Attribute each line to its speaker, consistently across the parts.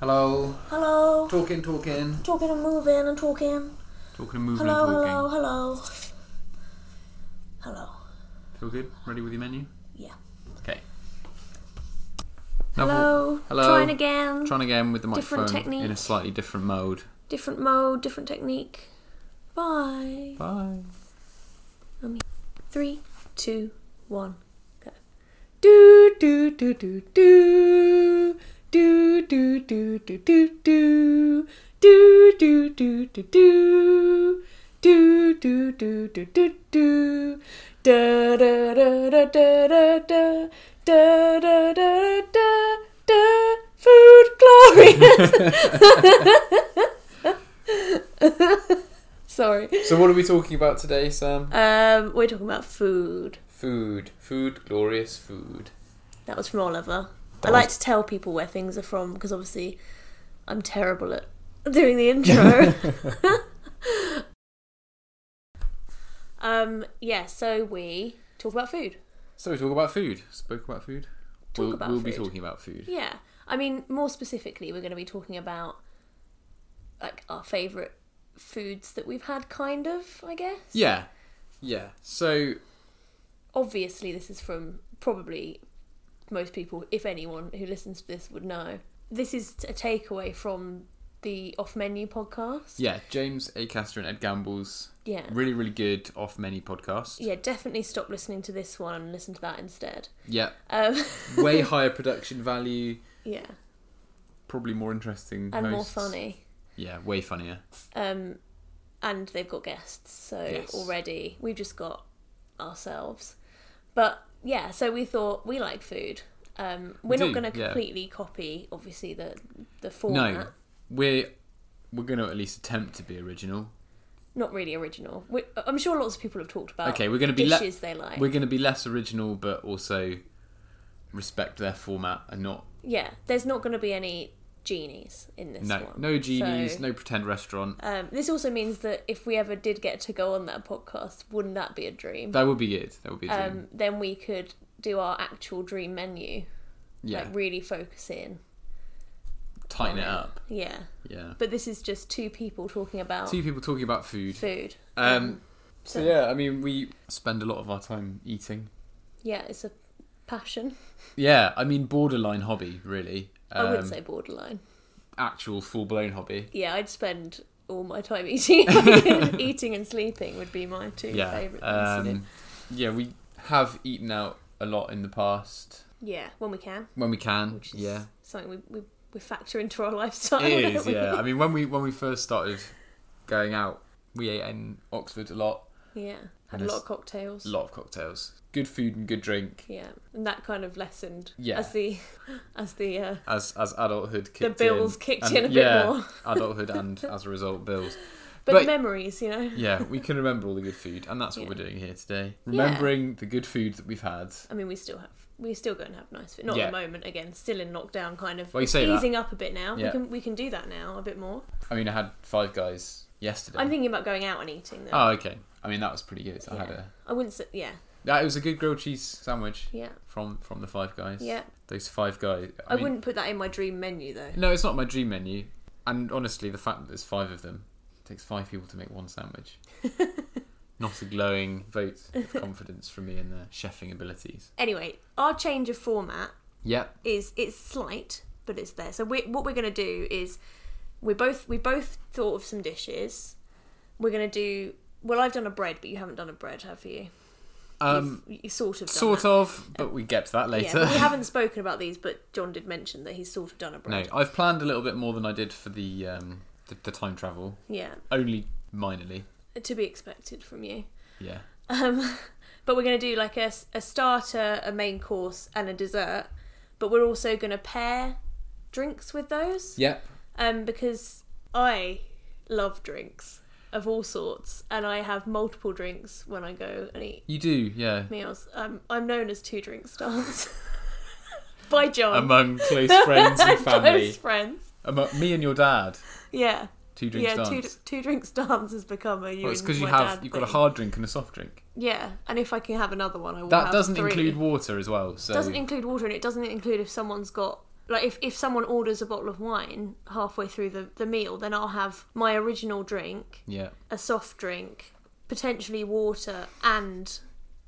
Speaker 1: Hello.
Speaker 2: Hello.
Speaker 1: Talking, talking.
Speaker 2: Talking and moving and talking.
Speaker 1: Talking and moving
Speaker 2: Hello,
Speaker 1: and talking.
Speaker 2: hello, hello. Hello.
Speaker 1: Feel good? Ready with your menu?
Speaker 2: Yeah.
Speaker 1: Okay.
Speaker 2: Hello.
Speaker 1: Hello.
Speaker 2: Trying again.
Speaker 1: Trying again with the
Speaker 2: Different
Speaker 1: microphone in a
Speaker 2: technique.
Speaker 1: slightly different mode.
Speaker 2: different mode, different technique. Bye.
Speaker 1: Bye.
Speaker 2: Three, two, one, go. Do do do do do do do do do do do do do do do do do do do do do do da da da da da da da da da da da da food glorious. Sorry.
Speaker 1: So, what are we talking about today, Sam?
Speaker 2: Um, we're talking about food.
Speaker 1: Food. Food, glorious food.
Speaker 2: That was from Oliver.
Speaker 1: That
Speaker 2: I like
Speaker 1: was-
Speaker 2: to tell people where things are from because obviously I'm terrible at doing the intro. um, yeah, so we talk about food.
Speaker 1: So, we talk about food. Spoke about food.
Speaker 2: Talk
Speaker 1: we'll
Speaker 2: about
Speaker 1: we'll be
Speaker 2: food.
Speaker 1: talking about food.
Speaker 2: Yeah. I mean, more specifically, we're going to be talking about like our favourite foods that we've had, kind of, I guess.
Speaker 1: Yeah. Yeah. So,
Speaker 2: Obviously, this is from probably most people, if anyone who listens to this would know. This is a takeaway from the off menu podcast.
Speaker 1: yeah, James A. Caster and Ed Gamble's
Speaker 2: Yeah.
Speaker 1: really, really good off many podcast.
Speaker 2: Yeah, definitely stop listening to this one and listen to that instead.
Speaker 1: Yeah.
Speaker 2: Um,
Speaker 1: Way higher production value.
Speaker 2: yeah,
Speaker 1: Probably more interesting.
Speaker 2: and more
Speaker 1: hosts.
Speaker 2: funny.
Speaker 1: Yeah, way funnier.
Speaker 2: Um, and they've got guests, so
Speaker 1: Yes.
Speaker 2: already we've just got ourselves. But yeah, so we thought we like food. Um, we're
Speaker 1: do,
Speaker 2: not going to
Speaker 1: yeah.
Speaker 2: completely copy, obviously, the the format.
Speaker 1: No, we're we're going to at least attempt to be original.
Speaker 2: Not really original. We, I'm sure lots of people have talked about.
Speaker 1: Okay, we're gonna be le-
Speaker 2: dishes they like.
Speaker 1: We're going to be less original, but also respect their format and not
Speaker 2: Yeah, there's not going to be any genies in this
Speaker 1: no
Speaker 2: one.
Speaker 1: no genies,
Speaker 2: So-
Speaker 1: no pretend restaurant.
Speaker 2: Um, this also means that if we ever did get to go on that podcast, wouldn't that be a dream?
Speaker 1: That would be good. That would be a dream.
Speaker 2: Um, then we could do our actual dream menu,
Speaker 1: yeah,
Speaker 2: like really focus in.
Speaker 1: tighten it
Speaker 2: on it.
Speaker 1: up.
Speaker 2: Yeah,
Speaker 1: Yeah,
Speaker 2: but this is just two people talking about
Speaker 1: two people talking about food.
Speaker 2: food.
Speaker 1: Um, so
Speaker 2: so-
Speaker 1: yeah, I mean, we spend a lot of our time eating.
Speaker 2: Yeah, it's a passion.
Speaker 1: Yeah, I mean, borderline hobby, really.
Speaker 2: I
Speaker 1: Um,
Speaker 2: would say borderline.
Speaker 1: actual full blown hobby.
Speaker 2: Yeah, I'd spend all my time eating, eating and sleeping would be my two
Speaker 1: yeah,
Speaker 2: favorite things to do.
Speaker 1: um, yeah, we have eaten out a lot in the past.
Speaker 2: Yeah, when we can,
Speaker 1: when we can.
Speaker 2: which is
Speaker 1: yeah,
Speaker 2: something we, we we factor into our lifestyle.
Speaker 1: it is.
Speaker 2: don't we?
Speaker 1: Yeah, I mean, when we when we first started going out, we ate in Oxford a lot,
Speaker 2: yeah. Had
Speaker 1: And
Speaker 2: a lot
Speaker 1: it's-
Speaker 2: of cocktails.
Speaker 1: a lot of cocktails, good food and good drink.
Speaker 2: Yeah, and that kind of lessened
Speaker 1: Yeah.
Speaker 2: as the as the uh,
Speaker 1: As as adulthood kicked
Speaker 2: the bills
Speaker 1: in,
Speaker 2: kicked
Speaker 1: and-
Speaker 2: in a
Speaker 1: yeah,
Speaker 2: bit more.
Speaker 1: adulthood and as a result bills.
Speaker 2: But,
Speaker 1: But-
Speaker 2: memories, you know.
Speaker 1: Yeah, we can remember all the good food, and that's what
Speaker 2: Yeah.
Speaker 1: we're doing here today. Remembering the good food that we've had.
Speaker 2: I mean, we still have we still go and have nice food. Not
Speaker 1: Yeah.
Speaker 2: at the moment again. Still in lockdown, kind of
Speaker 1: Well, you say that.
Speaker 2: easing up a bit now.
Speaker 1: Yeah.
Speaker 2: We can we can do that now a bit more.
Speaker 1: I mean, I had Five Guys yesterday.
Speaker 2: I'm thinking about going out and eating though.
Speaker 1: oh, okay. I mean, that was pretty good. I had
Speaker 2: Yeah.
Speaker 1: a.
Speaker 2: I wouldn't. Say, yeah,
Speaker 1: That it was a good grilled cheese sandwich
Speaker 2: yeah,
Speaker 1: from from the Five Guys.
Speaker 2: yeah.
Speaker 1: Those Five Guys.
Speaker 2: I,
Speaker 1: mean,
Speaker 2: wouldn't put that in my dream menu though.
Speaker 1: No, it's not my dream menu. And honestly, the fact that there's five of them it takes five people to make one sandwich. not a glowing vote of confidence from me in their chefing abilities.
Speaker 2: Anyway, our change of format
Speaker 1: Yep.
Speaker 2: is it's slight, but it's there. So we, what we're going to do is we both we both thought of some dishes. We're going to do well. I've done a bread, but you haven't done a bread, have you?
Speaker 1: Um,
Speaker 2: You've- you sort of done
Speaker 1: sort of, but we get to that
Speaker 2: that.
Speaker 1: later.
Speaker 2: Yeah, but we haven't spoken about these, but John did mention that he's sort of done a
Speaker 1: no,
Speaker 2: bread.
Speaker 1: I've planned a little bit more than I did for the um, the, the time travel,
Speaker 2: Yeah,
Speaker 1: only minorly.
Speaker 2: to be expected from you.
Speaker 1: Yeah.
Speaker 2: Um, but we're going to do like a, a starter, a main course, and a dessert. But we're also going to pair drinks with those.
Speaker 1: Yep.
Speaker 2: um, because I love drinks of all sorts, and I have multiple drinks when I go and eat
Speaker 1: You do, yeah.
Speaker 2: meals. Um, I'm known as two drink stars by John
Speaker 1: Among close friends and family,
Speaker 2: close friends.
Speaker 1: Among, me and your dad,
Speaker 2: Yeah,
Speaker 1: two drinks
Speaker 2: yeah.
Speaker 1: dance.
Speaker 2: Two two drink stars has become a you.
Speaker 1: well, it's
Speaker 2: and
Speaker 1: because you
Speaker 2: my
Speaker 1: have
Speaker 2: dad
Speaker 1: you've got a
Speaker 2: thing.
Speaker 1: hard drink and a soft drink.
Speaker 2: Yeah, and if I can have another one, I will.
Speaker 1: That
Speaker 2: have
Speaker 1: doesn't
Speaker 2: three.
Speaker 1: include water as well. So
Speaker 2: doesn't include water, and it doesn't include if someone's got like if, if someone orders a bottle of wine halfway through the, the meal, then I'll have my original drink,
Speaker 1: Yeah.
Speaker 2: a soft drink, potentially water, and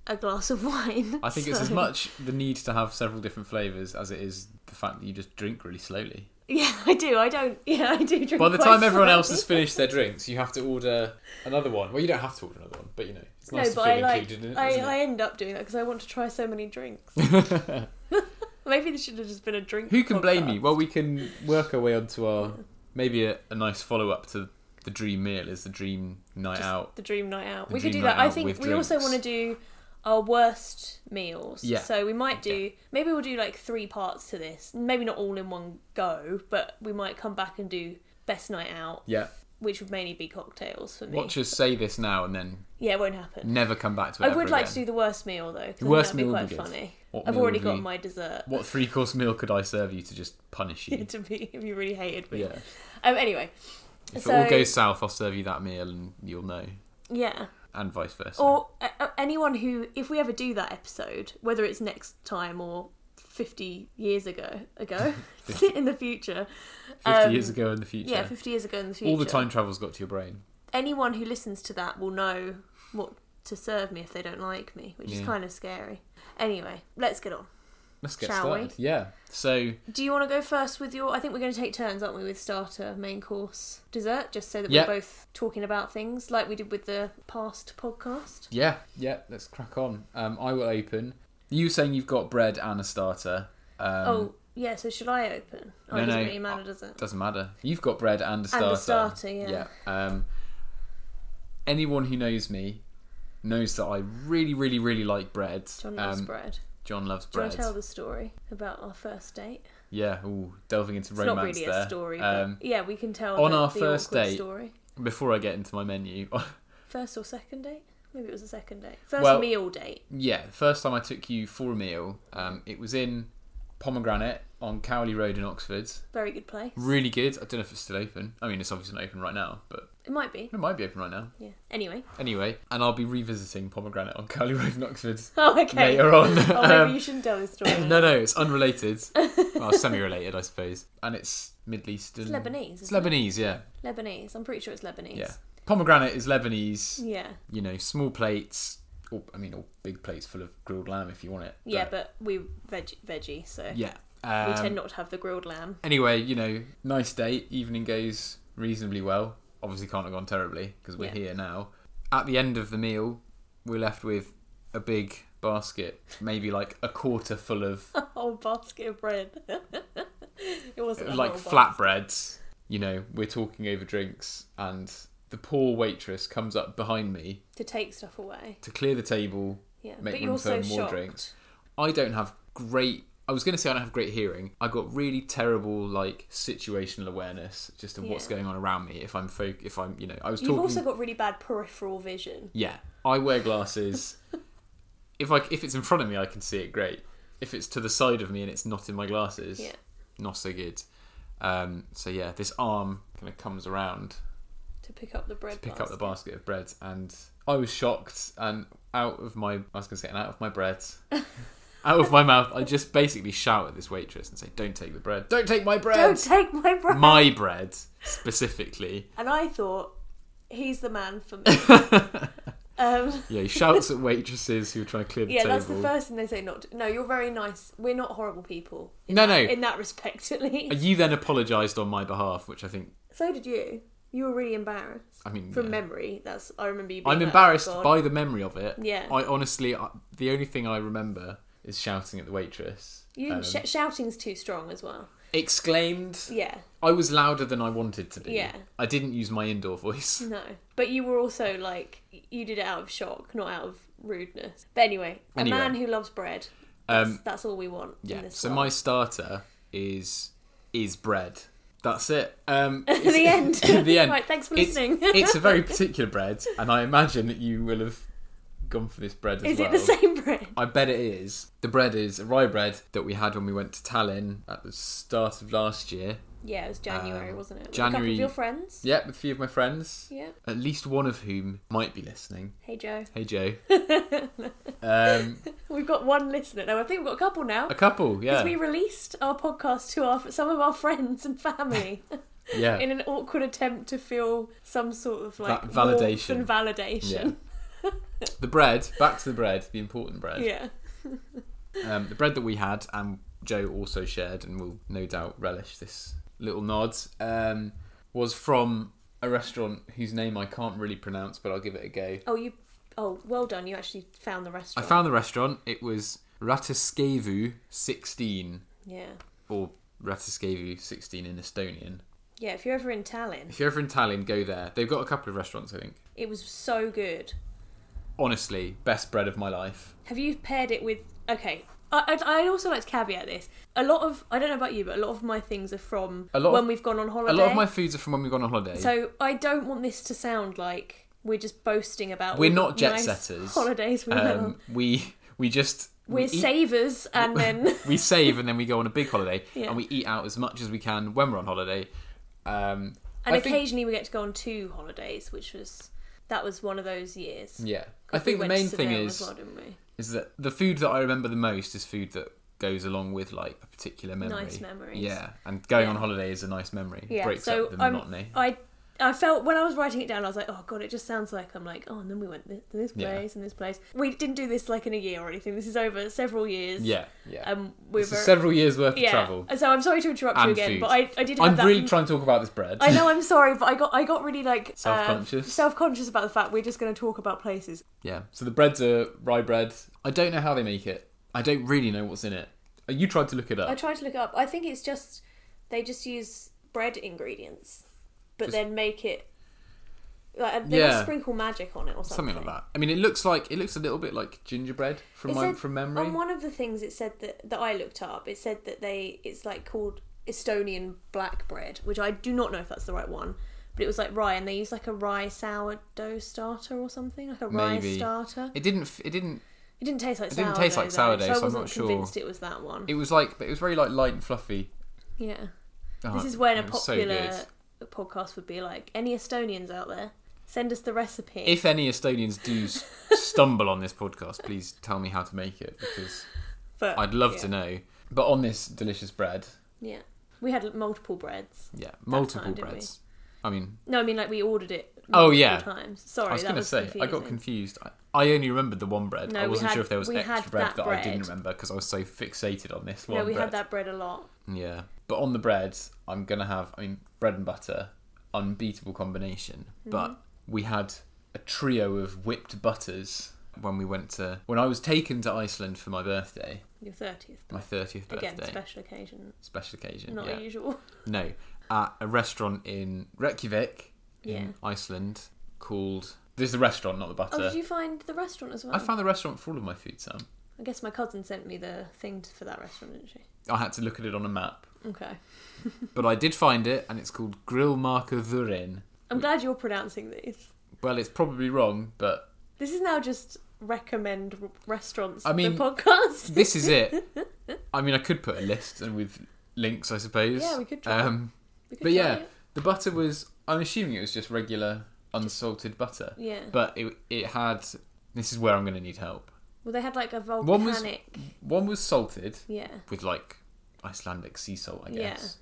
Speaker 2: a glass of wine.
Speaker 1: I think it's as
Speaker 2: So-
Speaker 1: much the need to have several different flavours as it is the fact that you just drink really slowly.
Speaker 2: Yeah, I do. I don't. Yeah, I do drink.
Speaker 1: By the
Speaker 2: quite
Speaker 1: time everyone
Speaker 2: slowly.
Speaker 1: else has finished their drinks, you have to order another one. Well, you don't have to order another one, but you know, it's nice
Speaker 2: no, but
Speaker 1: to
Speaker 2: I
Speaker 1: feel
Speaker 2: like.
Speaker 1: included in it.
Speaker 2: I,
Speaker 1: doesn't
Speaker 2: I end up doing that because I want to try so many drinks.
Speaker 1: it?
Speaker 2: Maybe this should have just been a drink.
Speaker 1: Who can blame me?
Speaker 2: podcast.
Speaker 1: Well, we can work our way onto our maybe a, a nice follow up to the dream meal is the dream night
Speaker 2: Just
Speaker 1: out.
Speaker 2: the dream night out.
Speaker 1: The
Speaker 2: we could
Speaker 1: dream
Speaker 2: do
Speaker 1: night
Speaker 2: that. I
Speaker 1: out
Speaker 2: think we
Speaker 1: with
Speaker 2: also
Speaker 1: drinks.
Speaker 2: want to do our worst meals.
Speaker 1: Yeah.
Speaker 2: So we might do maybe we'll do like three parts to this. Maybe not all in one go, but we might come back and do best night out,
Speaker 1: Yeah,
Speaker 2: which would mainly be cocktails for me.
Speaker 1: watch us say this now and then
Speaker 2: Yeah, it won't happen.
Speaker 1: never come back to it.
Speaker 2: I would
Speaker 1: ever
Speaker 2: like to
Speaker 1: again.
Speaker 2: do the worst meal though. 'cause I think
Speaker 1: worst
Speaker 2: that'd
Speaker 1: meal would be
Speaker 2: be quite
Speaker 1: good.
Speaker 2: funny.
Speaker 1: What
Speaker 2: I've
Speaker 1: meal
Speaker 2: already
Speaker 1: would
Speaker 2: got
Speaker 1: we-
Speaker 2: my dessert.
Speaker 1: What three course meal could I serve you to just punish you?
Speaker 2: to be if you really hated me.
Speaker 1: yeah,
Speaker 2: Um. Anyway.
Speaker 1: if it
Speaker 2: So-
Speaker 1: all goes south, I'll serve you that meal and you'll know,
Speaker 2: Yeah.
Speaker 1: and vice versa.
Speaker 2: Or uh, uh, anyone who, if we ever do that episode, whether it's next time or 50 years ago, ago in the future.
Speaker 1: Fifty
Speaker 2: um,
Speaker 1: years ago in the future.
Speaker 2: Yeah, 50 years ago in the future.
Speaker 1: All the time travel's got to your brain.
Speaker 2: Anyone who listens to that will know what to serve me if they don't like me, which is
Speaker 1: Yeah.
Speaker 2: kind of scary. Anyway, let's get on.
Speaker 1: Let's get
Speaker 2: Shall we?
Speaker 1: started. Yeah. So
Speaker 2: Do you want to go first with your? I think we're going to take turns, aren't we, with starter, main course, dessert, just so that
Speaker 1: Yeah.
Speaker 2: we're both talking about things like we did with the past podcast.
Speaker 1: Yeah, yeah, let's crack on. Um, I will open. You were saying you've got bread and a starter. Um,
Speaker 2: oh, yeah. So should I open? Oh,
Speaker 1: no,
Speaker 2: it
Speaker 1: no,
Speaker 2: doesn't
Speaker 1: uh,
Speaker 2: really matter, does it?
Speaker 1: Doesn't matter. You've got bread and a starter.
Speaker 2: And a starter, yeah.
Speaker 1: Um, anyone who knows me knows that I really, really, really like bread.
Speaker 2: John loves
Speaker 1: Um,
Speaker 2: bread.
Speaker 1: John loves
Speaker 2: Do you
Speaker 1: bread.
Speaker 2: want to tell the story about our first date?
Speaker 1: Yeah. Ooh, delving into
Speaker 2: It's
Speaker 1: romance
Speaker 2: not really
Speaker 1: there.
Speaker 2: a story,
Speaker 1: um,
Speaker 2: but yeah, we can tell
Speaker 1: on
Speaker 2: the,
Speaker 1: our
Speaker 2: the
Speaker 1: first
Speaker 2: awkward
Speaker 1: date-
Speaker 2: story.
Speaker 1: Before I get into my menu,
Speaker 2: First or second date? Maybe it was a second date. First
Speaker 1: Well-
Speaker 2: meal date.
Speaker 1: yeah, the first time I took you for a meal, um, it was in Pomegranate on Cowley Road in Oxford.
Speaker 2: Very good place.
Speaker 1: Really good. I don't know if it's still open. I mean, it's obviously not open right now, but
Speaker 2: It might be.
Speaker 1: it might be open right now.
Speaker 2: Yeah. Anyway.
Speaker 1: Anyway, and I'll be revisiting Pomegranate on Curly Road in Oxford
Speaker 2: Oh, okay.
Speaker 1: later on.
Speaker 2: oh, maybe
Speaker 1: Um,
Speaker 2: you shouldn't tell this story.
Speaker 1: no, no, it's unrelated. well, semi-related, I suppose. And it's Middle Eastern.
Speaker 2: It's Lebanese.
Speaker 1: It's
Speaker 2: isn't it?
Speaker 1: Lebanese, yeah,
Speaker 2: Lebanese. I'm pretty sure it's Lebanese.
Speaker 1: yeah. Pomegranate is Lebanese.
Speaker 2: Yeah.
Speaker 1: You know, small plates. Or, I mean, or big plates full of grilled lamb if you want it.
Speaker 2: Yeah, but we veg veggie, so
Speaker 1: yeah.
Speaker 2: we
Speaker 1: Um,
Speaker 2: tend not to have the grilled lamb.
Speaker 1: anyway, you know, nice date. Evening goes reasonably well. Obviously, can't have gone terribly because we're
Speaker 2: Yeah.
Speaker 1: here now. At the end of the meal, we're left with a big basket, maybe like a quarter full of
Speaker 2: A whole basket of bread. it wasn't a
Speaker 1: like
Speaker 2: whole
Speaker 1: flatbreads. You know, we're talking over drinks, and the poor waitress comes up behind me
Speaker 2: basket. to take stuff away.
Speaker 1: to clear the table.
Speaker 2: Yeah,
Speaker 1: Make
Speaker 2: but
Speaker 1: room
Speaker 2: you're
Speaker 1: for
Speaker 2: so
Speaker 1: more
Speaker 2: shocked.
Speaker 1: drinks. I don't have great. I was going to say I don't have great hearing. I got really terrible like situational awareness just of what's
Speaker 2: Yeah.
Speaker 1: going on around me. If I'm fo- if I'm you know I was
Speaker 2: You've
Speaker 1: talking.
Speaker 2: also got really bad peripheral vision.
Speaker 1: Yeah, I wear glasses. if I if it's in front of me, I can see it great. If it's to the side of me and it's not in my glasses,
Speaker 2: Yeah.
Speaker 1: not so good. Um, so yeah, this arm kind of comes around
Speaker 2: To pick up the bread.
Speaker 1: to pick up the basket of bread, and I was shocked and out of my I was going to say and out of my bread, out of my mouth. I just basically shout at this waitress and say, "Don't take the bread! Don't take my bread!
Speaker 2: Don't take my bread.
Speaker 1: my bread specifically!"
Speaker 2: And I thought, he's the man for me. um,
Speaker 1: Yeah, he shouts at waitresses who are trying to clear the
Speaker 2: yeah,
Speaker 1: table.
Speaker 2: that's the first thing they say. Not to, no, you're very nice. We're not horrible people. in
Speaker 1: No,
Speaker 2: that-
Speaker 1: no. uh,
Speaker 2: In that respect, at least.
Speaker 1: You then apologised on my behalf, which I think,
Speaker 2: So did you. You were really embarrassed.
Speaker 1: I mean,
Speaker 2: From
Speaker 1: yeah.
Speaker 2: memory, that's I remember you. Being
Speaker 1: I'm
Speaker 2: like, oh,
Speaker 1: embarrassed
Speaker 2: God.
Speaker 1: by the memory of it.
Speaker 2: Yeah.
Speaker 1: I honestly, I, the only thing I remember is shouting at the waitress.
Speaker 2: You didn't,
Speaker 1: Um,
Speaker 2: sh- shouting's too strong as well.
Speaker 1: exclaimed.
Speaker 2: Yeah,
Speaker 1: I was louder than I wanted to be.
Speaker 2: Yeah.
Speaker 1: I didn't use my indoor voice.
Speaker 2: no. But you were also like you did it out of shock, not out of rudeness. But anyway, a
Speaker 1: Anyway.
Speaker 2: man who loves bread. That's,
Speaker 1: Um,
Speaker 2: that's all we want. In
Speaker 1: yeah.
Speaker 2: this
Speaker 1: So
Speaker 2: world.
Speaker 1: my starter is is bread. That's it. Um,
Speaker 2: the end.
Speaker 1: the end.
Speaker 2: right, thanks for
Speaker 1: It's-
Speaker 2: listening.
Speaker 1: It's a very particular bread, and I imagine that you will have gone for this bread as
Speaker 2: Is
Speaker 1: well.
Speaker 2: it the same bread?
Speaker 1: I bet it is. The bread is rye bread that we had when we went to Tallinn at the start of last year.
Speaker 2: Yeah, it was January,
Speaker 1: Um,
Speaker 2: wasn't it? With A couple
Speaker 1: January-
Speaker 2: of your friends.
Speaker 1: Yep, a few of my friends,
Speaker 2: Yeah.
Speaker 1: at least one of whom might be listening.
Speaker 2: Hey, Joe.
Speaker 1: Hey, Joe. um,
Speaker 2: We've got one listener. No, I think we've got a couple now.
Speaker 1: a couple,
Speaker 2: Because
Speaker 1: yeah.
Speaker 2: we released our podcast to our, some of our friends and family
Speaker 1: yeah.
Speaker 2: in an awkward attempt to feel some sort of like
Speaker 1: Va-
Speaker 2: warmth
Speaker 1: validation.
Speaker 2: and validation.
Speaker 1: Yeah. the bread, back to the bread, the important bread.
Speaker 2: Yeah.
Speaker 1: Um, the bread that we had and Joe also shared and will no doubt relish this little nod um, was from a restaurant whose name I can't really pronounce, but I'll give it a go.
Speaker 2: Oh, you. Oh, well done. You actually found the
Speaker 1: I
Speaker 2: restaurant.
Speaker 1: found the restaurant. It was Ratiskevu 16
Speaker 2: Yeah.
Speaker 1: or Ratiskevu 16 in Estonian.
Speaker 2: Yeah, if you're ever in Tallinn,
Speaker 1: If you're ever in Tallinn, go there. They've got a couple of restaurants, I think.
Speaker 2: it was so good.
Speaker 1: Honestly, best bread of my life.
Speaker 2: Have you paired it with? Okay, I, I'd, I'd also like to caveat this. A lot of I don't know about you, but a lot of my things are from
Speaker 1: A lot
Speaker 2: when
Speaker 1: of-
Speaker 2: we've gone on holiday.
Speaker 1: A lot of my foods are from when we gone on holiday.
Speaker 2: so I don't want this to sound like we're just boasting about.
Speaker 1: We're
Speaker 2: all the
Speaker 1: not jet
Speaker 2: nice
Speaker 1: setters.
Speaker 2: Holidays we went on.
Speaker 1: um, we we just we
Speaker 2: We're
Speaker 1: eat-
Speaker 2: savers, and then
Speaker 1: we save and then we go on a big holiday
Speaker 2: Yeah.
Speaker 1: and we eat out as much as we can when we're on holiday. Um,
Speaker 2: and
Speaker 1: I think-
Speaker 2: occasionally we get to go on two holidays, which was that was one of those years.
Speaker 1: yeah, Mm. I
Speaker 2: 'Cause
Speaker 1: think
Speaker 2: we
Speaker 1: the
Speaker 2: went to
Speaker 1: main thing
Speaker 2: Seville as
Speaker 1: is
Speaker 2: well, didn't we?
Speaker 1: is that the food that I remember the most is food that goes along with like a particular memory.
Speaker 2: Nice memories.
Speaker 1: Yeah, and going
Speaker 2: Yeah.
Speaker 1: on holiday is a nice memory.
Speaker 2: Yeah,
Speaker 1: it breaks
Speaker 2: so
Speaker 1: up the
Speaker 2: I'm-
Speaker 1: monotony.
Speaker 2: I I felt when I was writing it down, I was like, oh god, it just sounds like I'm like, oh, and then we went thi- to this
Speaker 1: Yeah.
Speaker 2: place and this place. We didn't do this like in a year or anything. This is over several years.
Speaker 1: yeah, yeah.
Speaker 2: Um, we're
Speaker 1: this is
Speaker 2: very,
Speaker 1: several years worth
Speaker 2: yeah.
Speaker 1: of travel.
Speaker 2: And So I'm sorry to interrupt you
Speaker 1: And
Speaker 2: again,
Speaker 1: food.
Speaker 2: but I, I did have
Speaker 1: I'm
Speaker 2: that.
Speaker 1: really trying to talk about this bread.
Speaker 2: I know I'm sorry, but I got I got really like
Speaker 1: Self-conscious.
Speaker 2: self conscious about the fact we're just going to talk about places.
Speaker 1: yeah. So the breads are rye bread. I don't know how they make it. I don't really know what's in it. Uh, You tried to look it up.
Speaker 2: I tried to look it up. I think it's just they just use bread ingredients, but
Speaker 1: Just-
Speaker 2: then make it like they
Speaker 1: Yeah.
Speaker 2: just sprinkle magic on it or something.
Speaker 1: something like that. I mean, it looks like it looks a little bit like gingerbread from
Speaker 2: It
Speaker 1: my,
Speaker 2: said
Speaker 1: from memory.
Speaker 2: On one of the things it said that that I looked up, it said that they it's like called Estonian black bread, which I do not know if that's the right one, but it was like rye, and they use like a rye sourdough starter or something, like a rye
Speaker 1: Maybe.
Speaker 2: starter.
Speaker 1: It didn't. f- It didn't.
Speaker 2: It didn't taste like
Speaker 1: It
Speaker 2: sourdough.
Speaker 1: didn't taste like
Speaker 2: though,
Speaker 1: sourdough,
Speaker 2: I
Speaker 1: so I'm
Speaker 2: wasn't
Speaker 1: not sure.
Speaker 2: convinced it was that one.
Speaker 1: It was like, but it was very like light and fluffy.
Speaker 2: yeah,
Speaker 1: Oh,
Speaker 2: this is when a
Speaker 1: it was so
Speaker 2: popular
Speaker 1: good.
Speaker 2: podcast would be like, any Estonians out there, send us the recipe.
Speaker 1: if any Estonians do s- stumble on this podcast, please tell me how to make it because
Speaker 2: but
Speaker 1: I'd love
Speaker 2: Oh, yeah.
Speaker 1: to know. But on this delicious bread,
Speaker 2: Yeah, we had multiple breads.
Speaker 1: yeah, multiple
Speaker 2: time, didn't we?
Speaker 1: breads. I mean,
Speaker 2: No, I mean like we ordered it.
Speaker 1: Oh,
Speaker 2: multiple
Speaker 1: yeah.
Speaker 2: times. Sorry,
Speaker 1: I was
Speaker 2: that
Speaker 1: going to
Speaker 2: was
Speaker 1: say I got
Speaker 2: confusing.
Speaker 1: confused. I, I only remembered the one bread.
Speaker 2: No,
Speaker 1: I
Speaker 2: we
Speaker 1: wasn't
Speaker 2: had-
Speaker 1: sure if there was
Speaker 2: we
Speaker 1: extra
Speaker 2: had
Speaker 1: bread
Speaker 2: that
Speaker 1: that, I didn't
Speaker 2: bread.
Speaker 1: remember because I was so fixated on this one.
Speaker 2: Yeah, we
Speaker 1: bread.
Speaker 2: had that bread a lot.
Speaker 1: Yeah. But on the bread, I'm going to have, I mean, bread and butter, unbeatable combination.
Speaker 2: Mm-hmm.
Speaker 1: But we had a trio of whipped butters when we went to, when I was taken to Iceland for my birthday,
Speaker 2: Your thirtieth,
Speaker 1: my 30th birthday.
Speaker 2: again, special occasion,
Speaker 1: special occasion.
Speaker 2: not
Speaker 1: yeah.
Speaker 2: usual.
Speaker 1: No. At a restaurant in Reykjavik,
Speaker 2: Yeah.
Speaker 1: in Iceland, called, this is the restaurant, not the
Speaker 2: Oh,
Speaker 1: butter.
Speaker 2: did you find the restaurant as well?
Speaker 1: I found the restaurant for all of my food, Sam.
Speaker 2: I guess my cousin sent me the thing t- for that restaurant, didn't she?
Speaker 1: I had to look at it on a map.
Speaker 2: Okay.
Speaker 1: But I did find it, and it's called Grill Marker Thurin.
Speaker 2: I'm glad you're pronouncing these.
Speaker 1: Well, it's probably wrong, but
Speaker 2: This is now just recommend r- restaurants.
Speaker 1: I
Speaker 2: I mean,
Speaker 1: mean,
Speaker 2: the podcast.
Speaker 1: this is it. I mean, I could put a list and with links, I suppose.
Speaker 2: Yeah, we could try.
Speaker 1: Um,
Speaker 2: We could
Speaker 1: but
Speaker 2: try
Speaker 1: yeah,
Speaker 2: it.
Speaker 1: the butter was. I'm assuming it was just regular unsalted butter,
Speaker 2: yeah.
Speaker 1: but it it had. This is where I'm going to need help.
Speaker 2: Well, they had like a volcanic.
Speaker 1: One was- One was salted
Speaker 2: Yeah.
Speaker 1: with like Icelandic sea salt, I
Speaker 2: Yeah.
Speaker 1: guess.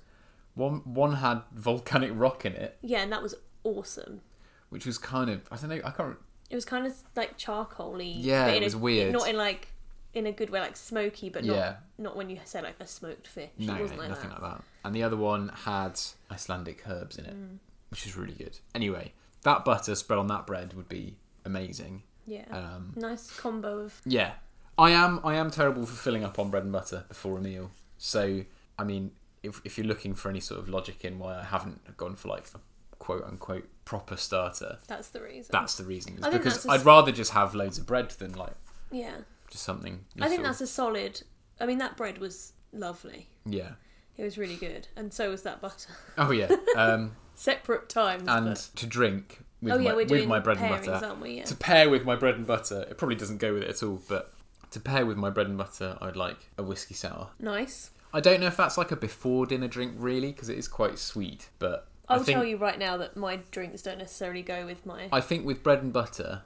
Speaker 1: One one had volcanic rock in it,
Speaker 2: Yeah, and that was awesome.
Speaker 1: which was kind of I don't know. I can't.
Speaker 2: It was kind of like charcoaly.
Speaker 1: Yeah,
Speaker 2: but
Speaker 1: it
Speaker 2: in a-
Speaker 1: was weird.
Speaker 2: Not in like in a good way, like smoky, but not
Speaker 1: Yeah.
Speaker 2: not when you say like a smoked fish.
Speaker 1: No,
Speaker 2: it
Speaker 1: no,
Speaker 2: wasn't
Speaker 1: nothing
Speaker 2: like that.
Speaker 1: like that. And the other one had Icelandic herbs in it,
Speaker 2: Mm.
Speaker 1: which is really good. Anyway, that butter spread on that bread would be amazing.
Speaker 2: Yeah.
Speaker 1: Um,
Speaker 2: Nice combo of
Speaker 1: yeah, I am. I am terrible for filling up on bread and butter before a meal. So, I mean, if if you're looking for any sort of logic in why I haven't gone for like a quote unquote proper starter,
Speaker 2: that's the reason.
Speaker 1: that's the reason. It's
Speaker 2: I think
Speaker 1: because
Speaker 2: that's a s-
Speaker 1: I'd rather just have loads of bread than like
Speaker 2: yeah.
Speaker 1: just something.
Speaker 2: I think
Speaker 1: little.
Speaker 2: that's a solid. I mean, that bread was lovely.
Speaker 1: yeah.
Speaker 2: It was really good, and so was that butter.
Speaker 1: Oh yeah. Um,
Speaker 2: Separate times.
Speaker 1: and
Speaker 2: but-
Speaker 1: to drink with
Speaker 2: oh yeah,
Speaker 1: my
Speaker 2: we're doing
Speaker 1: with my bread and
Speaker 2: pairings,
Speaker 1: butter.
Speaker 2: aren't we? Yeah.
Speaker 1: to pair with my bread and butter, it probably doesn't go with it at all, but to pair with my bread and butter, I'd like a whiskey sour.
Speaker 2: Nice.
Speaker 1: I don't know if that's like a before dinner drink really, because it is quite sweet. But I
Speaker 2: I'll
Speaker 1: think
Speaker 2: tell you right now that my drinks don't necessarily go with my.
Speaker 1: I think with bread and butter,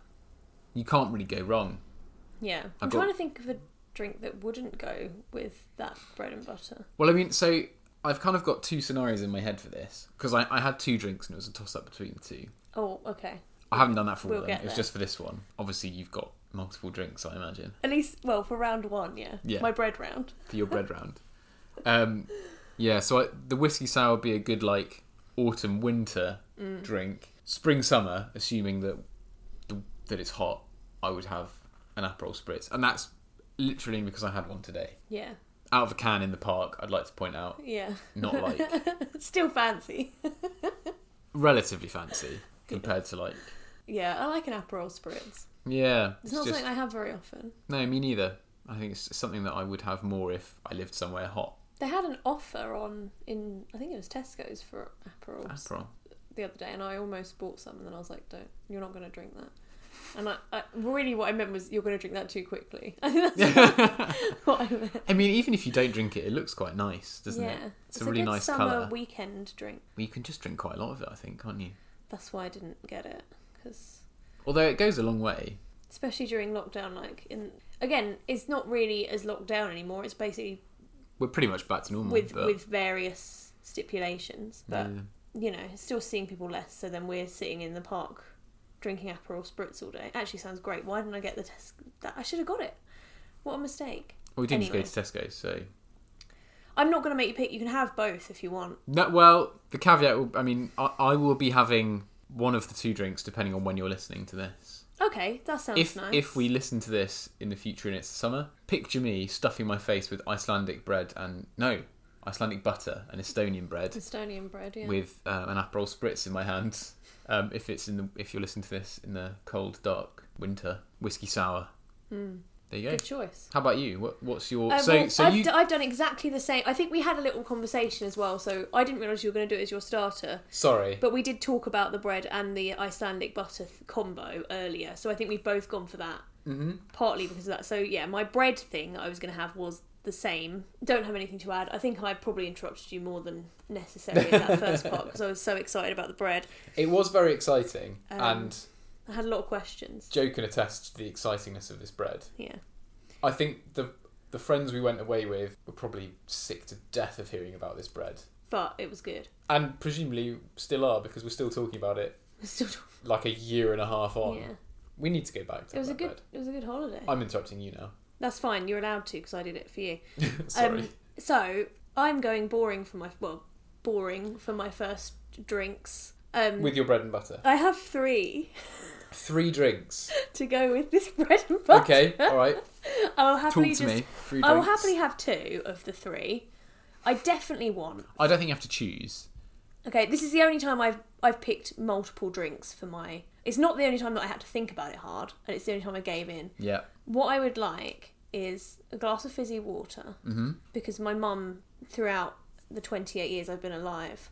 Speaker 1: you can't really go wrong.
Speaker 2: yeah.
Speaker 1: I
Speaker 2: I'm
Speaker 1: got-
Speaker 2: trying to think of a drink that wouldn't go with that bread and butter.
Speaker 1: Well, I mean, so I've kind of got two scenarios in my head for this because I, I had two drinks and it was a toss up between the two.
Speaker 2: Oh, okay.
Speaker 1: I haven't done that for all
Speaker 2: We'll
Speaker 1: of them.
Speaker 2: get
Speaker 1: It was
Speaker 2: there.
Speaker 1: just for this one. Obviously, you've got multiple drinks, I imagine,
Speaker 2: At least, well, for round one, yeah.
Speaker 1: Yeah.
Speaker 2: My bread round.
Speaker 1: for your bread round. Um, yeah, so I, the whiskey sour would be a good like autumn winter
Speaker 2: Mm.
Speaker 1: drink. Spring summer, assuming that the, that it's hot, I would have an aperol spritz, and that's literally because I had one today
Speaker 2: Yeah.
Speaker 1: out of a can in the park. I'd like to point out,
Speaker 2: Yeah.
Speaker 1: not like
Speaker 2: Still fancy.
Speaker 1: relatively fancy compared to like
Speaker 2: Yeah, I like an Aperol spritz.
Speaker 1: yeah.
Speaker 2: It's not something I have very often.
Speaker 1: No, me neither. I think it's something that I would have more if I lived somewhere hot.
Speaker 2: They had an offer on in I think it was Tesco's for Aperols
Speaker 1: Aperol.
Speaker 2: the other day, and I almost bought some, and then I was like, "Don't, you're not going to drink that." And I, I really what I meant was you're going to drink that too quickly. I think that's what I meant.
Speaker 1: I mean, even if you don't drink it, it looks quite nice, doesn't
Speaker 2: yeah,
Speaker 1: it? It's, a really
Speaker 2: good
Speaker 1: nice
Speaker 2: summer
Speaker 1: colour.
Speaker 2: weekend drink.
Speaker 1: Well, you can just drink quite a lot of it, I think, can't you?
Speaker 2: That's why I didn't get it because
Speaker 1: Although it goes a long way.
Speaker 2: especially during lockdown, like in again, it's not really as lockdown anymore. It's basically
Speaker 1: We're pretty much back to normal.
Speaker 2: with
Speaker 1: but, Mm.
Speaker 2: with various stipulations, but.
Speaker 1: yeah.
Speaker 2: you know, still seeing people less, so then we're sitting in the park drinking Aperol spritz all day. Actually sounds great. Why didn't I get the test? That I should have got it. What a mistake.
Speaker 1: Well, we didn't
Speaker 2: anyway.
Speaker 1: just go to Tesco, so.
Speaker 2: I'm not going to make you pick. You can have both if you want.
Speaker 1: No, well, the caveat will, I mean, I, I will be having one of the two drinks depending on when you're listening to this.
Speaker 2: Okay, that sounds
Speaker 1: if
Speaker 2: nice.
Speaker 1: if we listen to this in the future and it's summer, picture me stuffing my face with Icelandic bread and no, Icelandic butter and Estonian bread
Speaker 2: Estonian bread, yeah.
Speaker 1: with uh, an aperol spritz in my hand. Um, if it's in the if you're listening to this in the cold dark winter, whiskey sour. There you go.
Speaker 2: Good choice.
Speaker 1: How about you? What what's your
Speaker 2: Hmm. Uh,
Speaker 1: so
Speaker 2: well,
Speaker 1: so
Speaker 2: I've,
Speaker 1: you
Speaker 2: d- I've done exactly the same. I think we had a little conversation as well, so I didn't realise you were going to do it as your starter.
Speaker 1: sorry.
Speaker 2: But we did talk about the bread and the Icelandic butter th- combo earlier, so I think we've both gone for that.
Speaker 1: hmm
Speaker 2: partly because of that. So yeah, my bread thing I was going to have was the same. Don't have anything to add. I think I probably interrupted you more than necessary in that first part because I was so excited about the bread.
Speaker 1: It was very exciting,
Speaker 2: Um,
Speaker 1: and
Speaker 2: I had a lot of questions.
Speaker 1: Joe can attest to the excitingness of this bread.
Speaker 2: Yeah,
Speaker 1: I think the the friends we went away with were probably sick to death of hearing about this bread,
Speaker 2: but it was good.
Speaker 1: and presumably still are because we're still talking about it
Speaker 2: We're Still talking-
Speaker 1: like a year and a half on.
Speaker 2: yeah,
Speaker 1: We need to go back to
Speaker 2: it was a
Speaker 1: that
Speaker 2: good.
Speaker 1: bread.
Speaker 2: It was a good holiday.
Speaker 1: I'm interrupting you now.
Speaker 2: That's fine. You're allowed to because I did it for you.
Speaker 1: Sorry.
Speaker 2: Um, so I'm going boring for my well, boring for my first drinks. Um,
Speaker 1: With your bread and butter,
Speaker 2: I have three
Speaker 1: three drinks.
Speaker 2: to go with this bread and butter.
Speaker 1: Okay, all right.
Speaker 2: I'll happily
Speaker 1: Talk to
Speaker 2: just
Speaker 1: me. Three
Speaker 2: I will
Speaker 1: drinks.
Speaker 2: happily have two of the three. I definitely want.
Speaker 1: I don't think you have to choose.
Speaker 2: Okay, this is the only time I've I've picked multiple drinks for my. It's not the only time that I had to think about it hard, and it's the only time I gave in.
Speaker 1: Yeah.
Speaker 2: What I would like is a glass of fizzy water
Speaker 1: Mm-hmm.
Speaker 2: because my mum, throughout the 28 years I've been alive,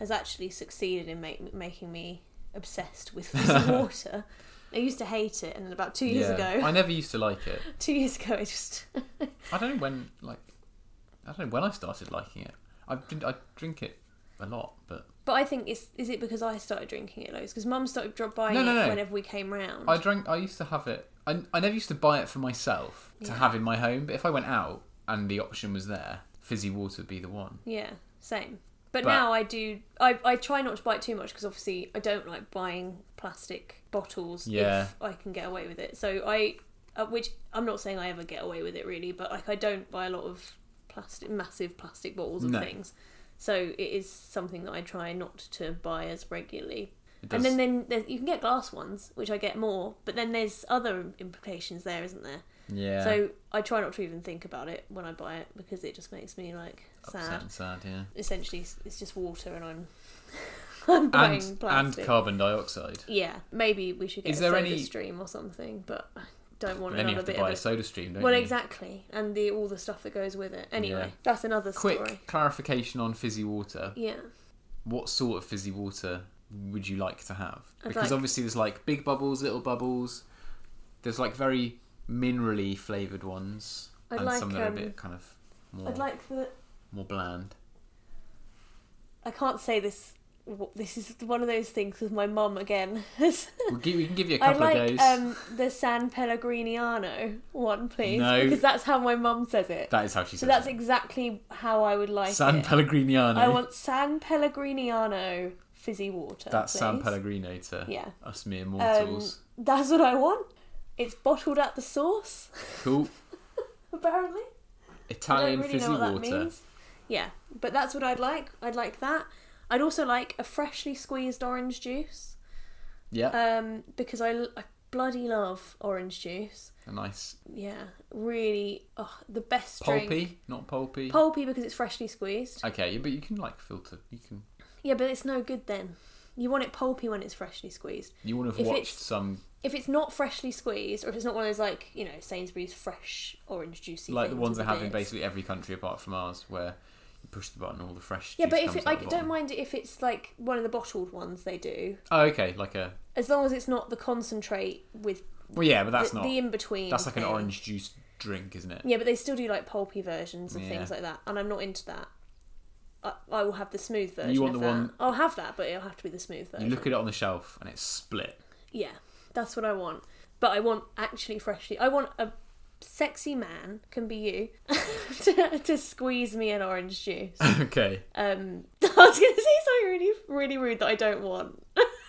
Speaker 2: has actually succeeded in make, making me obsessed with fizzy water. I used to hate it, and about two years ago,
Speaker 1: I never used to like it.
Speaker 2: two years ago, I just
Speaker 1: I don't know when, like, I don't know when I started liking it. I drink, I drink it a lot, but
Speaker 2: But I think it's is it because I started drinking it loads because Mum started drop buying
Speaker 1: No, no,
Speaker 2: it
Speaker 1: no.
Speaker 2: whenever we came round.
Speaker 1: I drank. I used to have it. I, I never used to buy it for myself to
Speaker 2: Yeah.
Speaker 1: have in my home. But if I went out and the option was there, fizzy water would be the one.
Speaker 2: Yeah, same. But,
Speaker 1: But-
Speaker 2: now I do. I, I try not to buy it too much because obviously I don't like buying plastic bottles
Speaker 1: Yeah.
Speaker 2: if I can get away with it. So I, uh, which I'm not saying I ever get away with it really, but like I don't buy a lot of plastic, massive plastic bottles of
Speaker 1: No.
Speaker 2: things. So it is something that I try not to buy as regularly
Speaker 1: It does.
Speaker 2: And then, then there's- you can get glass ones, which I get more, but then there's other implications there, isn't there?
Speaker 1: yeah.
Speaker 2: So I try not to even think about it when I buy it because it just makes me like sad.
Speaker 1: Upset and sad, yeah.
Speaker 2: Essentially, it's- it's just water, and I'm I'm buying
Speaker 1: And and
Speaker 2: plastic.
Speaker 1: carbon dioxide.
Speaker 2: yeah, maybe we should get
Speaker 1: Is
Speaker 2: a
Speaker 1: there
Speaker 2: soda
Speaker 1: any-
Speaker 2: stream or something, but I don't want
Speaker 1: But then you
Speaker 2: another
Speaker 1: have to
Speaker 2: bit
Speaker 1: buy a
Speaker 2: of it.
Speaker 1: soda stream, don't
Speaker 2: Well,
Speaker 1: you?
Speaker 2: exactly, and the all the stuff that goes with it. Anyway,
Speaker 1: Yeah.
Speaker 2: that's another
Speaker 1: Quick
Speaker 2: story.
Speaker 1: clarification on fizzy water.
Speaker 2: Yeah,
Speaker 1: What sort of fizzy water would you like to have?
Speaker 2: I'd
Speaker 1: Because
Speaker 2: like-
Speaker 1: obviously there's like big bubbles, little bubbles. There's like very minerally flavored ones,
Speaker 2: I'd
Speaker 1: and
Speaker 2: like
Speaker 1: some that are a
Speaker 2: um,
Speaker 1: bit kind of more,
Speaker 2: I'd like for the.
Speaker 1: more bland.
Speaker 2: I can't say this. w- This is one of those things with my mum again. I
Speaker 1: We'll give, we can give you a couple of
Speaker 2: like
Speaker 1: days.
Speaker 2: um, the San Pellegriniano one, please,
Speaker 1: No.
Speaker 2: because that's how my mum says it.
Speaker 1: that is how she
Speaker 2: so
Speaker 1: says
Speaker 2: that's
Speaker 1: it.
Speaker 2: exactly how I would like
Speaker 1: San
Speaker 2: it.
Speaker 1: Pellegriniano.
Speaker 2: I want San Pellegriniano fizzy water.
Speaker 1: That's San
Speaker 2: please.
Speaker 1: Pellegrino to
Speaker 2: Yeah, Um,
Speaker 1: us mere mortals.
Speaker 2: that's what I want. It's bottled at the source,
Speaker 1: cool.
Speaker 2: apparently.
Speaker 1: Italian
Speaker 2: I don't really
Speaker 1: fizzy
Speaker 2: know what
Speaker 1: water.
Speaker 2: that means. Yeah, but that's what I'd like. I'd like that. I'd also like a freshly squeezed orange juice
Speaker 1: Yeah,
Speaker 2: um, because I, l- I bloody love orange juice.
Speaker 1: a nice
Speaker 2: Yeah, really, oh, the best
Speaker 1: pulpy,
Speaker 2: drink.
Speaker 1: not pulpy.
Speaker 2: Pulpy because it's freshly squeezed.
Speaker 1: okay, yeah, but you can like filter. You can.
Speaker 2: Yeah, but it's no good then. You want it pulpy when it's freshly squeezed.
Speaker 1: You want to have
Speaker 2: If
Speaker 1: watched
Speaker 2: it's-
Speaker 1: some
Speaker 2: If it's not freshly squeezed, or if it's not one of those like you know Sainsbury's fresh orange juicy,
Speaker 1: like the
Speaker 2: things
Speaker 1: ones
Speaker 2: with
Speaker 1: they have in
Speaker 2: bits.
Speaker 1: basically every country apart from ours, where you push the button, all the fresh.
Speaker 2: Yeah,
Speaker 1: juice
Speaker 2: but if
Speaker 1: comes
Speaker 2: it,
Speaker 1: out
Speaker 2: I
Speaker 1: the
Speaker 2: don't
Speaker 1: bottom.
Speaker 2: mind if it's like one of the bottled ones they do,
Speaker 1: Oh, okay, like a.
Speaker 2: as long as it's not the concentrate with
Speaker 1: Well, yeah, but that's
Speaker 2: the,
Speaker 1: not.
Speaker 2: the in between.
Speaker 1: that's like an orange juice drink, isn't it?
Speaker 2: Yeah, but they still do like pulpy versions of
Speaker 1: Yeah.
Speaker 2: things like that, and I'm not into that. I, I will have the smooth version.
Speaker 1: want
Speaker 2: of
Speaker 1: the
Speaker 2: that.
Speaker 1: one-
Speaker 2: I'll have that, but it'll have to be the smooth version.
Speaker 1: You look at it on the shelf and it's split.
Speaker 2: Yeah, that's what I want. But I want actually freshly. I want a sexy man can be you to, to squeeze me an orange juice.
Speaker 1: okay.
Speaker 2: Um, I was going to say something really, really rude that I don't want.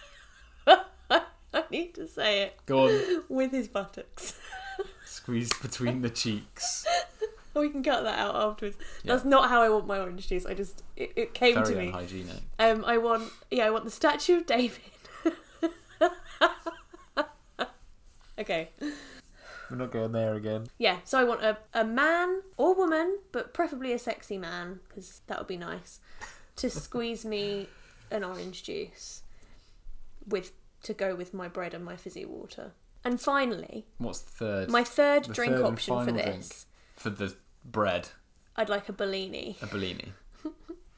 Speaker 2: I need to say it
Speaker 1: Go on.
Speaker 2: with his buttocks.
Speaker 1: Squeeze between the cheeks.
Speaker 2: we can cut that out afterwards.
Speaker 1: Yeah.
Speaker 2: That's not how I want my orange juice. I just it, it came to
Speaker 1: Very
Speaker 2: me.
Speaker 1: unhygienic.
Speaker 2: Um, I want yeah, I want the statue of David. okay,
Speaker 1: We're not going there again.
Speaker 2: yeah. So I want a, a man or woman, but preferably a sexy man because that would be nice to squeeze me an orange juice with to go with my bread and my fizzy water. And finally,
Speaker 1: What's the third?
Speaker 2: my third
Speaker 1: The
Speaker 2: drink
Speaker 1: third and
Speaker 2: option for
Speaker 1: final
Speaker 2: this,
Speaker 1: drink. For the bread,
Speaker 2: I'd like a Bellini
Speaker 1: a Bellini.
Speaker 2: because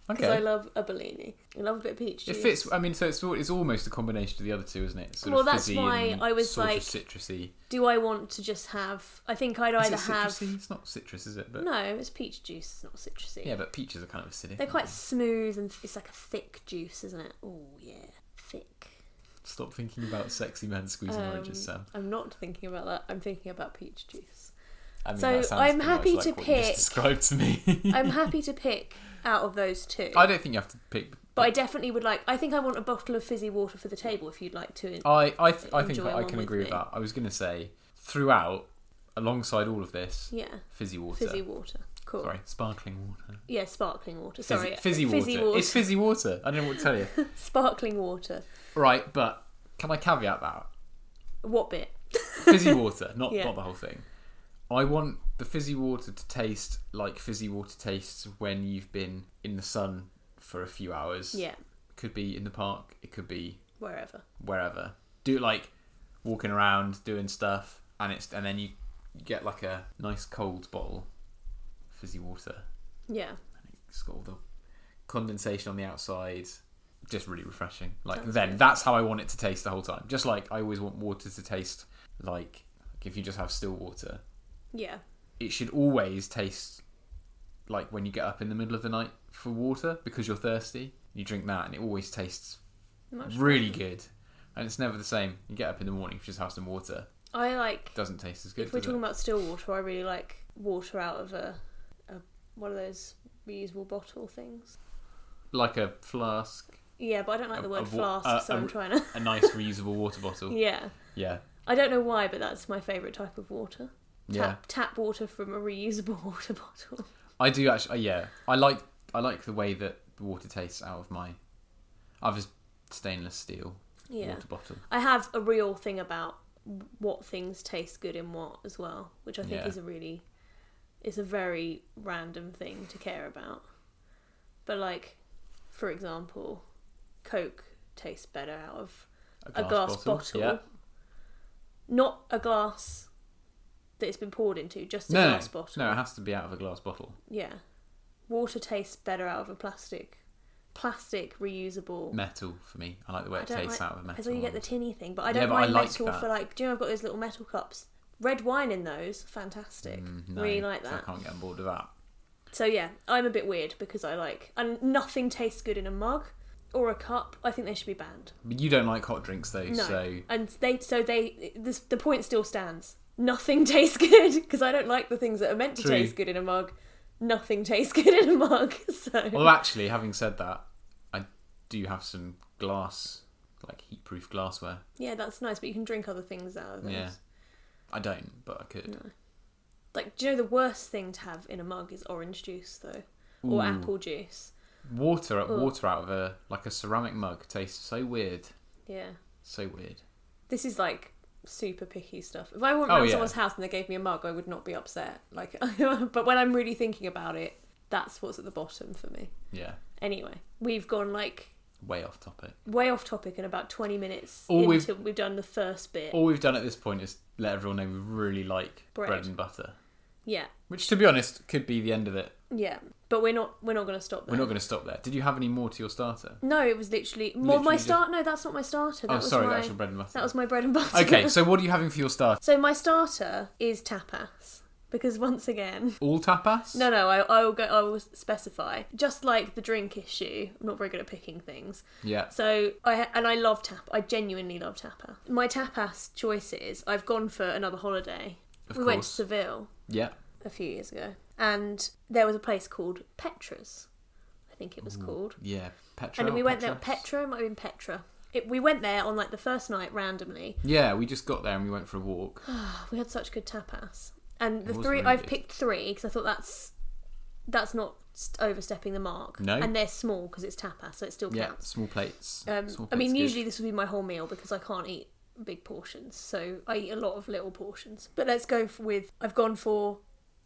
Speaker 2: I
Speaker 1: Okay.
Speaker 2: love a Bellini. I love a bit of peach
Speaker 1: It
Speaker 2: juice.
Speaker 1: fits. I mean, so it's al- it's almost a combination of the other two, isn't it? Sort
Speaker 2: Well,
Speaker 1: of
Speaker 2: that's
Speaker 1: fizzy
Speaker 2: why
Speaker 1: and
Speaker 2: I was
Speaker 1: sort
Speaker 2: like-
Speaker 1: of citrusy.
Speaker 2: Do I want to just have? I think I'd either
Speaker 1: is it
Speaker 2: have.
Speaker 1: citrusy? It's not citrus, is it? But
Speaker 2: No, it's peach juice. It's not citrusy.
Speaker 1: yeah, but peaches are kind of acidic.
Speaker 2: They're
Speaker 1: aren't
Speaker 2: quite
Speaker 1: they?
Speaker 2: smooth and it's like a thick juice, isn't it? Oh yeah, thick.
Speaker 1: Stop thinking about sexy men squeezing oranges, Sam.
Speaker 2: Um, I'm not thinking about that. I'm thinking about peach juice.
Speaker 1: I mean,
Speaker 2: so
Speaker 1: that sounds
Speaker 2: I'm
Speaker 1: pretty
Speaker 2: happy
Speaker 1: much
Speaker 2: to
Speaker 1: like what you just
Speaker 2: pick-
Speaker 1: described to me.
Speaker 2: I'm happy to pick out of those two.
Speaker 1: I don't think you have to pick.
Speaker 2: but I definitely would like. I think I want a bottle of fizzy water for the table if you'd like to.
Speaker 1: I I, th- I think
Speaker 2: Enjoy
Speaker 1: I
Speaker 2: one
Speaker 1: can
Speaker 2: with
Speaker 1: agree with
Speaker 2: me.
Speaker 1: that. I was going to say throughout, alongside all of this,
Speaker 2: Yeah,
Speaker 1: fizzy water.
Speaker 2: fizzy water. Cool.
Speaker 1: Sorry, sparkling water.
Speaker 2: Yeah, sparkling water.
Speaker 1: Fizzy,
Speaker 2: Sorry,
Speaker 1: fizzy, water. It's fizzy water. I don't know what to tell you.
Speaker 2: sparkling water.
Speaker 1: right, but can I caveat that?
Speaker 2: What bit?
Speaker 1: Fizzy water, not
Speaker 2: Yeah.
Speaker 1: not the whole thing. I want the fizzy water to taste like fizzy water tastes when you've been in the sun for a few hours.
Speaker 2: Yeah,
Speaker 1: Could be in the park. It could be
Speaker 2: wherever.
Speaker 1: wherever. Do like walking around, doing stuff, and it's and then you you get like a nice cold bottle of fizzy water.
Speaker 2: Yeah.
Speaker 1: It's got all the condensation on the outside. Just really refreshing. Like
Speaker 2: Sounds
Speaker 1: then,
Speaker 2: good.
Speaker 1: that's how I want it to taste the whole time. Just like I always want water to taste like, like if you just have still water,
Speaker 2: Yeah.
Speaker 1: it should always taste like when you get up in the middle of the night for water because you're thirsty. You drink that, and it always tastes
Speaker 2: Much
Speaker 1: really good. And it's never the same. You get up in the morning, you just have some water.
Speaker 2: I like.
Speaker 1: It doesn't taste as good.
Speaker 2: if we're
Speaker 1: Does
Speaker 2: talking
Speaker 1: it?
Speaker 2: about still water, I really like water out of a, a one of those reusable bottle things.
Speaker 1: Like a flask,
Speaker 2: Yeah, but I don't like
Speaker 1: A-
Speaker 2: the
Speaker 1: a
Speaker 2: word
Speaker 1: wa-
Speaker 2: flask,
Speaker 1: uh,
Speaker 2: so
Speaker 1: a
Speaker 2: i I'm
Speaker 1: re-
Speaker 2: trying to.
Speaker 1: a nice reusable water bottle. Yeah,
Speaker 2: yeah,
Speaker 1: yeah.
Speaker 2: I don't know why, but that's my favourite type of water. Tap tap water from a reusable water bottle.
Speaker 1: I do actually. uh, Yeah, I like I like the way that the water tastes out of my. I have a stainless steel
Speaker 2: Yeah,
Speaker 1: water bottle.
Speaker 2: I have a real thing about what things taste good in what as well, which I think
Speaker 1: Yeah.
Speaker 2: is a really, it's a very random thing to care about. But like, for example, Coke tastes better out of a glass bottle,
Speaker 1: Yeah.
Speaker 2: not a glass that it's been poured into, just a
Speaker 1: No,
Speaker 2: glass bottle.
Speaker 1: no, it has to be out of a glass bottle.
Speaker 2: Yeah, water tastes better out of a plastic, plastic reusable.
Speaker 1: Metal for me. I like the way
Speaker 2: I
Speaker 1: it
Speaker 2: don't
Speaker 1: tastes
Speaker 2: like-
Speaker 1: out of a metal.
Speaker 2: Because you get the
Speaker 1: one.
Speaker 2: tinny thing, but I
Speaker 1: Yeah,
Speaker 2: don't
Speaker 1: but I
Speaker 2: mind
Speaker 1: like
Speaker 2: metal
Speaker 1: that.
Speaker 2: for like. Do you know I've got those little metal cups? Red wine in those, fantastic.
Speaker 1: Mm, no,
Speaker 2: really like
Speaker 1: so I
Speaker 2: that.
Speaker 1: can't get on board with that.
Speaker 2: So yeah, I'm a bit weird because I like and nothing tastes good in a mug or a cup. I think they should be banned.
Speaker 1: But you don't like hot drinks though,
Speaker 2: No.
Speaker 1: so
Speaker 2: And they so they this, the point still stands. Nothing tastes good because I don't like the things that are meant to
Speaker 1: True.
Speaker 2: taste good in a mug. Nothing tastes good in a mug. So
Speaker 1: Well, actually, having said that, I do have some glass, like heat-proof glassware.
Speaker 2: yeah, that's nice, but you can drink other things out of those.
Speaker 1: Yeah. I don't, but I could.
Speaker 2: Like, do you know the worst thing to have in a mug is orange juice though, or
Speaker 1: Ooh.
Speaker 2: apple juice.
Speaker 1: Water,
Speaker 2: Ugh.
Speaker 1: water out of a like a ceramic mug tastes so weird,
Speaker 2: Yeah.
Speaker 1: so weird.
Speaker 2: this is like super picky stuff. If I went
Speaker 1: Oh,
Speaker 2: round
Speaker 1: yeah.
Speaker 2: someone's house and they gave me a mug, I would not be upset. Like, but when I'm really thinking about it, that's what's at the bottom for me.
Speaker 1: Yeah,
Speaker 2: Anyway, we've gone like
Speaker 1: way off topic.
Speaker 2: way off topic in about 20 minutes
Speaker 1: Or we've-
Speaker 2: into we've... done the first bit.
Speaker 1: All we've done at this point is let everyone know we really like bread,
Speaker 2: Bread.
Speaker 1: and butter,
Speaker 2: Yeah,
Speaker 1: which, to be honest, could be the end of it.
Speaker 2: yeah, but we're not we're not going to stop there.
Speaker 1: We're not going to stop there. Did you have any more to your starter?
Speaker 2: No, it was literally, well,
Speaker 1: Literally
Speaker 2: my
Speaker 1: just-
Speaker 2: start. No, that's not my starter. That
Speaker 1: oh,
Speaker 2: was
Speaker 1: sorry,
Speaker 2: my
Speaker 1: that's your bread and butter.
Speaker 2: that was my bread and butter.
Speaker 1: Okay, so what are you having for your starter?
Speaker 2: so my starter is tapas because once again,
Speaker 1: All tapas?
Speaker 2: No, no, I, I will go. I will specify. Just like the drink issue, I'm not very good at picking things.
Speaker 1: Yeah.
Speaker 2: So I and I love tap. I genuinely love tapa. My tapas choices. I've gone for another holiday.
Speaker 1: Of
Speaker 2: we went to
Speaker 1: course.
Speaker 2: Seville
Speaker 1: Yeah.
Speaker 2: a few years ago, and there was a place called Petra's. I think it was called.
Speaker 1: Yeah. Petra.
Speaker 2: And
Speaker 1: or
Speaker 2: we went there.
Speaker 1: Petras?
Speaker 2: Petra it might have been Petra. It, we went there on like the first night randomly.
Speaker 1: Yeah, we just got there and we went for a walk.
Speaker 2: We had such good tapas, and the
Speaker 1: was
Speaker 2: three
Speaker 1: really
Speaker 2: I've
Speaker 1: good.
Speaker 2: picked three because I thought that's that's not st- overstepping the mark.
Speaker 1: No.
Speaker 2: and they're small because it's tapas, so it still
Speaker 1: Yeah,
Speaker 2: counts.
Speaker 1: small plates.
Speaker 2: Um,
Speaker 1: small plates
Speaker 2: I mean,
Speaker 1: good.
Speaker 2: usually this would be my whole meal because I can't eat big portions, so I eat a lot of little portions. But let's go f- with I've gone for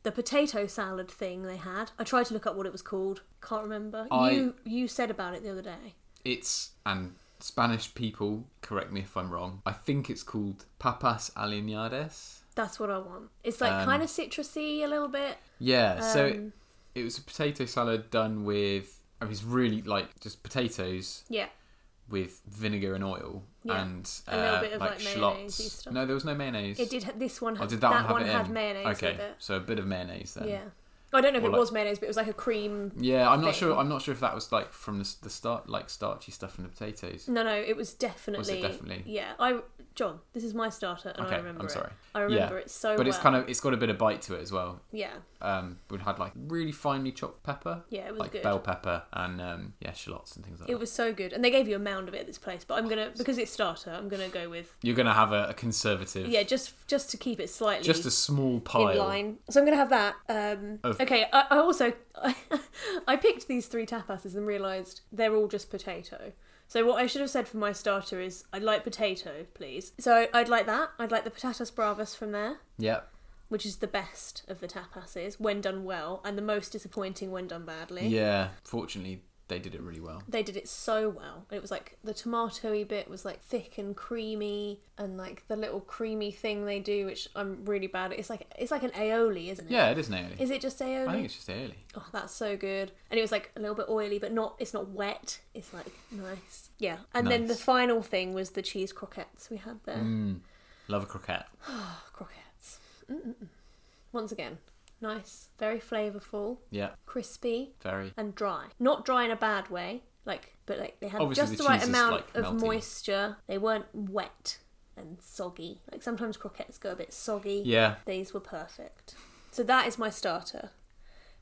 Speaker 2: the potato salad thing they had. I tried to look up what it was called, can't remember.
Speaker 1: I-
Speaker 2: You you said about it the other day.
Speaker 1: it's and Spanish people. Correct me if I'm wrong. I think it's called papas aliñadas.
Speaker 2: That's what I want. It's like
Speaker 1: Um,
Speaker 2: kind of citrusy a little bit.
Speaker 1: Yeah. so it,
Speaker 2: Um,
Speaker 1: it was a potato salad done with. I mean, it's really like just potatoes
Speaker 2: Yeah.
Speaker 1: with vinegar and oil
Speaker 2: Yeah.
Speaker 1: and
Speaker 2: A little
Speaker 1: uh,
Speaker 2: bit of,
Speaker 1: like,
Speaker 2: like, mayonnaise
Speaker 1: shallots.
Speaker 2: stuff.
Speaker 1: No, there was no mayonnaise.
Speaker 2: It did. ha- This one.
Speaker 1: Oh,
Speaker 2: Had,
Speaker 1: did that, one have it
Speaker 2: had
Speaker 1: in?
Speaker 2: mayonnaise
Speaker 1: Okay,
Speaker 2: with it.
Speaker 1: so a bit of mayonnaise then.
Speaker 2: Yeah. Oh, I don't know if
Speaker 1: Or
Speaker 2: it
Speaker 1: like-
Speaker 2: was mayonnaise, but it was like a cream.
Speaker 1: Yeah, I'm not sure.
Speaker 2: Thing.
Speaker 1: I'm not sure if that was like from the, s- the start, like starchy stuff from the potatoes.
Speaker 2: No, no, it was definitely.
Speaker 1: definitely?
Speaker 2: Yeah, I John, this is my starter, and
Speaker 1: okay,
Speaker 2: I remember
Speaker 1: I'm sorry.
Speaker 2: it. I remember
Speaker 1: Yeah,
Speaker 2: it so
Speaker 1: but
Speaker 2: well.
Speaker 1: it's kind of it's got a bit of bite to it as well.
Speaker 2: yeah,
Speaker 1: Um, we had like really finely chopped pepper,
Speaker 2: yeah, it was
Speaker 1: like
Speaker 2: good.
Speaker 1: bell pepper, and um, yeah, shallots and things like
Speaker 2: It
Speaker 1: that.
Speaker 2: was so good, and they gave you a mound of it at this place. But I'm gonna because it's starter, I'm gonna go with
Speaker 1: You're gonna have a, a conservative,
Speaker 2: yeah, just just to keep it slightly
Speaker 1: just a small
Speaker 2: in
Speaker 1: pile.
Speaker 2: line. So I'm gonna have that. Um,
Speaker 1: Of-
Speaker 2: okay, I, I also I picked these three tapases and realised they're all just potato. So what I should have said for my starter is I'd like potato, please. So I'd like that. I'd like the patatas bravas from there.
Speaker 1: Yeah,
Speaker 2: which is the best of the tapases when done well and the most disappointing when done badly.
Speaker 1: yeah. Fortunately, they did it really well.
Speaker 2: They did it so well. It was like the tomatoey bit was like thick and creamy and like the little creamy thing they do which I'm really bad at. It's like it's like an aioli, isn't it?
Speaker 1: Yeah, it is nearly.
Speaker 2: Is it just aioli?
Speaker 1: I think it's just early.
Speaker 2: Oh, that's so good. And it was like a little bit oily, but not it's not wet. It's like nice. Yeah. And then the
Speaker 1: Nice. Mm.
Speaker 2: final thing was the cheese croquettes we had there.
Speaker 1: Love a croquette.
Speaker 2: Oh, croquettes. Mm-mm-mm. Once again, nice, very flavorful,
Speaker 1: Yeah,
Speaker 2: crispy.
Speaker 1: very.
Speaker 2: and dry. Not dry in a bad way, like but like they had
Speaker 1: Obviously
Speaker 2: just the,
Speaker 1: the
Speaker 2: right
Speaker 1: cheese is,
Speaker 2: amount
Speaker 1: like,
Speaker 2: of
Speaker 1: melting.
Speaker 2: moisture. They weren't wet and soggy. Like sometimes croquettes go a bit soggy.
Speaker 1: Yeah,
Speaker 2: These were perfect. So that is my starter.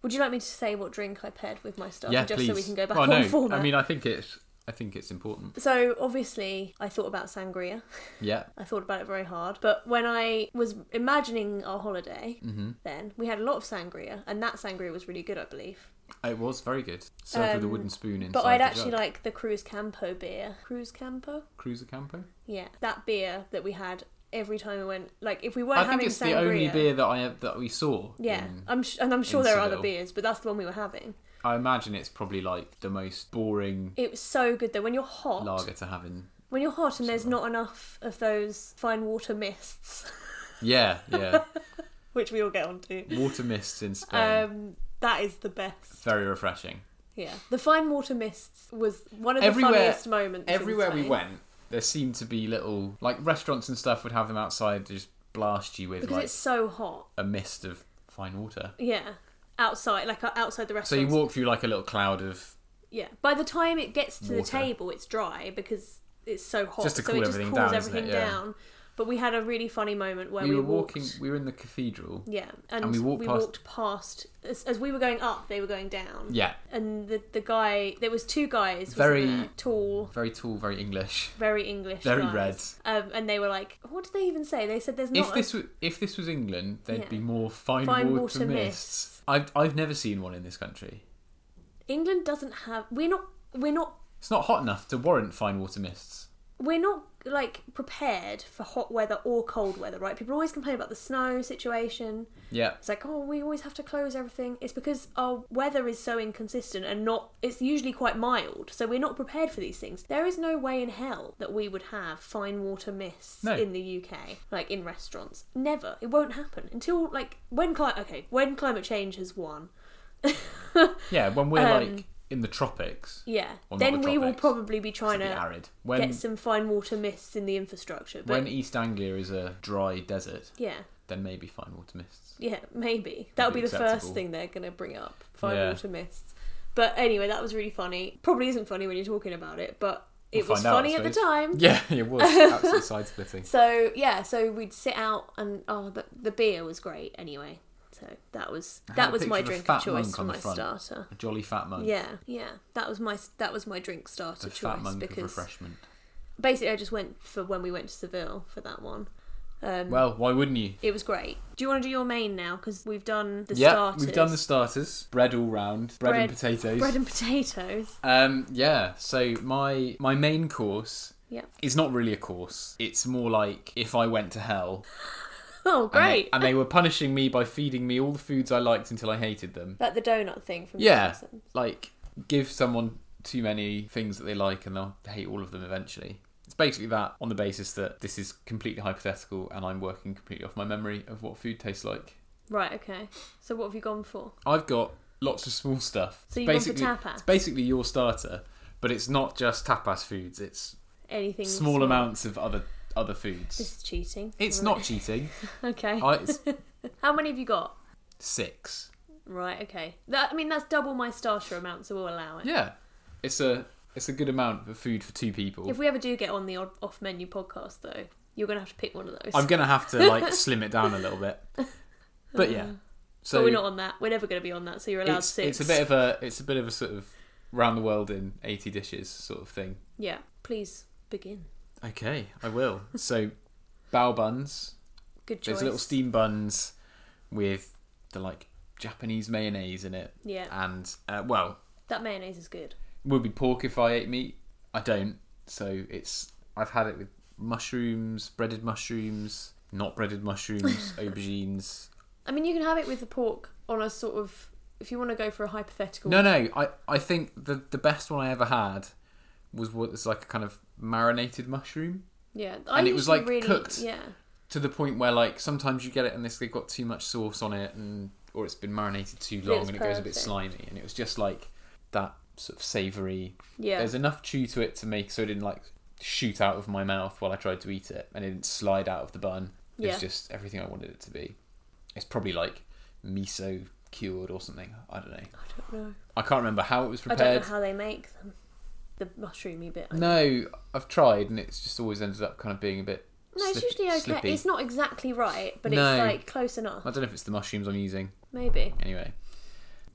Speaker 2: Would you like me to say what drink I paired with my starter
Speaker 1: yeah.
Speaker 2: just
Speaker 1: please.
Speaker 2: so we can go back
Speaker 1: well,
Speaker 2: on
Speaker 1: no,
Speaker 2: format?
Speaker 1: I mean, I think it's. I think it's important.
Speaker 2: so obviously I thought about sangria.
Speaker 1: Yeah.
Speaker 2: I thought about it very hard. But when I was imagining our holiday
Speaker 1: Mm-hmm.
Speaker 2: then, we had a lot of sangria and that sangria was really good, I believe.
Speaker 1: It was very good. Served with a
Speaker 2: Um,
Speaker 1: wooden spoon inside.
Speaker 2: But I'd
Speaker 1: the
Speaker 2: actually
Speaker 1: jug.
Speaker 2: like the Cruz Campo beer. Cruz Campo?
Speaker 1: Cruiser Campo.
Speaker 2: Yeah. That beer that we had every time we went. Like, if we weren't
Speaker 1: I think
Speaker 2: having
Speaker 1: it's the
Speaker 2: sangria.
Speaker 1: only beer that I that we saw.
Speaker 2: Yeah.
Speaker 1: in-
Speaker 2: I'm sh- and I'm sure
Speaker 1: in
Speaker 2: there are other
Speaker 1: Seville.
Speaker 2: beers, but that's the one we were having.
Speaker 1: I imagine it's probably like the most boring
Speaker 2: It was so good, though. When you're hot.
Speaker 1: lager to have in.
Speaker 2: When you're hot and there's not enough of those fine water mists,
Speaker 1: Yeah, yeah.
Speaker 2: which we all get onto,
Speaker 1: Water mists in Spain.
Speaker 2: um, that is the best.
Speaker 1: very refreshing.
Speaker 2: Yeah. The fine water mists was one of the
Speaker 1: Everywhere-
Speaker 2: funniest moments. in
Speaker 1: Everywhere we
Speaker 2: Spain.
Speaker 1: went, there seemed to be little like restaurants and stuff would have them outside to just blast you with
Speaker 2: Because
Speaker 1: like
Speaker 2: it's so hot.
Speaker 1: a mist of fine water.
Speaker 2: Yeah. outside, like uh, outside the
Speaker 1: So
Speaker 2: restaurant.
Speaker 1: you walk through like a little cloud of
Speaker 2: Yeah. By the time it gets to the
Speaker 1: Water.
Speaker 2: table, it's dry because it's so hot.
Speaker 1: Just to
Speaker 2: so
Speaker 1: cool
Speaker 2: it just
Speaker 1: everything
Speaker 2: cools
Speaker 1: down, isn't
Speaker 2: everything
Speaker 1: it? Yeah.
Speaker 2: down. But we had a really funny moment where
Speaker 1: we,
Speaker 2: we,
Speaker 1: were
Speaker 2: walked-
Speaker 1: walking. We were in the cathedral.
Speaker 2: Yeah, and,
Speaker 1: and we
Speaker 2: we
Speaker 1: walked
Speaker 2: walked past.
Speaker 1: past-
Speaker 2: as, as we were going up, they were going down.
Speaker 1: Yeah,
Speaker 2: And the the guy, there was two guys, wasn't
Speaker 1: Very-
Speaker 2: there? tall,
Speaker 1: very tall, very English.
Speaker 2: very English,
Speaker 1: Very
Speaker 2: guys. Um, and they were like, what did they even say? They said there's not.
Speaker 1: If
Speaker 2: a-
Speaker 1: this was if this was England, there'd
Speaker 2: Yeah.
Speaker 1: be more fine,
Speaker 2: Fine
Speaker 1: water,
Speaker 2: water
Speaker 1: mists. I've I've never seen one in this country.
Speaker 2: England doesn't have. We're not. We're not.
Speaker 1: It's not hot enough to warrant fine water mists.
Speaker 2: We're not like prepared for hot weather or cold weather, right? People always complain about the snow situation.
Speaker 1: Yeah,
Speaker 2: It's like, oh, we always have to close everything. It's because our weather is so inconsistent and not, it's usually quite mild. So we're not prepared for these things. There is no way in hell that we would have fine water mists
Speaker 1: No.
Speaker 2: in the UK, like in restaurants. Never. It won't happen until, like, when climate, okay, when climate change has won.
Speaker 1: yeah. When we're
Speaker 2: Um,
Speaker 1: like in the tropics,
Speaker 2: Yeah.
Speaker 1: Well, not
Speaker 2: then
Speaker 1: the
Speaker 2: we will
Speaker 1: tropics,
Speaker 2: probably be trying
Speaker 1: it'd be
Speaker 2: to
Speaker 1: arid. When
Speaker 2: get some fine water mists in the infrastructure. But
Speaker 1: when East Anglia is a dry desert,
Speaker 2: yeah.
Speaker 1: then maybe fine water mists.
Speaker 2: Yeah, maybe. That'll be,
Speaker 1: be
Speaker 2: the first
Speaker 1: acceptable.
Speaker 2: thing they're going to bring up. Fine
Speaker 1: Yeah.
Speaker 2: water mists. But anyway, that was really funny. Probably isn't funny when you're talking about it, but it
Speaker 1: We'll
Speaker 2: was
Speaker 1: find out, I
Speaker 2: funny at the
Speaker 1: suppose.
Speaker 2: time.
Speaker 1: Yeah, it was absolutely side splitting.
Speaker 2: So, yeah, so we'd sit out and oh, the, the beer was great anyway. So, that was
Speaker 1: I had
Speaker 2: that
Speaker 1: a
Speaker 2: was my
Speaker 1: picture of a
Speaker 2: drink of
Speaker 1: fat
Speaker 2: choice
Speaker 1: monk
Speaker 2: for
Speaker 1: on the
Speaker 2: my
Speaker 1: front.
Speaker 2: starter.
Speaker 1: A jolly fat monk.
Speaker 2: Yeah, yeah. That was my that was my drink starter
Speaker 1: the
Speaker 2: choice
Speaker 1: fat monk of
Speaker 2: because
Speaker 1: refreshment.
Speaker 2: basically I just went for when we went to Seville for that one. Um,
Speaker 1: Well, why wouldn't you?
Speaker 2: it was great. Do you want to do your main now? Because we've done the
Speaker 1: yeah,
Speaker 2: starters.
Speaker 1: we've done the starters. Bread all round. Bread, and potatoes.
Speaker 2: Bread and potatoes.
Speaker 1: Um, yeah. So my my main course
Speaker 2: Yeah.
Speaker 1: is not really a course. It's more like if I went to hell.
Speaker 2: Oh,
Speaker 1: And they-
Speaker 2: great.
Speaker 1: And they, were punishing me by feeding me all the foods I liked until I hated them.
Speaker 2: like the donut thing from
Speaker 1: Yeah.
Speaker 2: Simpsons.
Speaker 1: Like give someone too many things that they like and they'll hate all of them eventually. It's basically that on the basis that this is completely hypothetical and I'm working completely off my memory of what food tastes like.
Speaker 2: Right, okay. So what have you gone for?
Speaker 1: I've got lots of small stuff.
Speaker 2: So you've gone for
Speaker 1: basically,
Speaker 2: tapas?
Speaker 1: It's basically your starter, but it's not just tapas foods. It's
Speaker 2: Anything
Speaker 1: small, amounts of other other foods.
Speaker 2: This is cheating.
Speaker 1: It's
Speaker 2: Right.
Speaker 1: not cheating.
Speaker 2: Okay.
Speaker 1: I, it's
Speaker 2: How many have you got?
Speaker 1: six.
Speaker 2: Right, okay. That I mean that's double my starter amount, so we'll allow it.
Speaker 1: Yeah, it's a it's a good amount of food for two people.
Speaker 2: If we ever do get on the odd off menu podcast though, you're gonna have to pick one of those.
Speaker 1: I'm gonna have to like slim it down a little bit. But yeah, so
Speaker 2: but we're not on that. We're never gonna be on that, so you're allowed
Speaker 1: it's
Speaker 2: six.
Speaker 1: it's a bit of a it's a bit of a sort of round the world in eighty dishes sort of thing.
Speaker 2: Yeah. Please begin.
Speaker 1: Okay, I will. so, bao buns.
Speaker 2: Good choice.
Speaker 1: There's little steam buns with the like Japanese mayonnaise in it,
Speaker 2: Yeah.
Speaker 1: and uh, well,
Speaker 2: That mayonnaise is good.
Speaker 1: it would be pork if I ate meat. I don't, so it's I've had it with mushrooms, breaded mushrooms, not breaded mushrooms, aubergines.
Speaker 2: I mean you can have it with the pork on a sort of if you want to go for a hypothetical
Speaker 1: No, no, I I think the the best one I ever had was what was like a kind of marinated mushroom
Speaker 2: Yeah, I
Speaker 1: And it was,
Speaker 2: usually
Speaker 1: like,
Speaker 2: really,
Speaker 1: cooked.
Speaker 2: Yeah,
Speaker 1: to the point where like sometimes you get it and this they've got too much sauce on it and or it's been marinated too long
Speaker 2: was
Speaker 1: and it goes a bit
Speaker 2: perfect.
Speaker 1: slimy and it was just like that sort of savoury
Speaker 2: yeah,
Speaker 1: there's enough chew to it to make so it didn't like shoot out of my mouth while I tried to eat it and it didn't slide out of the bun. It
Speaker 2: Yeah.
Speaker 1: was just everything I wanted it to be. It's probably like miso cured or something. I don't know.
Speaker 2: I don't know.
Speaker 1: I can't remember how it was
Speaker 2: I don't
Speaker 1: prepared.
Speaker 2: know how they make them. The mushroomy bit. I think.
Speaker 1: No, I've tried and it's just always ended up kind of being a bit.
Speaker 2: no, it's
Speaker 1: slip-
Speaker 2: usually okay.
Speaker 1: Slippy.
Speaker 2: It's not exactly right, but
Speaker 1: No.
Speaker 2: it's like close enough.
Speaker 1: I don't know if it's the mushrooms I'm using.
Speaker 2: Maybe.
Speaker 1: Anyway,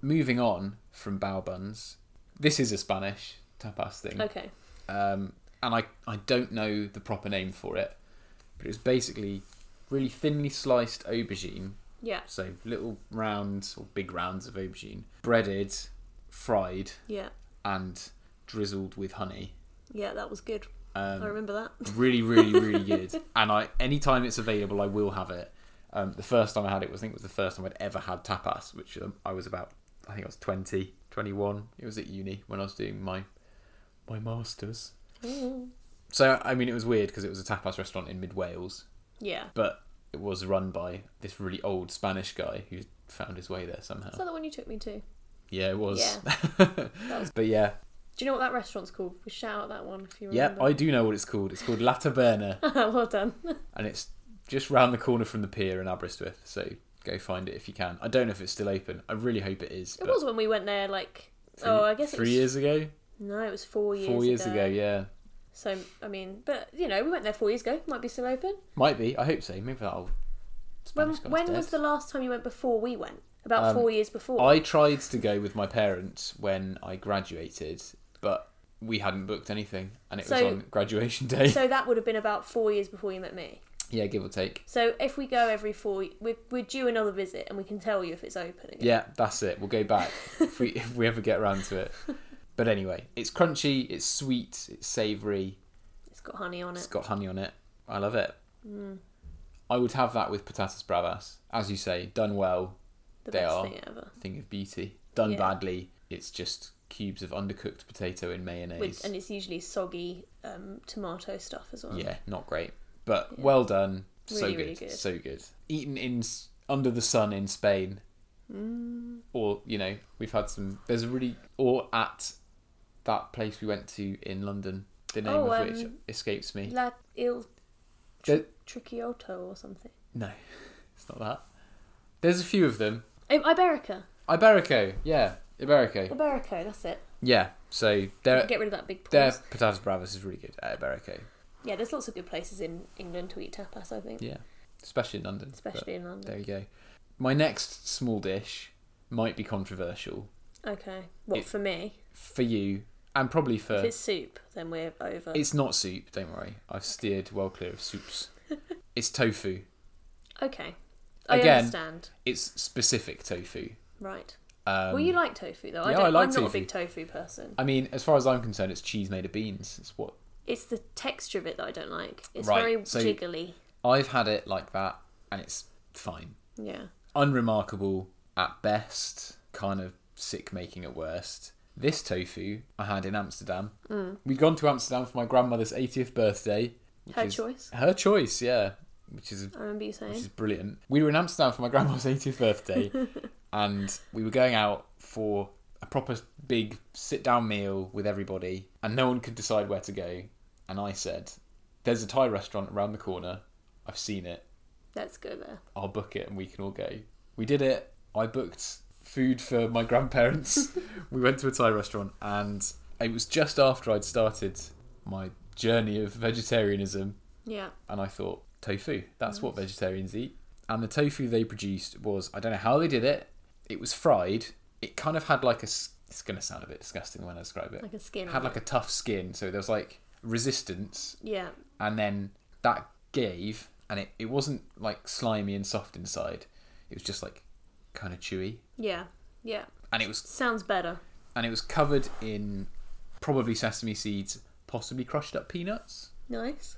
Speaker 1: moving on from bao buns. This is a Spanish tapas thing.
Speaker 2: Okay.
Speaker 1: um, and I, I don't know the proper name for it, but it was basically really thinly sliced aubergine,
Speaker 2: Yeah.
Speaker 1: so little rounds or big rounds of aubergine, breaded, fried,
Speaker 2: Yeah.
Speaker 1: and drizzled with honey.
Speaker 2: Yeah. That was good. I
Speaker 1: Um,
Speaker 2: remember that.
Speaker 1: really, really, really good. And I anytime it's available, I will have it. Um, the first time I had it was I think it was the first time I'd ever had tapas, which um, I was about I think I was 20, 21. It was at uni when I was doing my my masters.
Speaker 2: Mm.
Speaker 1: So I mean, it was weird because it was a tapas restaurant in mid Wales,
Speaker 2: yeah.
Speaker 1: but it was run by this really old Spanish guy who found his way there somehow.
Speaker 2: Is that the one you took me to?
Speaker 1: yeah, it was.
Speaker 2: Yeah.
Speaker 1: but yeah,
Speaker 2: Do you know what that restaurant's called? We shout out that one if you
Speaker 1: yeah,
Speaker 2: remember.
Speaker 1: I do know what it's called. It's called La Taberna,
Speaker 2: well done.
Speaker 1: and it's just round the corner from the pier in Aberystwyth. So Go find it if you can. I don't know if it's still open. I really hope it is.
Speaker 2: It
Speaker 1: but
Speaker 2: was when we went there, like,
Speaker 1: three-
Speaker 2: oh, I guess it
Speaker 1: three
Speaker 2: was,
Speaker 1: years ago,
Speaker 2: No, it was four years
Speaker 1: four years
Speaker 2: ago.
Speaker 1: ago. Yeah,
Speaker 2: So, I mean, but, you know, we went there four years ago. Might be still open.
Speaker 1: might be. I hope so. Maybe that'll.
Speaker 2: When,
Speaker 1: Spanish guy's
Speaker 2: when was
Speaker 1: dead.
Speaker 2: the last time you went before we went? About
Speaker 1: Um,
Speaker 2: four years before.
Speaker 1: I tried to go with my parents when I graduated, but we hadn't booked anything, and it was
Speaker 2: So-
Speaker 1: on graduation day.
Speaker 2: so that would have been about four years before you met me.
Speaker 1: yeah, give or take.
Speaker 2: So if we go every four, we're, we're due another visit and we can tell you if it's open again.
Speaker 1: Yeah, that's it. We'll go back if we if we ever get around to it. But anyway, it's crunchy, it's sweet, it's savoury,
Speaker 2: It's got honey on
Speaker 1: it's
Speaker 2: it. Mm.
Speaker 1: got honey on it. I love it. I would have that with patatas bravas, as you say, done well,
Speaker 2: The
Speaker 1: they
Speaker 2: best
Speaker 1: are.
Speaker 2: thing ever.
Speaker 1: thing of beauty. Done
Speaker 2: Yeah.
Speaker 1: badly, it's just cubes of undercooked potato in mayonnaise.
Speaker 2: With, and it's usually soggy um, tomato stuff as well.
Speaker 1: Yeah, not great, but
Speaker 2: Yeah.
Speaker 1: well done. so
Speaker 2: Really,
Speaker 1: good.
Speaker 2: really good.
Speaker 1: so good. Eaten in s- under the sun in Spain,
Speaker 2: Mm.
Speaker 1: or you know, we've had some. There's a really or at that place we went to in London, the name
Speaker 2: Oh,
Speaker 1: of which
Speaker 2: um,
Speaker 1: escapes me.
Speaker 2: La Il
Speaker 1: There-
Speaker 2: Trucciotto or something.
Speaker 1: no, it's not that. There's a few of them.
Speaker 2: Um, Iberica.
Speaker 1: Iberico, yeah, Iberico,
Speaker 2: Iberico, that's it.
Speaker 1: yeah. So their
Speaker 2: Get rid of that big
Speaker 1: their
Speaker 2: pause.
Speaker 1: patatas bravas is really good at Iberico,
Speaker 2: Yeah, there's lots of good places in England to eat tapas, I think.
Speaker 1: yeah, especially in London. but
Speaker 2: Especially in London.
Speaker 1: there you go. My next small dish might be controversial,
Speaker 2: Okay. What
Speaker 1: It-
Speaker 2: for me?
Speaker 1: for you and probably for
Speaker 2: If
Speaker 1: it's,
Speaker 2: it's soup, then we're over.
Speaker 1: not soup don't worry i've steered well clear of soups it's tofu
Speaker 2: okay. I
Speaker 1: Again-
Speaker 2: understand.
Speaker 1: it's specific tofu
Speaker 2: Right.
Speaker 1: um,
Speaker 2: well, you like tofu though. I
Speaker 1: yeah,
Speaker 2: don't,
Speaker 1: I like
Speaker 2: I'm not a big tofu person.
Speaker 1: i mean as far as i'm concerned it's cheese made of beans it's what
Speaker 2: It's the texture of it that I don't like. It's
Speaker 1: Right,
Speaker 2: very
Speaker 1: so-
Speaker 2: jiggly.
Speaker 1: i've had it like that and it's fine
Speaker 2: Yeah.
Speaker 1: unremarkable at best kind of sick making at worst this tofu i had in amsterdam
Speaker 2: Mm.
Speaker 1: we'd gone to amsterdam for my grandmother's 80th birthday which
Speaker 2: Her
Speaker 1: is-
Speaker 2: choice.
Speaker 1: her choice yeah which is a
Speaker 2: I remember you saying.
Speaker 1: which is brilliant. We were in Amsterdam for my grandma's 80th birthday, and we were going out for a proper big sit down meal with everybody, and no one could decide where to go. And I said, There's a Thai restaurant around the corner. I've seen it.
Speaker 2: Let's go there.
Speaker 1: I'll book it and we can all go. We did it. I booked food for my grandparents. we went to a Thai restaurant, and it was just after I'd started my journey of vegetarianism
Speaker 2: Yeah.
Speaker 1: and I thought tofu. That's what vegetarians eat. And the tofu they produced was I don't know how they did it. It was fried. It kind of had like a s- it's going to sound a bit disgusting when I describe it.
Speaker 2: Like a skin.
Speaker 1: It
Speaker 2: on
Speaker 1: had like
Speaker 2: it.
Speaker 1: a tough skin, so there was like resistance,
Speaker 2: Yeah.
Speaker 1: and then that gave, and it it wasn't like slimy and soft inside. It was just like kind of chewy,
Speaker 2: Yeah. Yeah.
Speaker 1: and it was
Speaker 2: Sounds better.
Speaker 1: and it was covered in probably sesame seeds, possibly crushed up peanuts.
Speaker 2: Nice.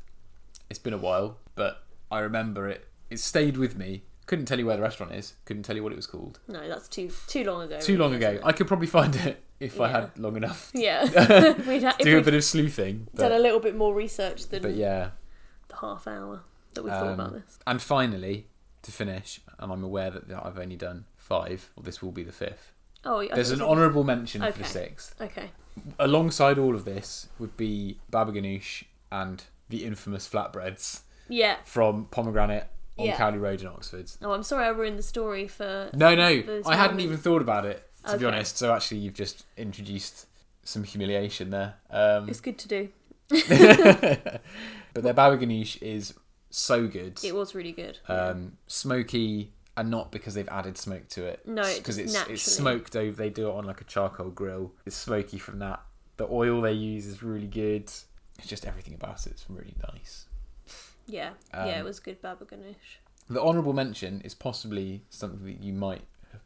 Speaker 1: It's been a while, but I remember it. It stayed with me. Couldn't tell you where the restaurant is. Couldn't tell you what it was called.
Speaker 2: No, that's too too long ago.
Speaker 1: Too
Speaker 2: really,
Speaker 1: long
Speaker 2: isn't
Speaker 1: ago. I could probably find it if I
Speaker 2: Yeah.
Speaker 1: had long enough.
Speaker 2: it? Yeah. we'd ha- if
Speaker 1: Do a
Speaker 2: we'd
Speaker 1: bit of sleuthing.
Speaker 2: done a
Speaker 1: But,
Speaker 2: little bit more research than
Speaker 1: but yeah.
Speaker 2: the half hour that we thought
Speaker 1: Um,
Speaker 2: about this.
Speaker 1: And finally, to finish, and I'm aware that that I've only done five. Well, this will be the fifth.
Speaker 2: Oh, I
Speaker 1: There's an
Speaker 2: thought you
Speaker 1: honourable mention for
Speaker 2: Okay.
Speaker 1: the sixth.
Speaker 2: said- Okay.
Speaker 1: Alongside all of this would be baba ganoush and the infamous flatbreads
Speaker 2: Yeah.
Speaker 1: from Pomegranate on
Speaker 2: Yeah.
Speaker 1: Cowley Road in Oxford.
Speaker 2: Oh, I'm sorry I ruined the story for.
Speaker 1: No, no,
Speaker 2: Those
Speaker 1: I hadn't
Speaker 2: moments.
Speaker 1: even thought about it to
Speaker 2: Okay.
Speaker 1: be honest. So actually, you've just introduced some humiliation there. Um,
Speaker 2: It's good to do.
Speaker 1: but their baba ganoush is so good,
Speaker 2: It was really good.
Speaker 1: um, smoky, and not because they've added smoke to it.
Speaker 2: No, it
Speaker 1: because
Speaker 2: just
Speaker 1: it's
Speaker 2: naturally-
Speaker 1: it's smoked over. They do it on like a charcoal grill. It's smoky from that. The oil they use is really good. It's just everything about it's really nice.
Speaker 2: yeah.
Speaker 1: um,
Speaker 2: yeah, it was good baba ganoush.
Speaker 1: The honourable mention is possibly something that you might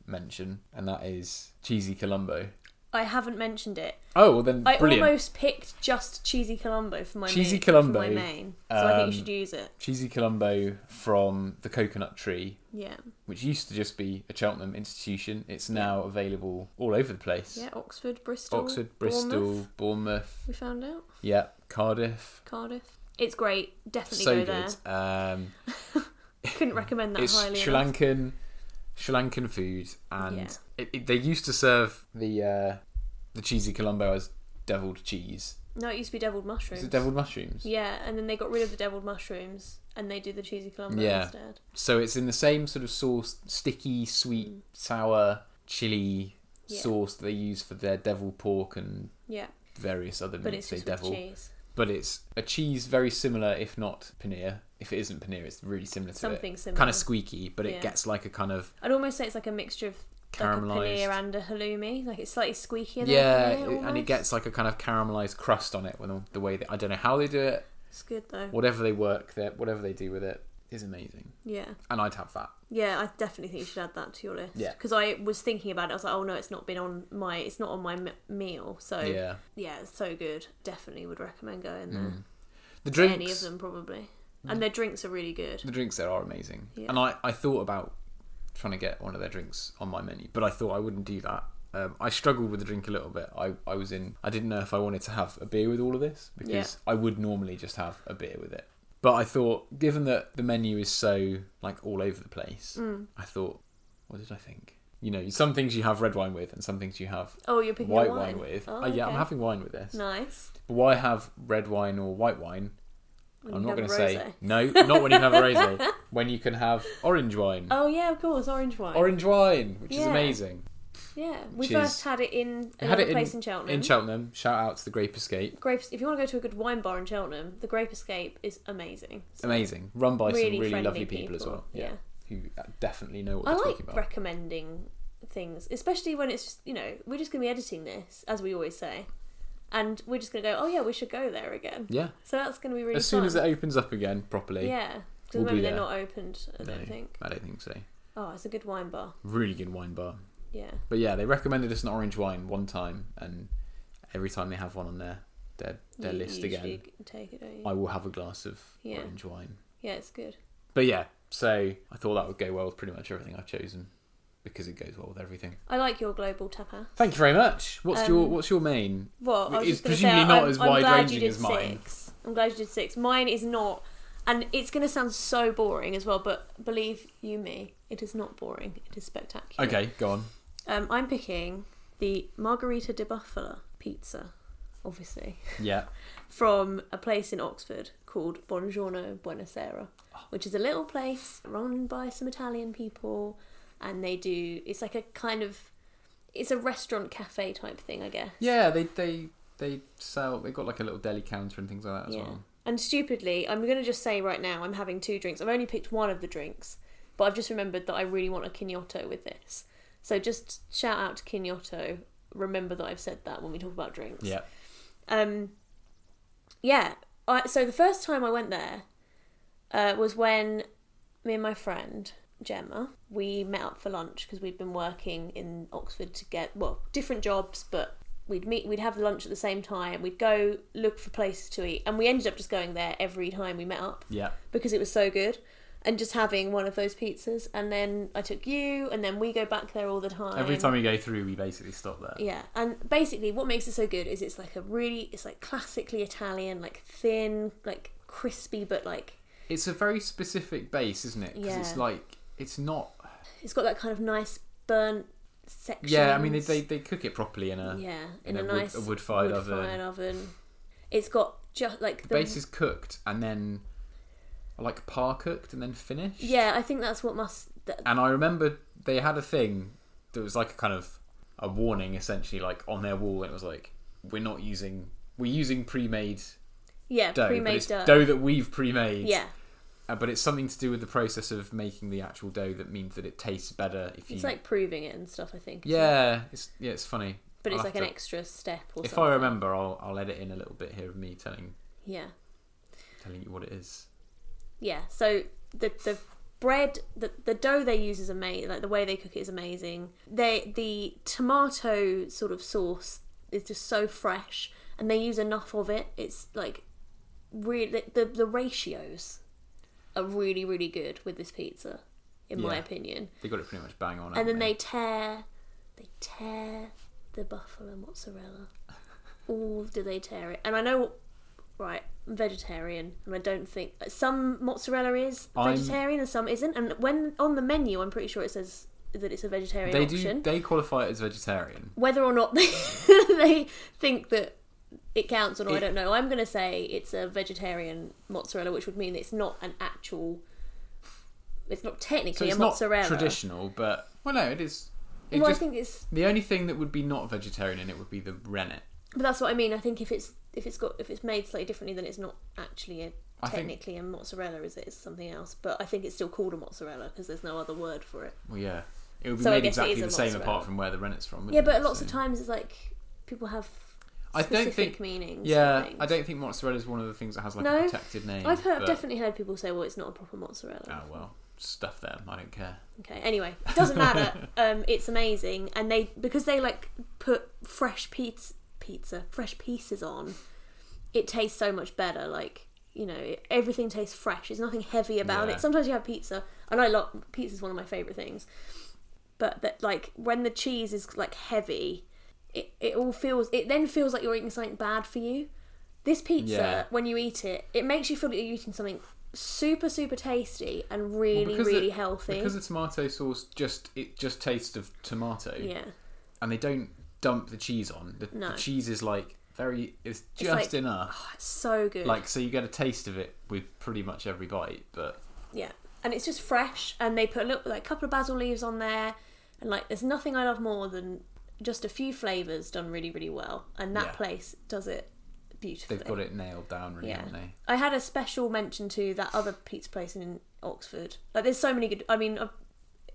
Speaker 1: mention, and that is cheesy Colombo.
Speaker 2: I haven't mentioned it.
Speaker 1: Oh, well then,
Speaker 2: I
Speaker 1: brilliant.
Speaker 2: almost picked just cheesy Colombo for my
Speaker 1: Cheesy
Speaker 2: main,
Speaker 1: Colombo,
Speaker 2: for my main. So I think
Speaker 1: um,
Speaker 2: you should use it.
Speaker 1: cheesy Colombo from the coconut tree,
Speaker 2: Yeah.
Speaker 1: which used to just be a Cheltenham institution. It's now available all over the place.
Speaker 2: Yeah. Oxford, Bristol,
Speaker 1: Oxford,
Speaker 2: Bournemouth,
Speaker 1: Bristol, Bournemouth.
Speaker 2: We found out
Speaker 1: yeah, Cardiff.
Speaker 2: Cardiff. It's great. Definitely
Speaker 1: so
Speaker 2: go
Speaker 1: good. Um,
Speaker 2: there. Couldn't recommend that
Speaker 1: it's
Speaker 2: highly.
Speaker 1: Sri
Speaker 2: enough.
Speaker 1: Lankan, Sri Lankan food, and
Speaker 2: Yeah.
Speaker 1: it, it- they used to serve the uh, the cheesy Colombo as deviled cheese,
Speaker 2: No, it used to be deviled mushrooms.
Speaker 1: Is it deviled mushrooms?
Speaker 2: Yeah, and then they got rid of the deviled mushrooms and they do the cheesy Colombo
Speaker 1: Yeah.
Speaker 2: instead.
Speaker 1: So it's in the same sort of sauce, sticky, sweet, sour, chili
Speaker 2: Mm. Yeah.
Speaker 1: sauce that they use for their devil pork and
Speaker 2: Yeah,
Speaker 1: various other
Speaker 2: but
Speaker 1: meats
Speaker 2: it's
Speaker 1: they
Speaker 2: just with
Speaker 1: devil.
Speaker 2: cheese.
Speaker 1: But it's a cheese very similar, if not paneer. If it isn't paneer, it's really similar to
Speaker 2: Something
Speaker 1: it.
Speaker 2: similar.
Speaker 1: Kind of squeaky, but it
Speaker 2: Yeah.
Speaker 1: gets like a kind of
Speaker 2: I'd almost say it's like a mixture of like a
Speaker 1: Caramelised.
Speaker 2: paneer and a halloumi. Like it's slightly squeakier. than a
Speaker 1: yeah,
Speaker 2: paneer
Speaker 1: it- and it
Speaker 2: almost.
Speaker 1: gets like a kind of caramelized crust on it with the- the way that I don't know how they do it.
Speaker 2: It's good though.
Speaker 1: Whatever they work, that whatever they do with it is amazing,
Speaker 2: Yeah,
Speaker 1: and I'd have that.
Speaker 2: yeah. I definitely think you should add that to your list.
Speaker 1: Yeah.
Speaker 2: Because I was thinking about it. I was like, oh no, it's not been on my. It's not on my m- meal. So yeah,
Speaker 1: Yeah,
Speaker 2: it's so good. Definitely would recommend going there.
Speaker 1: Mm. the
Speaker 2: To
Speaker 1: drinks. Mm.
Speaker 2: Any of them probably. And their drinks are really good.
Speaker 1: The drinks there are amazing.
Speaker 2: Yeah.
Speaker 1: And I, I thought about trying to get one of their drinks on my menu, but I thought I wouldn't do that. Um, I struggled with the drink a little bit. I, I was in, I didn't know if I wanted to have a beer with all of this because I would normally just have a beer with it. But I thought, given that the menu is so like all over the place,
Speaker 2: Mm.
Speaker 1: I thought, what did I think? You know, some things you have red wine with, and some things you have
Speaker 2: Oh, you're picking
Speaker 1: white
Speaker 2: a wine.
Speaker 1: wine. with.
Speaker 2: Oh,
Speaker 1: Uh, yeah, I'm
Speaker 2: okay.
Speaker 1: having wine with this.
Speaker 2: Nice.
Speaker 1: But why have red wine or white wine
Speaker 2: When
Speaker 1: I'm
Speaker 2: you
Speaker 1: not going
Speaker 2: have
Speaker 1: to say
Speaker 2: rosé.
Speaker 1: no. Not when you have a rosé. when you can have orange wine,
Speaker 2: Oh yeah, of course, orange wine.
Speaker 1: orange wine, which is
Speaker 2: Yeah.
Speaker 1: amazing.
Speaker 2: yeah, we
Speaker 1: which
Speaker 2: first
Speaker 1: is-
Speaker 2: had it in
Speaker 1: I had
Speaker 2: another
Speaker 1: it in-
Speaker 2: place in Cheltenham.
Speaker 1: In Cheltenham, shout out to the Grape Escape.
Speaker 2: Grapes. If you want to go to a good wine bar in Cheltenham, the Grape Escape is amazing. So,
Speaker 1: Amazing, run by
Speaker 2: Really
Speaker 1: some really
Speaker 2: friendly
Speaker 1: lovely people, as
Speaker 2: people,
Speaker 1: well.
Speaker 2: yeah.
Speaker 1: who uh, definitely know what
Speaker 2: I
Speaker 1: they're
Speaker 2: like
Speaker 1: talking about.
Speaker 2: recommending things, especially when it's just you know we're just going to be editing this as we always say, and we're just going to go oh yeah we should go there again.
Speaker 1: yeah,
Speaker 2: So that's going to be really
Speaker 1: as soon
Speaker 2: fun.
Speaker 1: as it opens up again properly.
Speaker 2: yeah, because
Speaker 1: we'll be
Speaker 2: remember they're
Speaker 1: there.
Speaker 2: not opened. I
Speaker 1: No,
Speaker 2: don't think.
Speaker 1: I don't think so.
Speaker 2: Oh, it's a good wine bar.
Speaker 1: Really good wine bar.
Speaker 2: Yeah,
Speaker 1: But yeah, they recommended us an orange wine one time, and every time they have one on their their, their
Speaker 2: You
Speaker 1: list
Speaker 2: usually
Speaker 1: again,
Speaker 2: g- Take it, don't you?
Speaker 1: I will have a glass of
Speaker 2: Yeah.
Speaker 1: orange wine.
Speaker 2: Yeah, it's good.
Speaker 1: But yeah, so I thought that would go well with pretty much everything I've chosen because it goes well with everything.
Speaker 2: I like your global tapas.
Speaker 1: Thank you very much. What's your
Speaker 2: Um,
Speaker 1: What's your main?
Speaker 2: Well, I was
Speaker 1: It's
Speaker 2: just gonna
Speaker 1: presumably
Speaker 2: say,
Speaker 1: not
Speaker 2: I'm,
Speaker 1: as
Speaker 2: I'm glad
Speaker 1: wide-ranging
Speaker 2: you did
Speaker 1: as mine.
Speaker 2: Six. I'm glad you did six. Mine is not, and it's going to sound so boring as well. But believe you me, it is not boring. It is spectacular.
Speaker 1: Okay, go on.
Speaker 2: Um, I'm picking the Margherita di Buffalo pizza, obviously,
Speaker 1: Yeah,
Speaker 2: from a place in Oxford called Buongiorno Buonasera, which is a little place run by some Italian people, and they do. It's like a kind of, it's a restaurant cafe type thing, I guess.
Speaker 1: yeah. They they they sell. They got like a little deli counter and things like that as well.
Speaker 2: And stupidly, I'm going to just say right now, I'm having two drinks. I've only picked one of the drinks, but I've just remembered that I really want a Kinyoto with this. So just shout out to Kinyoto. Remember that I've said that when we talk about drinks.
Speaker 1: Yeah,
Speaker 2: Um, yeah. I, so the first time I went there uh, was when me and my friend Gemma we met up for lunch because we'd been working in Oxford to get well different jobs, but we'd meet we'd have lunch at the same time. We'd go look for places to eat, and we ended up just going there every time we met up
Speaker 1: yeah.
Speaker 2: because it was so good. And just having one of those pizzas, and then I took you, and then we go back there all the time.
Speaker 1: Every time we go through, we basically stop there.
Speaker 2: Yeah, and basically, what makes it so good is it's like a really, it's like classically Italian, like thin, like crispy, but like
Speaker 1: It's a very specific base, isn't it? Because it's
Speaker 2: Yeah.
Speaker 1: like it's not.
Speaker 2: it's got that kind of nice burnt section.
Speaker 1: Yeah, I mean they, they, they cook it properly in a
Speaker 2: yeah,
Speaker 1: in
Speaker 2: in,
Speaker 1: a
Speaker 2: a,
Speaker 1: wood-
Speaker 2: nice
Speaker 1: a wood-fired oven.
Speaker 2: wood-fired oven. It's got just like the,
Speaker 1: base is cooked and then like par cooked and then finished.
Speaker 2: yeah. I think that's what must. That,
Speaker 1: And I remember they had a thing that was like a kind of a warning, essentially, like on their wall. And it was like, we're not using, we're using pre-made
Speaker 2: yeah,
Speaker 1: dough, but
Speaker 2: pre-made
Speaker 1: it's
Speaker 2: dough.
Speaker 1: dough that we've pre-made.
Speaker 2: Yeah,
Speaker 1: Uh, but it's something to do with the process of making the actual dough that means that it tastes better if you.
Speaker 2: it's like proving it and stuff. I think. isn't it?
Speaker 1: yeah, it's yeah, it's funny.
Speaker 2: but it's
Speaker 1: I'll
Speaker 2: like
Speaker 1: have
Speaker 2: an
Speaker 1: to-
Speaker 2: extra step or
Speaker 1: If
Speaker 2: something.
Speaker 1: I remember, I'll I'll edit in a little bit here of me telling
Speaker 2: Yeah.
Speaker 1: telling you what it is.
Speaker 2: yeah so the the bread the, the dough they use is amazing like the way they cook it is amazing they the tomato sort of sauce is just so fresh and they use enough of it it's like really the, the ratios are really really good with this pizza in my
Speaker 1: Yeah.
Speaker 2: opinion
Speaker 1: They got it pretty much bang on.
Speaker 2: and
Speaker 1: haven't
Speaker 2: then they tear they tear the buffalo mozzarella all do they tear it and i know right i'm vegetarian and i don't think some mozzarella is
Speaker 1: I'm-
Speaker 2: vegetarian and some isn't and when on the menu i'm pretty sure it says that it's a vegetarian
Speaker 1: they do
Speaker 2: option
Speaker 1: they qualify it as vegetarian.
Speaker 2: whether or not they, they think that it counts or not, I
Speaker 1: It-
Speaker 2: don't know. I'm going to say it's a vegetarian mozzarella, which would mean it's not an actual. It's not
Speaker 1: So
Speaker 2: technically
Speaker 1: it's
Speaker 2: a
Speaker 1: not
Speaker 2: mozzarella.
Speaker 1: traditional, but well, no, it is. It
Speaker 2: Well,
Speaker 1: just,
Speaker 2: I think it's.
Speaker 1: the only thing that would be not vegetarian in it would be the rennet.
Speaker 2: But that's what I mean. I think if it's if it's got if it's made slightly differently, then it's not actually a
Speaker 1: I think-
Speaker 2: technically a mozzarella, is it? It's something else. But I think it's still called a mozzarella because there's no other word for it.
Speaker 1: Well, yeah, it would be
Speaker 2: So I
Speaker 1: made
Speaker 2: guess it
Speaker 1: exactly
Speaker 2: is a
Speaker 1: the same
Speaker 2: mozzarella.
Speaker 1: apart from where the rennet's from. wouldn't
Speaker 2: Yeah,
Speaker 1: it?
Speaker 2: but lots of
Speaker 1: So-
Speaker 2: times it's like people have specific
Speaker 1: I don't think.
Speaker 2: meanings. for
Speaker 1: Yeah, I
Speaker 2: things.
Speaker 1: don't think mozzarella is one of the things that has like a
Speaker 2: No.
Speaker 1: protected name.
Speaker 2: I've heard,
Speaker 1: but-
Speaker 2: I've definitely heard people say, "Well, it's not a proper mozzarella."
Speaker 1: Oh well, stuff them. I don't care.
Speaker 2: Okay. Anyway, it doesn't matter. um, it's amazing, and they because they like put fresh pizza, pizza, fresh pieces on. It tastes so much better. Like you know, it, everything tastes fresh. There's nothing heavy about
Speaker 1: Yeah.
Speaker 2: it. Sometimes you have pizza, and I love pizza is one of my favorite things. But that like when the cheese is like heavy, it, it all feels. It then feels like you're eating something bad for you. This pizza,
Speaker 1: Yeah.
Speaker 2: when you eat it, it makes you feel like you're eating something super super tasty and really
Speaker 1: because
Speaker 2: really
Speaker 1: it-
Speaker 2: healthy.
Speaker 1: Because the tomato sauce just it just tastes of tomato,
Speaker 2: yeah.
Speaker 1: and they don't dump the cheese on. The,
Speaker 2: No.
Speaker 1: the cheese is like very it's
Speaker 2: It's
Speaker 1: just
Speaker 2: like-
Speaker 1: enough.
Speaker 2: It's so good.
Speaker 1: Like so you get a taste of it with pretty much every bite, but
Speaker 2: yeah, and it's just fresh. And they put a little, like a couple of basil leaves on there, and like there's nothing I love more than just a few flavors done really really well. And that
Speaker 1: Yeah.
Speaker 2: place does it beautifully.
Speaker 1: they've got it nailed down really,
Speaker 2: Yeah.
Speaker 1: haven't they?
Speaker 2: I had a special mention to that other pizza place in Oxford. Like there's so many good. I mean. I've,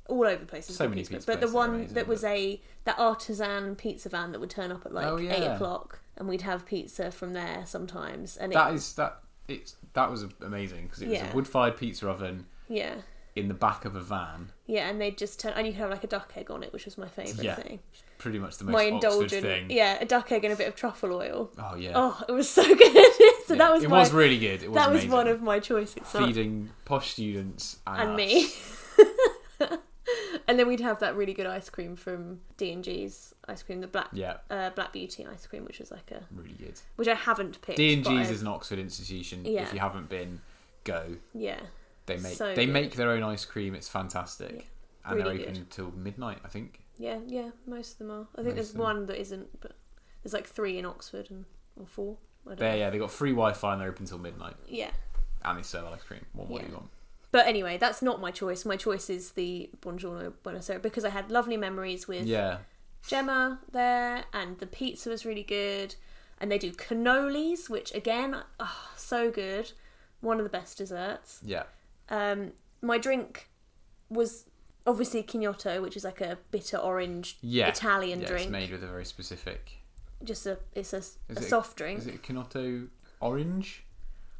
Speaker 2: all over the place, there's
Speaker 1: So
Speaker 2: good
Speaker 1: many
Speaker 2: places,
Speaker 1: pizza
Speaker 2: but the
Speaker 1: places are
Speaker 2: one
Speaker 1: amazing,
Speaker 2: that was a that artisan pizza van that would turn up at like
Speaker 1: Oh,
Speaker 2: eight
Speaker 1: yeah.
Speaker 2: o'clock, and we'd have pizza from there sometimes. And
Speaker 1: That
Speaker 2: it,
Speaker 1: is that it's that was amazing because it was
Speaker 2: Yeah.
Speaker 1: a wood-fired pizza oven
Speaker 2: yeah,
Speaker 1: in the back of a van.
Speaker 2: Yeah, and they just turn, and you could have like a duck egg on it, which was my favourite
Speaker 1: Yeah,
Speaker 2: thing.
Speaker 1: Pretty much the most
Speaker 2: My
Speaker 1: Oxford
Speaker 2: indulgent,
Speaker 1: thing.
Speaker 2: yeah, a duck egg and a bit of truffle oil.
Speaker 1: Oh yeah.
Speaker 2: Oh, it was so good. so
Speaker 1: Yeah.
Speaker 2: that was
Speaker 1: it
Speaker 2: my,
Speaker 1: was really good. It was
Speaker 2: that was
Speaker 1: amazing.
Speaker 2: one of my choices. So-
Speaker 1: feeding posh students and,
Speaker 2: and
Speaker 1: us.
Speaker 2: me. and then we'd have that really good ice cream from D and G's ice cream, the black
Speaker 1: Yeah,
Speaker 2: uh, black beauty ice cream, which was like a
Speaker 1: really good.
Speaker 2: which I haven't picked.
Speaker 1: D and
Speaker 2: but
Speaker 1: G's
Speaker 2: I-
Speaker 1: is an Oxford institution.
Speaker 2: Yeah.
Speaker 1: If you haven't been, go.
Speaker 2: yeah,
Speaker 1: They make
Speaker 2: So
Speaker 1: they
Speaker 2: good.
Speaker 1: make their own ice cream. It's fantastic, and they're
Speaker 2: really good.
Speaker 1: open until midnight. I think.
Speaker 2: yeah, yeah. Most of them are. I think
Speaker 1: Most
Speaker 2: there's
Speaker 1: of them.
Speaker 2: one that isn't, but there's like three in Oxford and or four. I don't
Speaker 1: They
Speaker 2: know.
Speaker 1: yeah they got free Wi-Fi and they're open till midnight,
Speaker 2: Yeah.
Speaker 1: and they sell ice cream. What more do
Speaker 2: Yeah.
Speaker 1: you want?
Speaker 2: But anyway, that's not my choice. My choice is the Buongiorno Buonasera because I had lovely memories with
Speaker 1: Yeah,
Speaker 2: Gemma there, and the pizza was really good. And they do cannolis, which again, oh, so good. One of the best desserts.
Speaker 1: yeah.
Speaker 2: Um, my drink was obviously Chinotto, which is like a bitter orange
Speaker 1: Yeah.
Speaker 2: Italian
Speaker 1: yeah,
Speaker 2: drink.
Speaker 1: It's made with a very specific.
Speaker 2: Just a, it's a, a
Speaker 1: it-
Speaker 2: soft drink.
Speaker 1: Is it Canotto orange?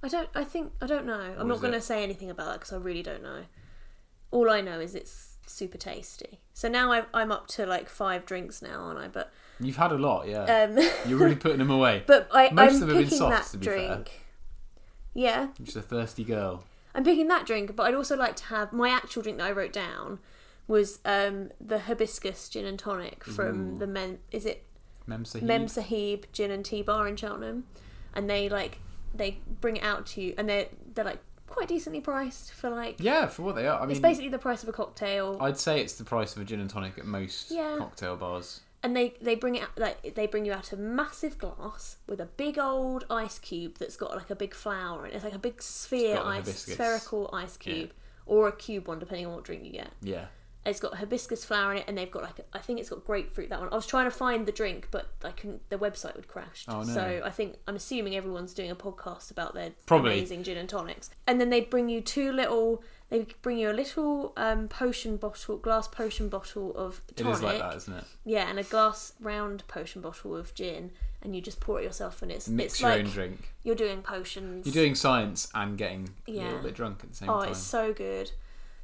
Speaker 2: I don't. I think I don't know. I'm
Speaker 1: What
Speaker 2: not
Speaker 1: is
Speaker 2: going to
Speaker 1: it?
Speaker 2: say anything about that because I really don't know. All I know is it's super tasty. So now I've, I'm up to like five drinks now, aren't I? But
Speaker 1: You've had a lot, yeah.
Speaker 2: um,
Speaker 1: You're really putting them away.
Speaker 2: but I,
Speaker 1: Most
Speaker 2: I'm
Speaker 1: of them have been
Speaker 2: picking
Speaker 1: softs, to
Speaker 2: that
Speaker 1: be fair.
Speaker 2: drink. Yeah,
Speaker 1: You're just a thirsty girl.
Speaker 2: I'm picking that drink, but I'd also like to have my actual drink that I wrote down was um, the hibiscus gin and tonic from
Speaker 1: Ooh.
Speaker 2: the Mem. Is it
Speaker 1: Mem Sahib.
Speaker 2: Mem Sahib Gin and Tea Bar in Cheltenham, and they like they bring it out to you, and they're they're like quite decently priced for like
Speaker 1: Yeah, for what they are. I
Speaker 2: It's
Speaker 1: mean,
Speaker 2: basically the price of a cocktail,
Speaker 1: I'd say it's the price of a gin and tonic at most
Speaker 2: Yeah.
Speaker 1: cocktail bars.
Speaker 2: and they they bring it out, like they bring you out a massive glass with a big old ice cube that's got like a big flower in it. It's like a big sphere
Speaker 1: got the
Speaker 2: ice,
Speaker 1: hibiscus.
Speaker 2: spherical ice cube, or a cube one depending on what drink you get.
Speaker 1: Yeah.
Speaker 2: It's got hibiscus flower in it, and they've got like I think it's got grapefruit that one. I was trying to find the drink, but I couldn't. The website would crashed.
Speaker 1: Oh, no.
Speaker 2: So I think I'm assuming everyone's doing a podcast about their
Speaker 1: Probably.
Speaker 2: amazing gin and tonics, and then they bring you two little. They bring you a little um, potion bottle, glass potion bottle of
Speaker 1: It
Speaker 2: tonic.
Speaker 1: is like that, isn't it?
Speaker 2: Yeah, and a glass round potion bottle of gin, and you just pour it yourself, and it's
Speaker 1: Mix
Speaker 2: it's
Speaker 1: your
Speaker 2: like
Speaker 1: own drink.
Speaker 2: you're doing potions.
Speaker 1: You're doing science and getting a
Speaker 2: Yeah.
Speaker 1: little bit drunk at the same
Speaker 2: oh,
Speaker 1: time.
Speaker 2: it's so good.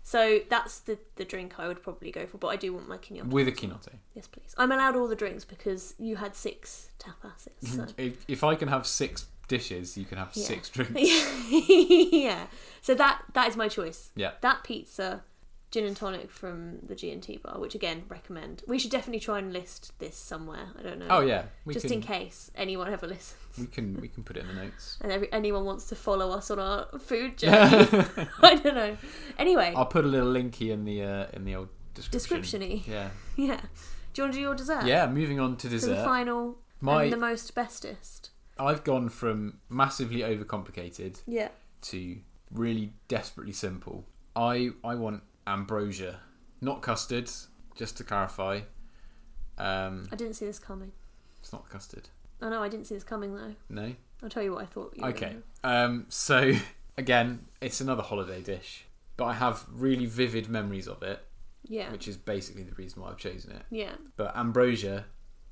Speaker 2: So that's the the drink I would probably go for, but I do want my quinoa.
Speaker 1: With a quinote.
Speaker 2: Yes, please. I'm allowed all the drinks because you had six tapas. So.
Speaker 1: If, if I can have six dishes, you can have
Speaker 2: Yeah.
Speaker 1: six drinks.
Speaker 2: yeah. So that that is my choice.
Speaker 1: Mhm. Yeah.
Speaker 2: That pizza, gin and tonic from the G and T bar, which again recommend. We should definitely try and list this somewhere. I don't know.
Speaker 1: Oh yeah, we
Speaker 2: Just
Speaker 1: can
Speaker 2: in case anyone ever listens.
Speaker 1: we can we can put it in the notes.
Speaker 2: and every, anyone wants to follow us on our food journey. I don't know. Anyway,
Speaker 1: I'll put a little linky in the uh, in the old description.
Speaker 2: descriptiony.
Speaker 1: Yeah,
Speaker 2: Yeah. Do you want to do your dessert?
Speaker 1: yeah. Moving on to
Speaker 2: So the
Speaker 1: dessert.
Speaker 2: final
Speaker 1: My
Speaker 2: and the most bestest.
Speaker 1: I've gone from massively overcomplicated
Speaker 2: Yeah.
Speaker 1: to really desperately simple. I I want ambrosia, not custard. Just to clarify, um,
Speaker 2: I didn't see this coming.
Speaker 1: it's not custard.
Speaker 2: I know I didn't see this coming though.
Speaker 1: No.
Speaker 2: I'll tell you what I thought. You were
Speaker 1: Okay.
Speaker 2: gonna-
Speaker 1: Um, so again, it's another holiday dish, but I have really vivid memories of it,
Speaker 2: Yeah.
Speaker 1: which is basically the reason why I've chosen it.
Speaker 2: Yeah.
Speaker 1: But ambrosia,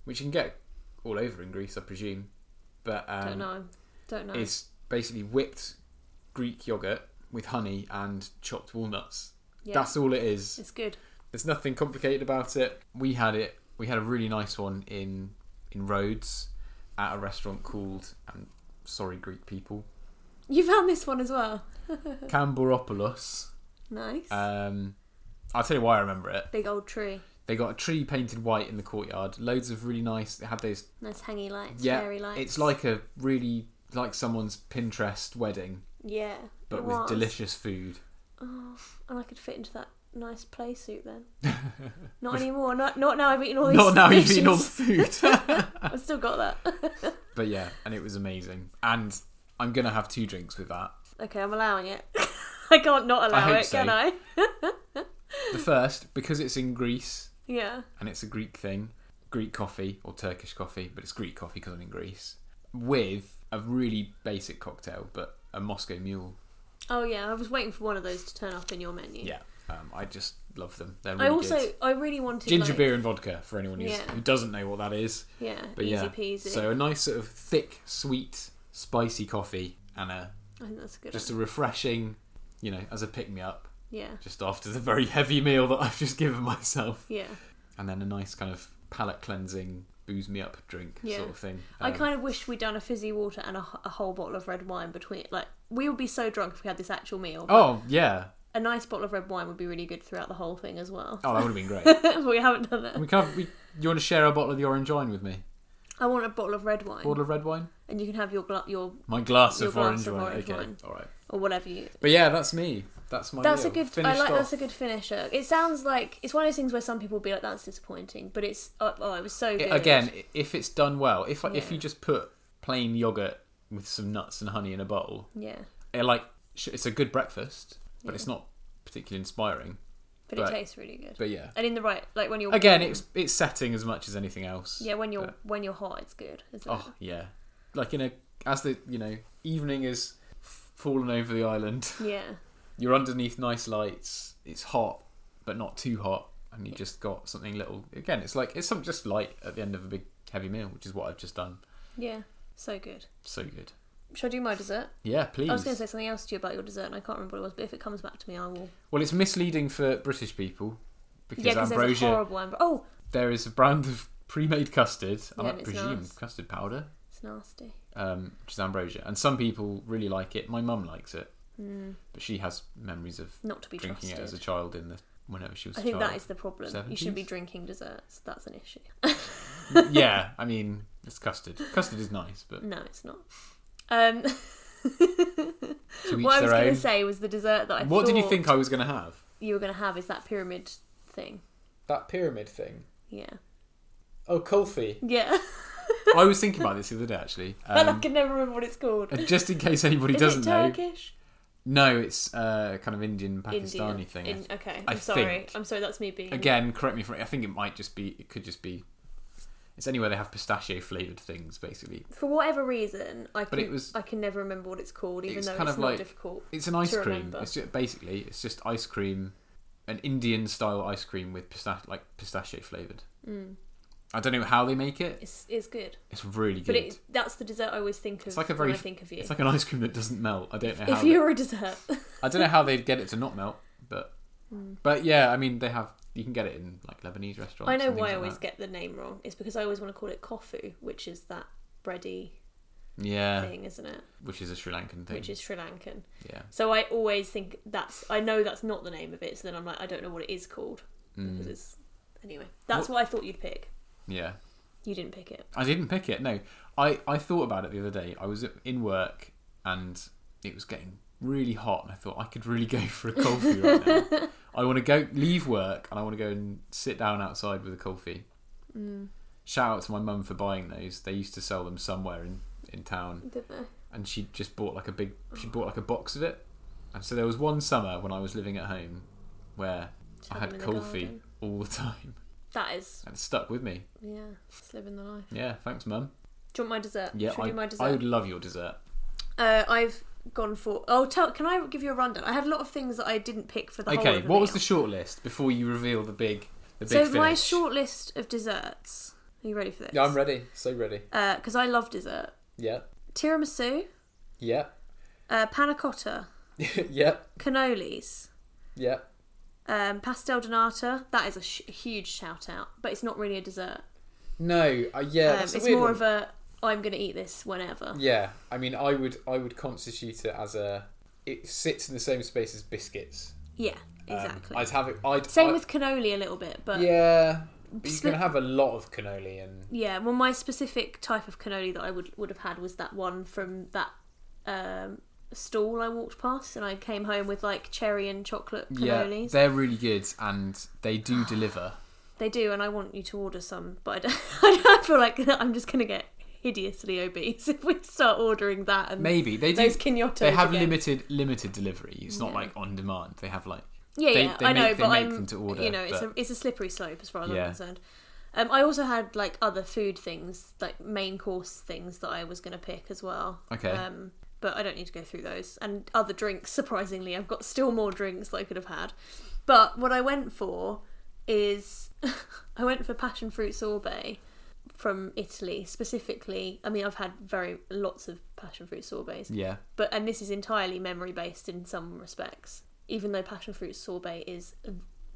Speaker 1: which you can get all over in Greece, I presume, but
Speaker 2: Don't
Speaker 1: um,
Speaker 2: know. Don't know.
Speaker 1: is basically whipped Greek yogurt with honey and chopped walnuts.
Speaker 2: yeah.
Speaker 1: That's all it is.
Speaker 2: It's good.
Speaker 1: There's nothing complicated about it. We had it. We had a really nice one in in Rhodes at a restaurant called and sorry Greek people
Speaker 2: You found this one as well. Uh-huh.
Speaker 1: Camboropoulos.
Speaker 2: Nice.
Speaker 1: Um, I'll tell you why I remember it.
Speaker 2: Big old tree.
Speaker 1: They got a tree painted white in the courtyard. Loads of really nice. They had those.
Speaker 2: Nice hangy lights.
Speaker 1: Yeah,
Speaker 2: fairy lights.
Speaker 1: it's like a really like someone's Pinterest wedding,
Speaker 2: Yeah.
Speaker 1: but
Speaker 2: it
Speaker 1: with
Speaker 2: was.
Speaker 1: delicious food.
Speaker 2: Oh, and I could fit into that nice play suit then. not anymore. Not not now. I've eaten all these.
Speaker 1: Not now you've eaten all the
Speaker 2: dishes.
Speaker 1: food.
Speaker 2: I've still got that.
Speaker 1: But yeah, and it was amazing. And I'm gonna have two drinks with that.
Speaker 2: okay, I'm allowing it. I can't not allow
Speaker 1: hope
Speaker 2: it, can
Speaker 1: so.
Speaker 2: I?
Speaker 1: The first, because it's in Greece
Speaker 2: Yeah.
Speaker 1: and it's a Greek thing, Greek coffee or Turkish coffee, but it's Greek coffee because I'm in Greece, with a really basic cocktail, but a Moscow Mule.
Speaker 2: Oh yeah, I was waiting for one of those to turn up in your menu.
Speaker 1: Yeah, um, I just love them. They're really
Speaker 2: I also
Speaker 1: good.
Speaker 2: I really wanted
Speaker 1: Ginger
Speaker 2: like-
Speaker 1: beer and vodka for anyone who's,
Speaker 2: Yeah.
Speaker 1: who doesn't know what that is.
Speaker 2: Yeah.
Speaker 1: But
Speaker 2: easy
Speaker 1: yeah,
Speaker 2: peasy.
Speaker 1: so a nice sort of thick, sweet, spicy coffee and a
Speaker 2: I think Oh, that's a good.
Speaker 1: just
Speaker 2: one.
Speaker 1: a refreshing, you know, as a pick me up.
Speaker 2: Yeah.
Speaker 1: just after the very heavy meal that I've just given myself,
Speaker 2: Yeah.
Speaker 1: and then a nice kind of palate cleansing, booze me up drink
Speaker 2: Yeah.
Speaker 1: sort of thing.
Speaker 2: I
Speaker 1: Um,
Speaker 2: kind of wish we'd done a fizzy water and a, h- a whole bottle of red wine between. Like, we would be so drunk if we had this actual meal.
Speaker 1: Oh yeah!
Speaker 2: A nice bottle of red wine would be really good throughout the whole thing as well.
Speaker 1: Oh, that would have been great.
Speaker 2: but we haven't done that.
Speaker 1: we can have, we, you want to share a bottle of the orange wine with me?
Speaker 2: I want a bottle of red wine,
Speaker 1: Bottle of red wine?
Speaker 2: and you can have your gla- your
Speaker 1: My glass
Speaker 2: Your
Speaker 1: of
Speaker 2: glass
Speaker 1: orange
Speaker 2: of
Speaker 1: wine.
Speaker 2: orange
Speaker 1: okay,
Speaker 2: wine.
Speaker 1: all right.
Speaker 2: or whatever you.
Speaker 1: But yeah, that's me. That's my.
Speaker 2: That's a
Speaker 1: meal.
Speaker 2: good.
Speaker 1: Oh, Finished
Speaker 2: I like
Speaker 1: off.
Speaker 2: that's a good finisher. It sounds like it's one of those things where some people will be like, "That's disappointing," but it's oh, oh it was so good.
Speaker 1: It- again, i- if it's done well, if I if
Speaker 2: Yeah.
Speaker 1: you just put plain yogurt with some nuts and honey in a bottle,
Speaker 2: yeah,
Speaker 1: it like sh- it's a good breakfast, but
Speaker 2: Yeah.
Speaker 1: it's not particularly inspiring.
Speaker 2: but,
Speaker 1: but-
Speaker 2: it tastes really good.
Speaker 1: But yeah,
Speaker 2: and in the right, like when you're
Speaker 1: again, it's it's setting as much as anything else.
Speaker 2: yeah when you're
Speaker 1: but-
Speaker 2: when you're hot, it's good. Isn't
Speaker 1: Oh yeah, like in a as the you know evening is f- fallen over the island.
Speaker 2: it? Yeah,
Speaker 1: You're underneath nice lights. It's hot, but not too hot, and you just got something little. Again, it's like it's something just light at the end of a big heavy meal, which is what I've just done.
Speaker 2: yeah, so good.
Speaker 1: So good.
Speaker 2: Should I do my dessert?
Speaker 1: Yeah, please.
Speaker 2: I was going to say something else to you about your dessert, and I can't remember what it was. But if it comes back to me, I will.
Speaker 1: Well, it's misleading for British people because
Speaker 2: Yeah, because there's a
Speaker 1: ambrosia.
Speaker 2: horrible ambrosia. Oh,
Speaker 1: There is a brand of pre-made custard.
Speaker 2: Yeah,
Speaker 1: I
Speaker 2: and it's
Speaker 1: presume
Speaker 2: nice.
Speaker 1: custard powder.
Speaker 2: it's nasty.
Speaker 1: um, which is ambrosia, and some people really like it. My mum likes it, but she has memories of
Speaker 2: Not to Mm. be
Speaker 1: drinking it as a
Speaker 2: trusted.
Speaker 1: child in the whenever she was.
Speaker 2: I
Speaker 1: a
Speaker 2: think
Speaker 1: child.
Speaker 2: that is the problem. You should be
Speaker 1: 70s?
Speaker 2: drinking desserts. That's an issue.
Speaker 1: yeah, I mean it's custard. Custard is nice, but
Speaker 2: No, it's not. Um,
Speaker 1: to each
Speaker 2: what I was
Speaker 1: their
Speaker 2: going
Speaker 1: own.
Speaker 2: to say was the dessert that I
Speaker 1: what did you
Speaker 2: thought
Speaker 1: think I was going to have?
Speaker 2: you were going to have is that pyramid thing.
Speaker 1: That pyramid thing.
Speaker 2: Yeah,
Speaker 1: Oh, kulfi.
Speaker 2: yeah.
Speaker 1: I was thinking about this the other day actually.
Speaker 2: and I
Speaker 1: Um,
Speaker 2: can never remember what it's called.
Speaker 1: and just in case anybody
Speaker 2: is
Speaker 1: doesn't
Speaker 2: it
Speaker 1: know,
Speaker 2: Turkish?
Speaker 1: no, it's uh, kind of Indian Pakistani
Speaker 2: Indian.
Speaker 1: thing. I
Speaker 2: In- okay,
Speaker 1: I
Speaker 2: I'm sorry.
Speaker 1: think.
Speaker 2: I'm sorry. That's me being
Speaker 1: again, correct me if I think it might just be. It could just be. It's anywhere they have pistachio flavored things, basically.
Speaker 2: For whatever reason, I can,
Speaker 1: it was-
Speaker 2: I can never remember what it's called, even
Speaker 1: was
Speaker 2: though
Speaker 1: kind
Speaker 2: it's
Speaker 1: of
Speaker 2: not
Speaker 1: like-
Speaker 2: difficult.
Speaker 1: It's an ice
Speaker 2: to
Speaker 1: cream.
Speaker 2: remember.
Speaker 1: It's just, basically it's just ice cream, an Indian style ice cream with pistach- like pistachio flavored.
Speaker 2: Mm.
Speaker 1: I don't know how they make it.
Speaker 2: It's, it's good.
Speaker 1: It's really
Speaker 2: But
Speaker 1: good.
Speaker 2: it, that's the dessert I always think of
Speaker 1: It's like a very-
Speaker 2: when I think of you.
Speaker 1: it's like an ice cream that doesn't melt. I don't know how.
Speaker 2: if
Speaker 1: they-
Speaker 2: you're a dessert,
Speaker 1: I don't know how they'd get it to not melt, but but yeah, I mean they have. You can get it in like Lebanese restaurants.
Speaker 2: Mm. I know
Speaker 1: and
Speaker 2: why I
Speaker 1: things like
Speaker 2: always
Speaker 1: that.
Speaker 2: get the name wrong. It's because I always want to call it kofu, which is that bready
Speaker 1: Yeah,
Speaker 2: thing, isn't it?
Speaker 1: which is a Sri Lankan thing.
Speaker 2: Which is Sri Lankan.
Speaker 1: yeah,
Speaker 2: So I always think that's. I know that's not the name of it. So then I'm like, I don't know what it is called
Speaker 1: Mm.
Speaker 2: because it's. Anyway, that's what I thought you'd pick.
Speaker 1: yeah.
Speaker 2: You didn't pick it.
Speaker 1: I didn't pick it. No, I I thought about it the other day. I was in work and it was getting really hot, and I thought I could really go for a coffee right now. I want to go leave work and I want to go and sit down
Speaker 2: Mm.
Speaker 1: outside with a coffee. Shout out to my mum for buying those. They used to sell them somewhere in in town
Speaker 2: Didn't know.
Speaker 1: and she just bought like a big she bought like a box of it and so there was one summer when i was living at home where
Speaker 2: Just
Speaker 1: i had
Speaker 2: have them in the
Speaker 1: cold feet
Speaker 2: garden.
Speaker 1: all the time
Speaker 2: That is,
Speaker 1: and it stuck with me
Speaker 2: yeah, just living the life.
Speaker 1: yeah thanks mum
Speaker 2: Do you want my dessert?
Speaker 1: yeah
Speaker 2: Should we
Speaker 1: I,
Speaker 2: do my
Speaker 1: I
Speaker 2: dessert?
Speaker 1: would love your dessert
Speaker 2: Uh, I've gone for. Oh, tell. Can I give you a rundown? I had a lot of things that I didn't pick for the whole.
Speaker 1: okay
Speaker 2: of the
Speaker 1: what was the
Speaker 2: meal.
Speaker 1: short list before you reveal the big the big
Speaker 2: so
Speaker 1: finish?
Speaker 2: my short list of desserts. Are you ready for this?
Speaker 1: yeah i'm ready so ready
Speaker 2: Because I love dessert.
Speaker 1: yeah
Speaker 2: Tiramisu,
Speaker 1: yeah
Speaker 2: uh, panna cotta,
Speaker 1: yeah
Speaker 2: cannolis,
Speaker 1: yeah
Speaker 2: um, pastel donata. That is a sh- huge shout out, but it's not really a dessert.
Speaker 1: no uh, yeah
Speaker 2: um, it's more of a I'm going to eat this whenever.
Speaker 1: yeah i mean i would i would constitute it as a it sits in the same space as biscuits Um,
Speaker 2: Yeah, exactly.
Speaker 1: i'd have it i'd
Speaker 2: Same with cannoli a little bit, but yeah.
Speaker 1: Yeah. but You're
Speaker 2: Spe-
Speaker 1: going to have a lot of cannoli and.
Speaker 2: Well, my specific type of cannoli that I would would have had was that one from that um, stall I walked past, and I came home with like cherry and chocolate cannolis.
Speaker 1: they're really good and they do deliver.
Speaker 2: They do, and I want you to order some, but I don't. I don't feel like I'm just going to get hideously obese if we start ordering that and
Speaker 1: Maybe they do.
Speaker 2: Um, those quinotos.
Speaker 1: They have
Speaker 2: again.
Speaker 1: limited limited delivery. It's not
Speaker 2: Yeah.
Speaker 1: like on demand. They have like
Speaker 2: Yeah,
Speaker 1: They-
Speaker 2: yeah,
Speaker 1: they
Speaker 2: I
Speaker 1: make-
Speaker 2: know,
Speaker 1: they
Speaker 2: but
Speaker 1: make
Speaker 2: I'm,
Speaker 1: them to order,
Speaker 2: you know, it's
Speaker 1: but-
Speaker 2: a it's a slippery slope as far as
Speaker 1: Yeah.
Speaker 2: I'm concerned. Um, I also had like other food things, like main course things that I was going to pick as well.
Speaker 1: okay.
Speaker 2: Um, but I don't need to go through those and other drinks. Surprisingly, I've got still more drinks that I could have had. But what I went for is I went for passion fruit sorbet from Italy specifically. I mean, I've had very lots of passion fruit sorbets
Speaker 1: yeah.
Speaker 2: but and this is entirely memory based in some respects even though passion fruit sorbet is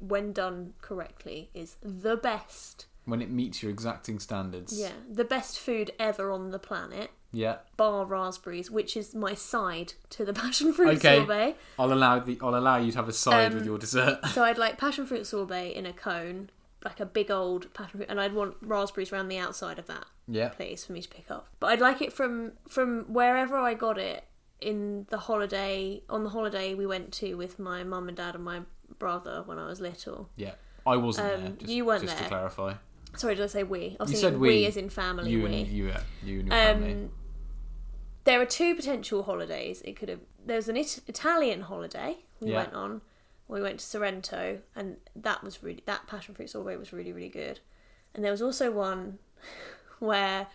Speaker 2: when done correctly is the best
Speaker 1: When it meets your exacting standards.
Speaker 2: yeah the best food ever on the planet
Speaker 1: Yeah.
Speaker 2: bar raspberries which is my side to the passion fruit
Speaker 1: Okay.
Speaker 2: sorbet
Speaker 1: I'll allow the I'll allow you to have a side
Speaker 2: Um,
Speaker 1: with your dessert.
Speaker 2: so i'd like passion fruit sorbet in a cone like a big old passion fruit and i'd want raspberries around the outside of that
Speaker 1: yeah.
Speaker 2: place for me to pick up. But I'd like it from from wherever I got it in the holiday on the holiday we went to with my mum and dad and my brother when I was little.
Speaker 1: Yeah. I wasn't
Speaker 2: Um,
Speaker 1: there. Just,
Speaker 2: you weren't
Speaker 1: just to
Speaker 2: there.
Speaker 1: clarify.
Speaker 2: Sorry, did I say we? I was
Speaker 1: You
Speaker 2: thinking
Speaker 1: said
Speaker 2: we.
Speaker 1: we.
Speaker 2: as in family.
Speaker 1: You
Speaker 2: we.
Speaker 1: and you, yeah, you and your family.
Speaker 2: um, there are two potential holidays. It could have there's an it- Italian holiday we
Speaker 1: Yeah.
Speaker 2: went on. We went to Sorrento, and that was really that passion fruit sorbet was really really good. And there was also one where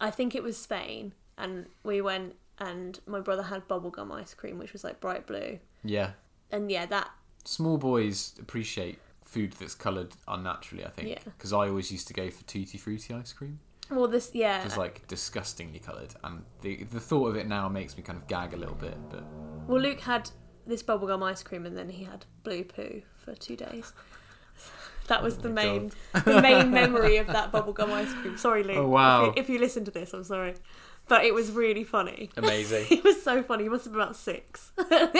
Speaker 2: I think it was Spain, and we went and my brother had bubblegum ice cream, which was like bright blue.
Speaker 1: Yeah.
Speaker 2: And yeah, that
Speaker 1: small boys appreciate food that's coloured unnaturally. I think
Speaker 2: Yeah.
Speaker 1: because I always used to go for tutti frutti ice cream.
Speaker 2: well this yeah
Speaker 1: It's like disgustingly coloured, and the the thought of it now makes me kind of gag a little bit. But
Speaker 2: Well, Luke had this bubblegum ice cream and then he had blue poo for two days. That was
Speaker 1: Oh
Speaker 2: the
Speaker 1: my
Speaker 2: main the main memory of that bubblegum ice cream. Sorry, Luke.
Speaker 1: Oh, wow.
Speaker 2: If you, if you listen to this, I'm sorry. But it was really funny.
Speaker 1: amazing.
Speaker 2: It was so funny. He must have been about six. and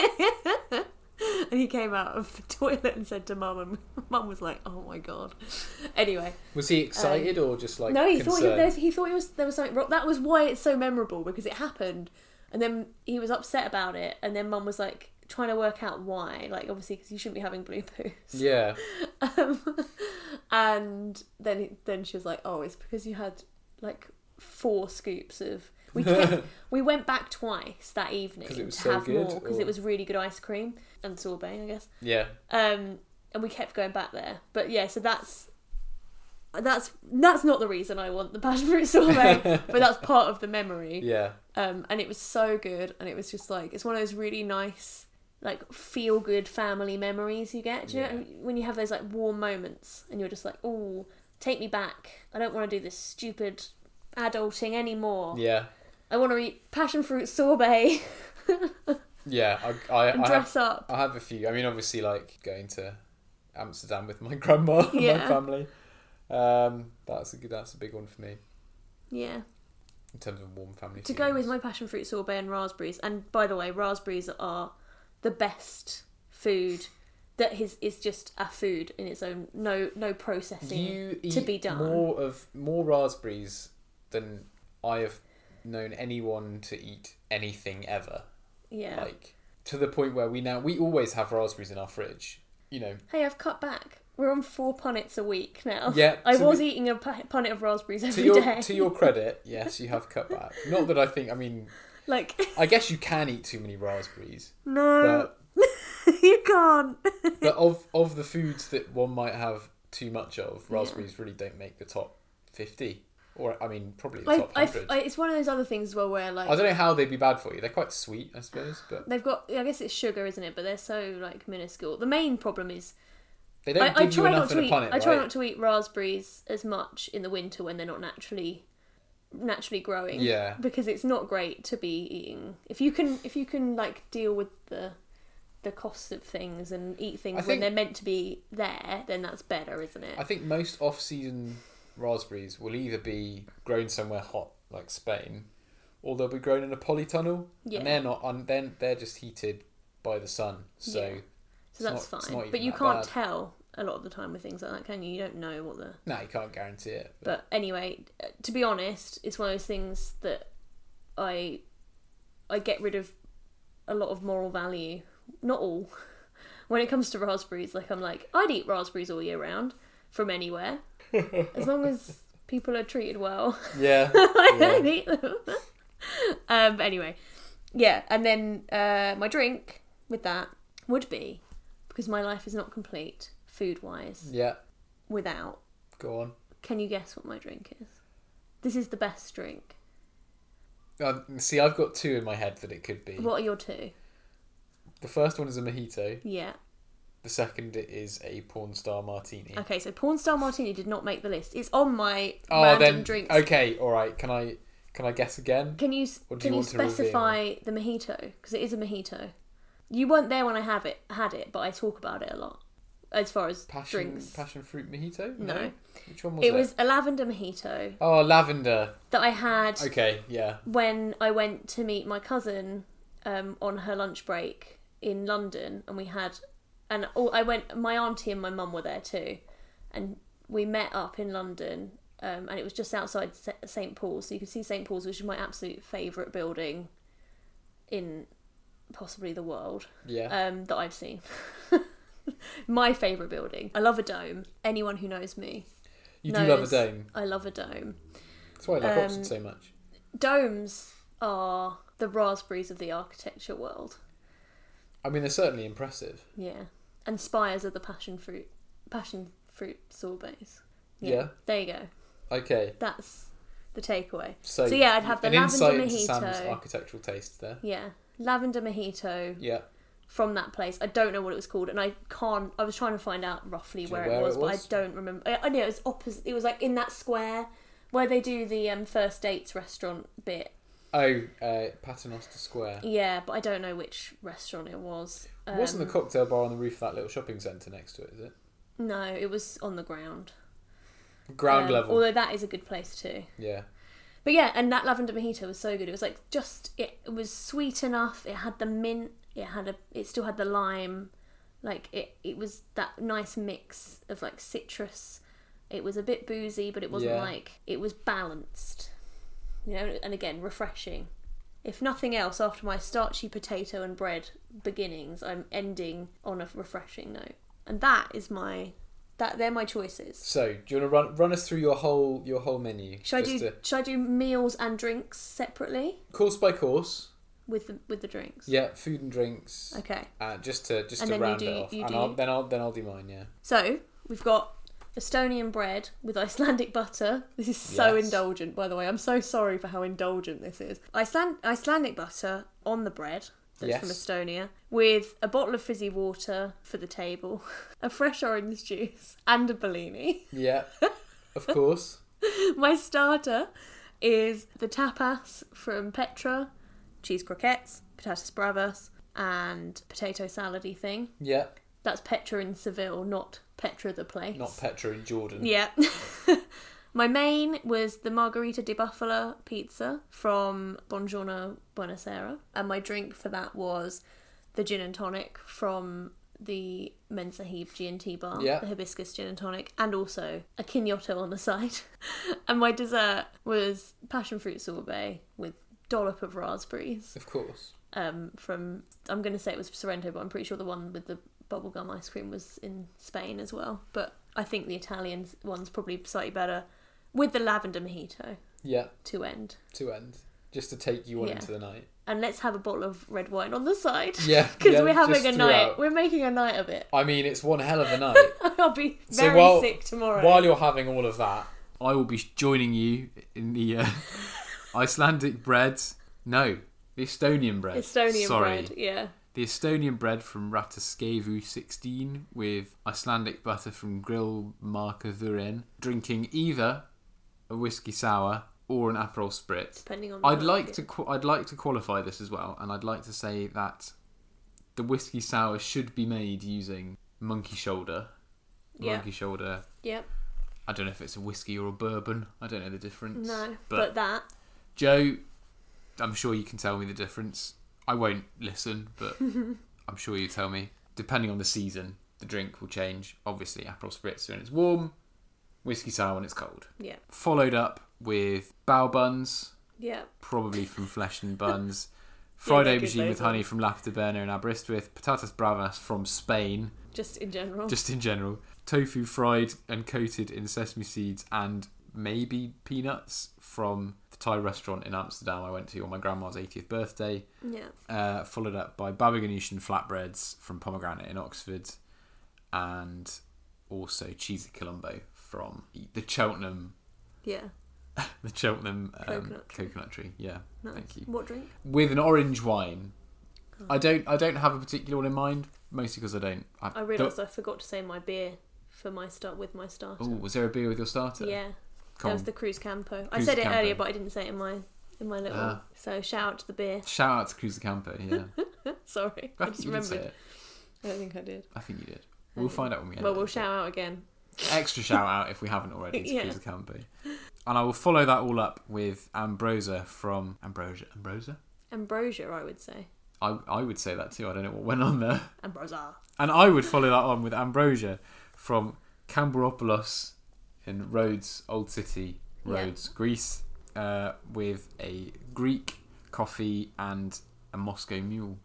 Speaker 2: he came out of the toilet and said to mum, and mum was like, oh my god. Anyway.
Speaker 1: was he
Speaker 2: excited
Speaker 1: or just like
Speaker 2: Um, No, he thought he, there, he thought it was there was something wrong. That was why it's so memorable because it happened, and then he was upset about it, and then Mum was like trying to work out why, like obviously because you shouldn't be having blue poos.
Speaker 1: Yeah,
Speaker 2: Um, and then it- then she was like, oh, it's because you had like four scoops of. We kept, we went back twice that evening
Speaker 1: 'Cause it was
Speaker 2: to
Speaker 1: so
Speaker 2: have
Speaker 1: good,
Speaker 2: more because
Speaker 1: or-
Speaker 2: it was really good ice cream and sorbet, I guess
Speaker 1: yeah.
Speaker 2: um, and we kept going back there. But yeah, so that's that's that's not the reason I want the passion fruit sorbet, but that's part of the memory.
Speaker 1: Yeah,
Speaker 2: Um, and it was so good, and it was just like it's one of those really nice, like feel good family memories you get. Do you know
Speaker 1: Yeah.
Speaker 2: when you have those like warm moments, and you're just like, oh, take me back. I don't want to do this stupid adulting anymore.
Speaker 1: yeah,
Speaker 2: I want to eat passion fruit sorbet
Speaker 1: yeah. I, I,
Speaker 2: and
Speaker 1: I, have,
Speaker 2: dress up.
Speaker 1: I have a few. I mean, obviously, like going to Amsterdam with my grandma and my
Speaker 2: Yeah.
Speaker 1: family. Um, that's a good. That's a big one for me
Speaker 2: Yeah.
Speaker 1: in terms of warm family.
Speaker 2: to go with
Speaker 1: feelings.
Speaker 2: my passion fruit sorbet and raspberries. And by the way, raspberries are the best food that is is just a food in its own. No no processing.
Speaker 1: you eat
Speaker 2: to be done.
Speaker 1: more of more raspberries than I have known anyone to eat anything ever.
Speaker 2: yeah.
Speaker 1: Like to the point where we now we always have raspberries in our fridge. You know,
Speaker 2: Hey, I've cut back. We're on four punnets a week now.
Speaker 1: Yeah,
Speaker 2: I
Speaker 1: to
Speaker 2: was
Speaker 1: the-
Speaker 2: eating a pu- punnet of raspberries
Speaker 1: To
Speaker 2: every day.
Speaker 1: your to your credit, yes, you have cut back. Not that I think. I mean,
Speaker 2: like,
Speaker 1: I guess you can eat too many raspberries,
Speaker 2: no,
Speaker 1: but
Speaker 2: you can't.
Speaker 1: but of of the foods that one might have too much of, raspberries really don't make the top fifty, or I mean, probably the
Speaker 2: Like,
Speaker 1: top
Speaker 2: I,
Speaker 1: hundred.
Speaker 2: I,
Speaker 1: I,
Speaker 2: it's one of those other things as well where like
Speaker 1: don't know how they'd be bad for you. They're quite sweet, I suppose, but
Speaker 2: they've got. I guess it's sugar, isn't it? But they're so like minuscule. The main problem is
Speaker 1: they don't
Speaker 2: I, I
Speaker 1: give you
Speaker 2: try not
Speaker 1: enough in
Speaker 2: to
Speaker 1: a
Speaker 2: eat.
Speaker 1: punnet.
Speaker 2: I try
Speaker 1: right?
Speaker 2: not to eat raspberries as much in the winter when they're not naturally naturally growing.
Speaker 1: Yeah.
Speaker 2: Because it's not great to be eating. If you can, if you can like deal with the the costs of things and eat things when
Speaker 1: think-
Speaker 2: they're meant to be there, then that's better, isn't it?
Speaker 1: I think most off-season raspberries will either be grown somewhere hot, like Spain, or they'll be grown in a polytunnel,
Speaker 2: Yeah.
Speaker 1: and they're not. Un- then they're just heated by the sun, so
Speaker 2: Yeah. so
Speaker 1: it's
Speaker 2: that's
Speaker 1: not- it's
Speaker 2: fine.
Speaker 1: not
Speaker 2: But
Speaker 1: even
Speaker 2: you
Speaker 1: that
Speaker 2: can't
Speaker 1: bad.
Speaker 2: tell a lot of the time with things like that, can you? You don't know what the
Speaker 1: no, you can't guarantee it. But,
Speaker 2: But anyway, uh, to be honest, it's one of those things that I I get rid of a lot of moral value. Not all. When it comes to raspberries, like I'm like, I'd eat raspberries all year round from anywhere. as long as people are treated well.
Speaker 1: yeah,
Speaker 2: I'd
Speaker 1: yeah.
Speaker 2: eat them. um anyway. Yeah, and then uh, my drink with that would be because my life is not complete food wise
Speaker 1: yeah.
Speaker 2: without
Speaker 1: Go on.
Speaker 2: can you guess what my drink is? This is the best drink.
Speaker 1: Uh, see, I've got two in my head that it could be.
Speaker 2: What are your two?
Speaker 1: The first one is a mojito.
Speaker 2: Yeah.
Speaker 1: The second is a porn star martini.
Speaker 2: Okay, so Porn Star Martini did not make the list. It's on my
Speaker 1: Oh,
Speaker 2: random
Speaker 1: then
Speaker 2: drinks.
Speaker 1: okay, all right. Can I can I guess again?
Speaker 2: Can you s-
Speaker 1: Or do
Speaker 2: can
Speaker 1: you
Speaker 2: you,
Speaker 1: want to reveal?
Speaker 2: specify the mojito because it is a mojito. You weren't there when I have it had it, but I talk about it a lot as far as
Speaker 1: Passion
Speaker 2: drinks.
Speaker 1: passion fruit mojito?
Speaker 2: No.
Speaker 1: Which one was it?
Speaker 2: it was a lavender mojito
Speaker 1: Oh, lavender.
Speaker 2: that I had
Speaker 1: Okay, yeah.
Speaker 2: when I went to meet my cousin um, on her lunch break in London, and we had, and all, I went. My auntie and my mum were there too, and we met up in London, um, and it was just outside St Paul's, so you could see St Paul's, which is my absolute favourite building in possibly the world
Speaker 1: Yeah.
Speaker 2: um, that I've seen. my favourite building. I love a dome. Anyone who knows me,
Speaker 1: you do
Speaker 2: knows
Speaker 1: love a dome.
Speaker 2: I love a dome.
Speaker 1: That's why I love
Speaker 2: um,
Speaker 1: Oxford so much.
Speaker 2: domes are the raspberries of the architecture world.
Speaker 1: I mean, they're certainly impressive.
Speaker 2: Yeah. And spires are the passion fruit passion fruit sorbets.
Speaker 1: Yeah.
Speaker 2: There you go.
Speaker 1: Okay,
Speaker 2: That's the takeaway.
Speaker 1: so,
Speaker 2: So yeah, I'd have the
Speaker 1: an
Speaker 2: lavender
Speaker 1: insight into Sam's
Speaker 2: mojito.
Speaker 1: architectural taste there.
Speaker 2: Yeah. Lavender mojito
Speaker 1: Yeah,
Speaker 2: from that place. I don't know what it was called and I can't I was trying to find out roughly
Speaker 1: Do you
Speaker 2: where,
Speaker 1: know where
Speaker 2: it, was,
Speaker 1: it was?
Speaker 2: but I don't remember. I, I knew it was opposite it was like in that square where they do the um, first dates restaurant bit.
Speaker 1: Oh, uh, Paternoster Square.
Speaker 2: Yeah, but I don't know which restaurant it was. Um,
Speaker 1: Wasn't the cocktail bar on the roof of that little shopping centre next to it? Is it
Speaker 2: Um, No, it was on the ground.
Speaker 1: ground
Speaker 2: Um,
Speaker 1: level?
Speaker 2: Although that is a good place too.
Speaker 1: Yeah,
Speaker 2: But yeah, and that lavender mojito was so good. It was like just it, it was sweet enough. It had the mint. It had a. It still had the lime. Like it. It was that nice mix of like citrus. It was a bit boozy, but it wasn't
Speaker 1: Yeah.
Speaker 2: like it was balanced. You know, and again refreshing. If nothing else, after my starchy potato and bread beginnings, I'm ending on a refreshing note, and that is my that they're my choices.
Speaker 1: So, do you want to run run us through your whole your whole menu?
Speaker 2: Should I
Speaker 1: Just
Speaker 2: do
Speaker 1: to-
Speaker 2: should I do meals and drinks separately
Speaker 1: course by course?
Speaker 2: with the with the drinks?
Speaker 1: Yeah, food and drinks.
Speaker 2: Okay.
Speaker 1: Uh, just to just
Speaker 2: And
Speaker 1: to
Speaker 2: then you
Speaker 1: round
Speaker 2: do-
Speaker 1: it off,
Speaker 2: you
Speaker 1: and
Speaker 2: do-
Speaker 1: I'll, then I'll then I'll do mine. Yeah.
Speaker 2: So we've got Estonian bread with Icelandic butter. This is so
Speaker 1: Yes.
Speaker 2: indulgent, by the way. I'm so sorry for how indulgent this is. Iceland Icelandic butter on the bread. That's
Speaker 1: Yes.
Speaker 2: from Estonia, with a bottle of fizzy water for the table, a fresh orange juice, and a Bellini.
Speaker 1: Yeah. of course.
Speaker 2: My starter is the tapas from Petra, cheese croquettes, patatas bravas, and potato salady thing.
Speaker 1: Yeah.
Speaker 2: That's Petra in Seville, not Petra the place.
Speaker 1: Not Petra in Jordan.
Speaker 2: yeah. My main was the margarita di buffalo pizza from Buongiorno Buonasera, and my drink for that was the gin and tonic from the Mensahib G&T bar,
Speaker 1: Yeah.
Speaker 2: the hibiscus gin and tonic, and also a quinotto on the side. and my dessert was passion fruit sorbet with dollop of raspberries
Speaker 1: Of course.
Speaker 2: um, from I'm going to say it was Sorrento, but I'm pretty sure the one with the bubblegum ice cream was in Spain as well, but I think the Italian one's probably slightly better with the lavender mojito
Speaker 1: Yeah,
Speaker 2: to end.
Speaker 1: to end. Just to take you on
Speaker 2: Yeah.
Speaker 1: into the night.
Speaker 2: And let's have a bottle of red wine on the side
Speaker 1: Yeah.
Speaker 2: because
Speaker 1: yeah,
Speaker 2: we're having
Speaker 1: just
Speaker 2: a night.
Speaker 1: throughout.
Speaker 2: We're making a night of it.
Speaker 1: I mean, it's one hell of a night.
Speaker 2: I'll be
Speaker 1: So
Speaker 2: very
Speaker 1: while-
Speaker 2: sick tomorrow.
Speaker 1: While you're having all of that, I will be joining you in the uh, Icelandic bread. No, the Estonian bread.
Speaker 2: Estonian
Speaker 1: Sorry.
Speaker 2: bread, yeah.
Speaker 1: The Estonian bread from Rataskevu 16 with Icelandic butter from Grill Marka Thurin, drinking either a whiskey sour or an Aperol Spritz.
Speaker 2: Depending on. the
Speaker 1: I'd like
Speaker 2: market.
Speaker 1: to qu- I'd like to qualify this as well, and I'd like to say that the whiskey sour should be made using monkey shoulder,
Speaker 2: Yeah.
Speaker 1: monkey shoulder
Speaker 2: Yep.
Speaker 1: I don't know if it's a whiskey or a bourbon. I don't know the difference.
Speaker 2: No,
Speaker 1: But,
Speaker 2: but, that
Speaker 1: Joe, I'm sure you can tell me the difference. I won't listen, but I'm sure you tell me. Depending on the season, the drink will change. Obviously, Aperol Spritz when it's warm, whiskey sour when it's cold.
Speaker 2: Yeah.
Speaker 1: Followed up with bao buns,
Speaker 2: yeah.
Speaker 1: probably from Flesh and Buns. Fried
Speaker 2: they give
Speaker 1: aubergine with
Speaker 2: those
Speaker 1: honey from Laughter Burner and Aberystwyth. Patatas bravas from Spain
Speaker 2: Just in general.
Speaker 1: just in general. Tofu fried and coated in sesame seeds and maybe peanuts from the Thai restaurant in Amsterdam I went to on my grandma's 80th birthday.
Speaker 2: yeah.
Speaker 1: Uh, followed up by baba ganoush and flatbreads from Pomegranate in Oxford, and also cheesy Colombo from E, the Cheltenham,
Speaker 2: Yeah.
Speaker 1: the Cheltenham um,
Speaker 2: Coconut
Speaker 1: coconut,
Speaker 2: tree.
Speaker 1: tree. Yeah,
Speaker 2: Nice.
Speaker 1: thank you.
Speaker 2: What drink?
Speaker 1: With an orange wine. I don't. I don't have a particular one in mind, mostly because I don't.
Speaker 2: I realised I forgot to say my beer for my start with my starter.
Speaker 1: Oh, was there a beer with your starter?
Speaker 2: yeah. That
Speaker 1: Come
Speaker 2: was
Speaker 1: on.
Speaker 2: the Cruz Campo. I
Speaker 1: Cruz
Speaker 2: said it
Speaker 1: Campo.
Speaker 2: earlier, but I didn't say it in my in my little.
Speaker 1: Ah.
Speaker 2: So shout out to the beer.
Speaker 1: Shout out to Cruz de Campo, yeah.
Speaker 2: Sorry,
Speaker 1: I
Speaker 2: I
Speaker 1: think
Speaker 2: just
Speaker 1: you did say
Speaker 2: remembered.
Speaker 1: it.
Speaker 2: I don't think I did.
Speaker 1: I think you did. We'll find out when we
Speaker 2: well,
Speaker 1: edit
Speaker 2: we'll
Speaker 1: it.
Speaker 2: shout out again.
Speaker 1: Extra shout out if we haven't already to
Speaker 2: Yeah.
Speaker 1: Cruz de Campo. And I will follow that all up with Ambrosia from Ambrosia. Ambrosia?
Speaker 2: Ambrosia, I would say.
Speaker 1: I, I would say that too. I don't know what went on there.
Speaker 2: Ambrosia.
Speaker 1: And I would follow that on with Ambrosia from Camberopoulos in Rhodes, Old City,
Speaker 2: Yeah.
Speaker 1: Rhodes, Greece, uh, with a Greek coffee and a Moscow mule.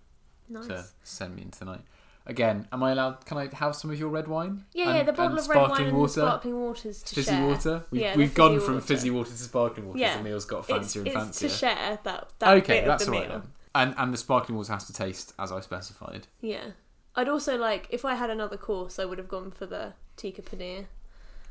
Speaker 2: Nice.
Speaker 1: to send me in tonight. Again, am I allowed? Can I have some of your red wine?
Speaker 2: yeah, yeah,
Speaker 1: And-
Speaker 2: the bottle
Speaker 1: and
Speaker 2: of red wine and the sparkling waters to
Speaker 1: fizzy
Speaker 2: share.
Speaker 1: water. We've,
Speaker 2: Yeah, the
Speaker 1: we've gone
Speaker 2: fizzy
Speaker 1: from
Speaker 2: water.
Speaker 1: fizzy water to sparkling water.
Speaker 2: Yeah.
Speaker 1: The meal's got fancier
Speaker 2: It's,
Speaker 1: and
Speaker 2: it's
Speaker 1: fancier.
Speaker 2: to share that. that
Speaker 1: okay,
Speaker 2: bit
Speaker 1: that's
Speaker 2: of
Speaker 1: all
Speaker 2: the
Speaker 1: right
Speaker 2: meal.
Speaker 1: then. And and the sparkling water has to taste as I specified.
Speaker 2: Yeah. I'd also like if I had another course, I would have gone for the tikka paneer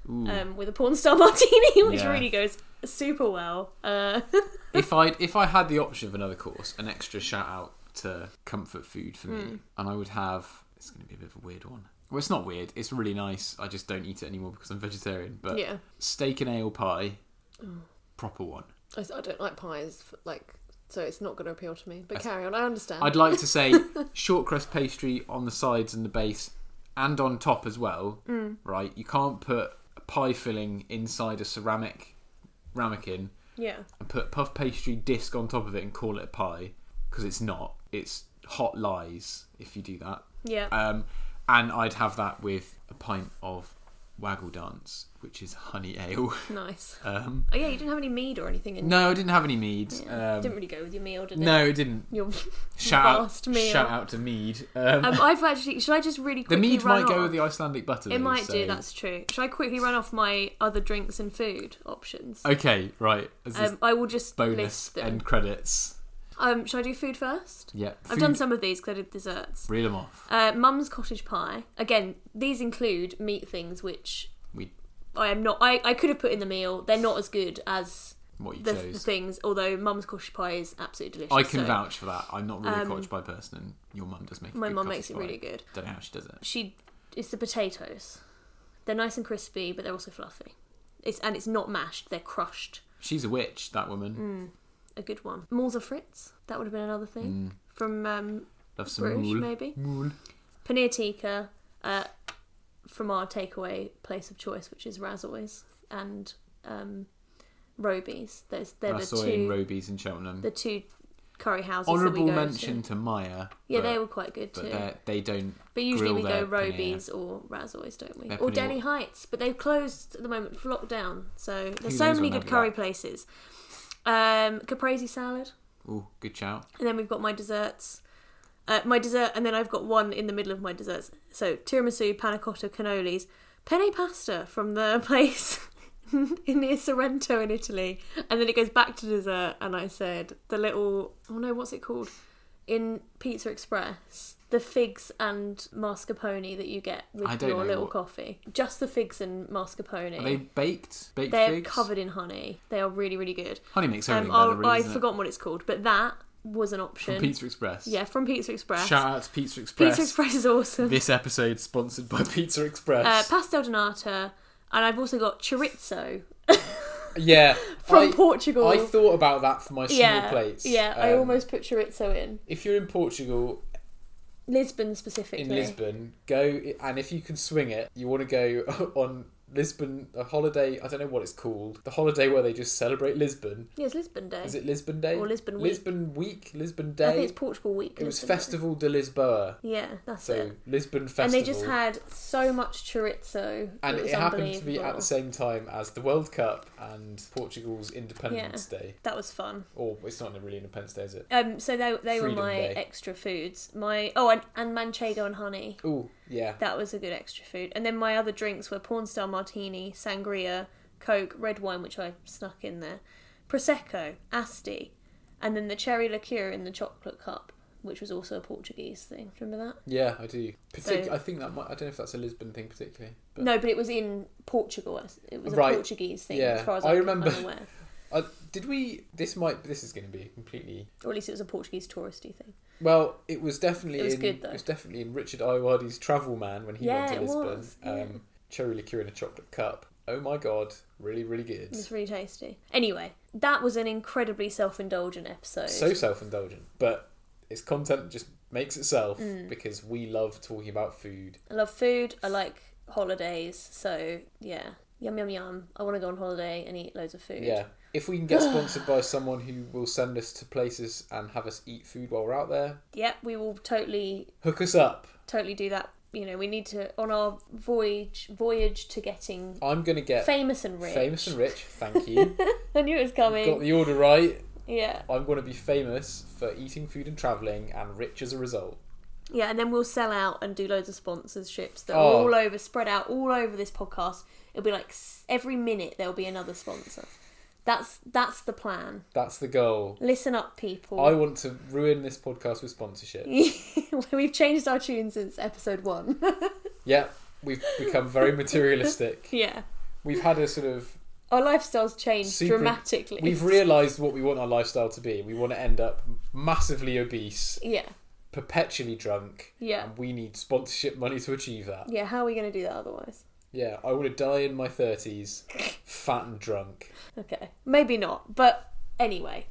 Speaker 1: Ooh.
Speaker 2: um, with a porn star martini, which
Speaker 1: Mm. Yeah.
Speaker 2: really goes super well. Uh,
Speaker 1: if I if I had the option of another course, an extra shout out to comfort food for me,
Speaker 2: Hmm.
Speaker 1: and I would have. It's going to be a bit of a weird one. Well, it's not weird. It's really nice. I just don't eat it anymore because I'm vegetarian. But
Speaker 2: yeah, Mm.
Speaker 1: steak and ale pie, proper one.
Speaker 2: I, I don't like pies, f- like so it's not going to appeal to me. But carry on, I understand.
Speaker 1: I'd like to say shortcrust pastry on the sides and the base and on top as well,
Speaker 2: Mm.
Speaker 1: right? You can't put a pie filling inside a ceramic ramekin
Speaker 2: yeah,
Speaker 1: and put puff pastry disc on top of it and call it a pie because it's not. It's hot lies if you do that.
Speaker 2: yeah,
Speaker 1: Um, and I'd have that with a pint of Waggle Dance, which is honey ale.
Speaker 2: nice.
Speaker 1: Um,
Speaker 2: Oh yeah, you didn't have any mead or anything in.
Speaker 1: no, I didn't have any mead.
Speaker 2: Yeah.
Speaker 1: Um,
Speaker 2: didn't really go with your meal, did it?
Speaker 1: no, it didn't.
Speaker 2: Your
Speaker 1: Shout
Speaker 2: Vast
Speaker 1: out,
Speaker 2: meal.
Speaker 1: shout out to mead. Um,
Speaker 2: um, I've actually. Should I just really
Speaker 1: The
Speaker 2: quickly
Speaker 1: mead
Speaker 2: run
Speaker 1: might go
Speaker 2: off?
Speaker 1: with the Icelandic butter.
Speaker 2: It
Speaker 1: though,
Speaker 2: might do.
Speaker 1: so-
Speaker 2: That's true. Should I quickly run off my other drinks and food options?
Speaker 1: okay, right. As Oh, this
Speaker 2: Um, I will just
Speaker 1: bonus
Speaker 2: list them.
Speaker 1: end credits.
Speaker 2: Um, should I do food first?
Speaker 1: Yeah,
Speaker 2: I've
Speaker 1: food-
Speaker 2: done some of these because I did desserts.
Speaker 1: Reel them off.
Speaker 2: Uh, Mum's cottage pie. Again, these include meat things, which
Speaker 1: We
Speaker 2: I am not. I, I could have put in the meal. They're not as good as
Speaker 1: what you
Speaker 2: the, the
Speaker 1: chose.
Speaker 2: things. Although Mum's cottage pie is absolutely delicious.
Speaker 1: I can
Speaker 2: so
Speaker 1: vouch for that. I'm not really
Speaker 2: Um,
Speaker 1: a cottage pie person, and your mum does make. a
Speaker 2: My
Speaker 1: good
Speaker 2: mum
Speaker 1: cottage
Speaker 2: makes it
Speaker 1: pie.
Speaker 2: really good.
Speaker 1: Don't know how she does it.
Speaker 2: She it's the potatoes. They're nice and crispy, but they're also fluffy. It's and it's not mashed. They're crushed.
Speaker 1: She's a witch. That
Speaker 2: Mm,
Speaker 1: woman.
Speaker 2: A good one. Moules Fritz. That would have been another thing from um,
Speaker 1: Love Mm. some
Speaker 2: Bruges,
Speaker 1: mool.
Speaker 2: maybe.
Speaker 1: Mool.
Speaker 2: Paneer tikka uh, from our takeaway place of choice, which is Razoi's and um, Roby's. Those they're the
Speaker 1: Rasoi and
Speaker 2: two
Speaker 1: Robies in Cheltenham.
Speaker 2: the two curry houses. that
Speaker 1: Honourable
Speaker 2: we go
Speaker 1: mention
Speaker 2: To.
Speaker 1: to Maya.
Speaker 2: Yeah,
Speaker 1: but,
Speaker 2: they were quite good
Speaker 1: But
Speaker 2: too.
Speaker 1: they're- they don't.
Speaker 2: But usually we
Speaker 1: grill
Speaker 2: go
Speaker 1: their paneer.
Speaker 2: Roby's or Razoi's, don't we?
Speaker 1: Their
Speaker 2: Or
Speaker 1: paneer-
Speaker 2: Delhi Heights, but they've closed at the moment for lockdown. So there's
Speaker 1: Who
Speaker 2: so
Speaker 1: knows
Speaker 2: many
Speaker 1: when they'll
Speaker 2: good
Speaker 1: be
Speaker 2: curry
Speaker 1: back.
Speaker 2: places. Um, caprese salad,
Speaker 1: Oh, good shout.
Speaker 2: and then we've got my desserts. uh, my dessert, and then I've got one in the middle of my desserts. So tiramisu, panna cotta, cannolis, penne pasta from the place in near Sorrento in Italy, and then it goes back to dessert. And I said the little oh no, what's it called in Pizza Express? The figs and mascarpone that you get
Speaker 1: I
Speaker 2: with
Speaker 1: don't
Speaker 2: your
Speaker 1: know
Speaker 2: little
Speaker 1: what-
Speaker 2: coffee. Just the figs and mascarpone.
Speaker 1: Are they baked? Baked
Speaker 2: They're
Speaker 1: figs?
Speaker 2: covered in honey. They are really, really good.
Speaker 1: Honey makes
Speaker 2: Um,
Speaker 1: everything
Speaker 2: I'll-
Speaker 1: better, really,
Speaker 2: I've
Speaker 1: doesn't it?
Speaker 2: forgotten what it's called, but that was an option.
Speaker 1: From Pizza Express.
Speaker 2: Yeah, from Pizza Express.
Speaker 1: Shout out to Pizza Express.
Speaker 2: Pizza Express is awesome.
Speaker 1: This episode sponsored by Pizza
Speaker 2: Uh,
Speaker 1: Express.
Speaker 2: pastel donata, and I've also got chorizo
Speaker 1: yeah.
Speaker 2: from
Speaker 1: I,
Speaker 2: Portugal.
Speaker 1: I thought about that for my small
Speaker 2: yeah,
Speaker 1: plates.
Speaker 2: yeah. I
Speaker 1: Um,
Speaker 2: almost put chorizo in
Speaker 1: If you're in Portugal,
Speaker 2: Lisbon specifically.
Speaker 1: in Lisbon, go and if you can swing it, you want to go on Lisbon a holiday. I don't know what it's called. The holiday where they just celebrate Lisbon.
Speaker 2: Yeah, it's Lisbon Day.
Speaker 1: Is it Lisbon Day
Speaker 2: Uh, Or Lisbon Week.
Speaker 1: Lisbon Week, Lisbon
Speaker 2: I think
Speaker 1: Day.
Speaker 2: it's Portugal week.
Speaker 1: It was
Speaker 2: Lisbon Day.
Speaker 1: Festival de Lisboa,
Speaker 2: Yeah, that's
Speaker 1: so
Speaker 2: it.
Speaker 1: Lisbon Festival.
Speaker 2: And they just had so much chorizo.
Speaker 1: And
Speaker 2: it,
Speaker 1: it,
Speaker 2: was
Speaker 1: happened to be at
Speaker 2: unbelievable.
Speaker 1: the same time as the World Cup and Portugal's Independence Day.
Speaker 2: That was fun.
Speaker 1: Or it's not really Independence Day, is it?
Speaker 2: Um, so they they
Speaker 1: Freedom
Speaker 2: were my
Speaker 1: Day.
Speaker 2: extra foods. My oh, and, and manchego and honey.
Speaker 1: Oh, yeah.
Speaker 2: That was a good extra food. And then my other drinks were porn star martini, sangria, coke, red wine, which I snuck in there, prosecco, asti, and then the cherry liqueur in the chocolate cup, which was also a Portuguese thing. Remember that?
Speaker 1: Yeah, I do. Partic-
Speaker 2: So-
Speaker 1: I think that might. I don't know if that's a Lisbon thing particularly. But
Speaker 2: no, but it was in Portugal. It was a
Speaker 1: Right.
Speaker 2: Portuguese thing,
Speaker 1: Yeah.
Speaker 2: as far as
Speaker 1: I
Speaker 2: I'm
Speaker 1: remember.
Speaker 2: aware.
Speaker 1: uh, did we? This might. This is going to be completely.
Speaker 2: Or at least it was a Portuguese touristy thing.
Speaker 1: Well, it was definitely.
Speaker 2: It was
Speaker 1: in,
Speaker 2: good, though.
Speaker 1: It was definitely in Richard Iwadi's Travel Man when he
Speaker 2: Yeah,
Speaker 1: went to
Speaker 2: it
Speaker 1: Lisbon.
Speaker 2: was, yeah.
Speaker 1: Um, cherry liqueur in a chocolate cup. Oh my god! Really, really good.
Speaker 2: It was really tasty. Anyway, that was an incredibly self-indulgent episode.
Speaker 1: So self-indulgent, but its content just makes itself
Speaker 2: Mm.
Speaker 1: because we love talking about food.
Speaker 2: I love food. I like holidays. So yeah, yum yum yum. I want to go on holiday and eat loads of food.
Speaker 1: Yeah. If we can get sponsored by someone who will send us to places and have us eat food while we're out there,
Speaker 2: Yep. We will totally
Speaker 1: hook us up.
Speaker 2: totally do that. You know, we need to on our voyage voyage to getting
Speaker 1: I'm gonna get
Speaker 2: famous and rich.
Speaker 1: Famous and rich, thank you.
Speaker 2: I knew it was coming.
Speaker 1: Got the order right.
Speaker 2: Yeah.
Speaker 1: I'm going to be famous for eating food and travelling and rich as a result.
Speaker 2: Yeah, and then we'll sell out and do loads of sponsorships that
Speaker 1: Oh.
Speaker 2: are all over, spread out all over this podcast. It'll be like s- every minute there'll be another sponsor. That's that's the plan.
Speaker 1: That's the goal.
Speaker 2: Listen up, people.
Speaker 1: I want to ruin this podcast with sponsorship.
Speaker 2: We've changed our tune since episode one.
Speaker 1: Yeah, we've become very materialistic.
Speaker 2: yeah.
Speaker 1: We've had a sort of.
Speaker 2: Our lifestyle's changed
Speaker 1: Super-
Speaker 2: dramatically.
Speaker 1: We've realised what we want our lifestyle to be. We want to end up massively obese,
Speaker 2: Yeah.
Speaker 1: perpetually drunk,
Speaker 2: Yeah.
Speaker 1: and we need sponsorship money to achieve that.
Speaker 2: Yeah, how are we going to do that otherwise?
Speaker 1: Yeah, I want to die in my 30s, fat and drunk.
Speaker 2: Okay. Maybe not, but anyway.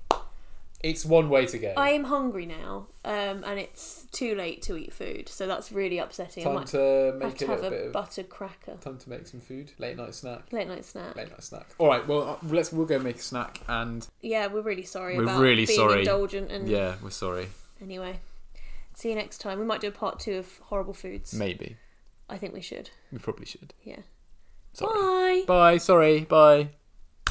Speaker 1: It's one way to go.
Speaker 2: I am hungry now, um, and it's too late to eat food, so that's really upsetting. I
Speaker 1: Time
Speaker 2: might
Speaker 1: to
Speaker 2: have
Speaker 1: make
Speaker 2: to
Speaker 1: a
Speaker 2: have
Speaker 1: little
Speaker 2: a
Speaker 1: bit of
Speaker 2: buttered cracker.
Speaker 1: Time to make some food. Late night snack.
Speaker 2: Late night snack.
Speaker 1: Late night snack. All right. Well, uh, let's. We'll go make a snack. And
Speaker 2: Yeah, we're really sorry
Speaker 1: We're
Speaker 2: about
Speaker 1: really
Speaker 2: being
Speaker 1: sorry.
Speaker 2: indulgent. And
Speaker 1: yeah, we're sorry.
Speaker 2: anyway, see you next time. We might do a part two of horrible foods.
Speaker 1: Maybe
Speaker 2: I think we should.
Speaker 1: we probably should.
Speaker 2: Yeah.
Speaker 1: Sorry.
Speaker 2: Bye.
Speaker 1: Bye. Sorry. Bye.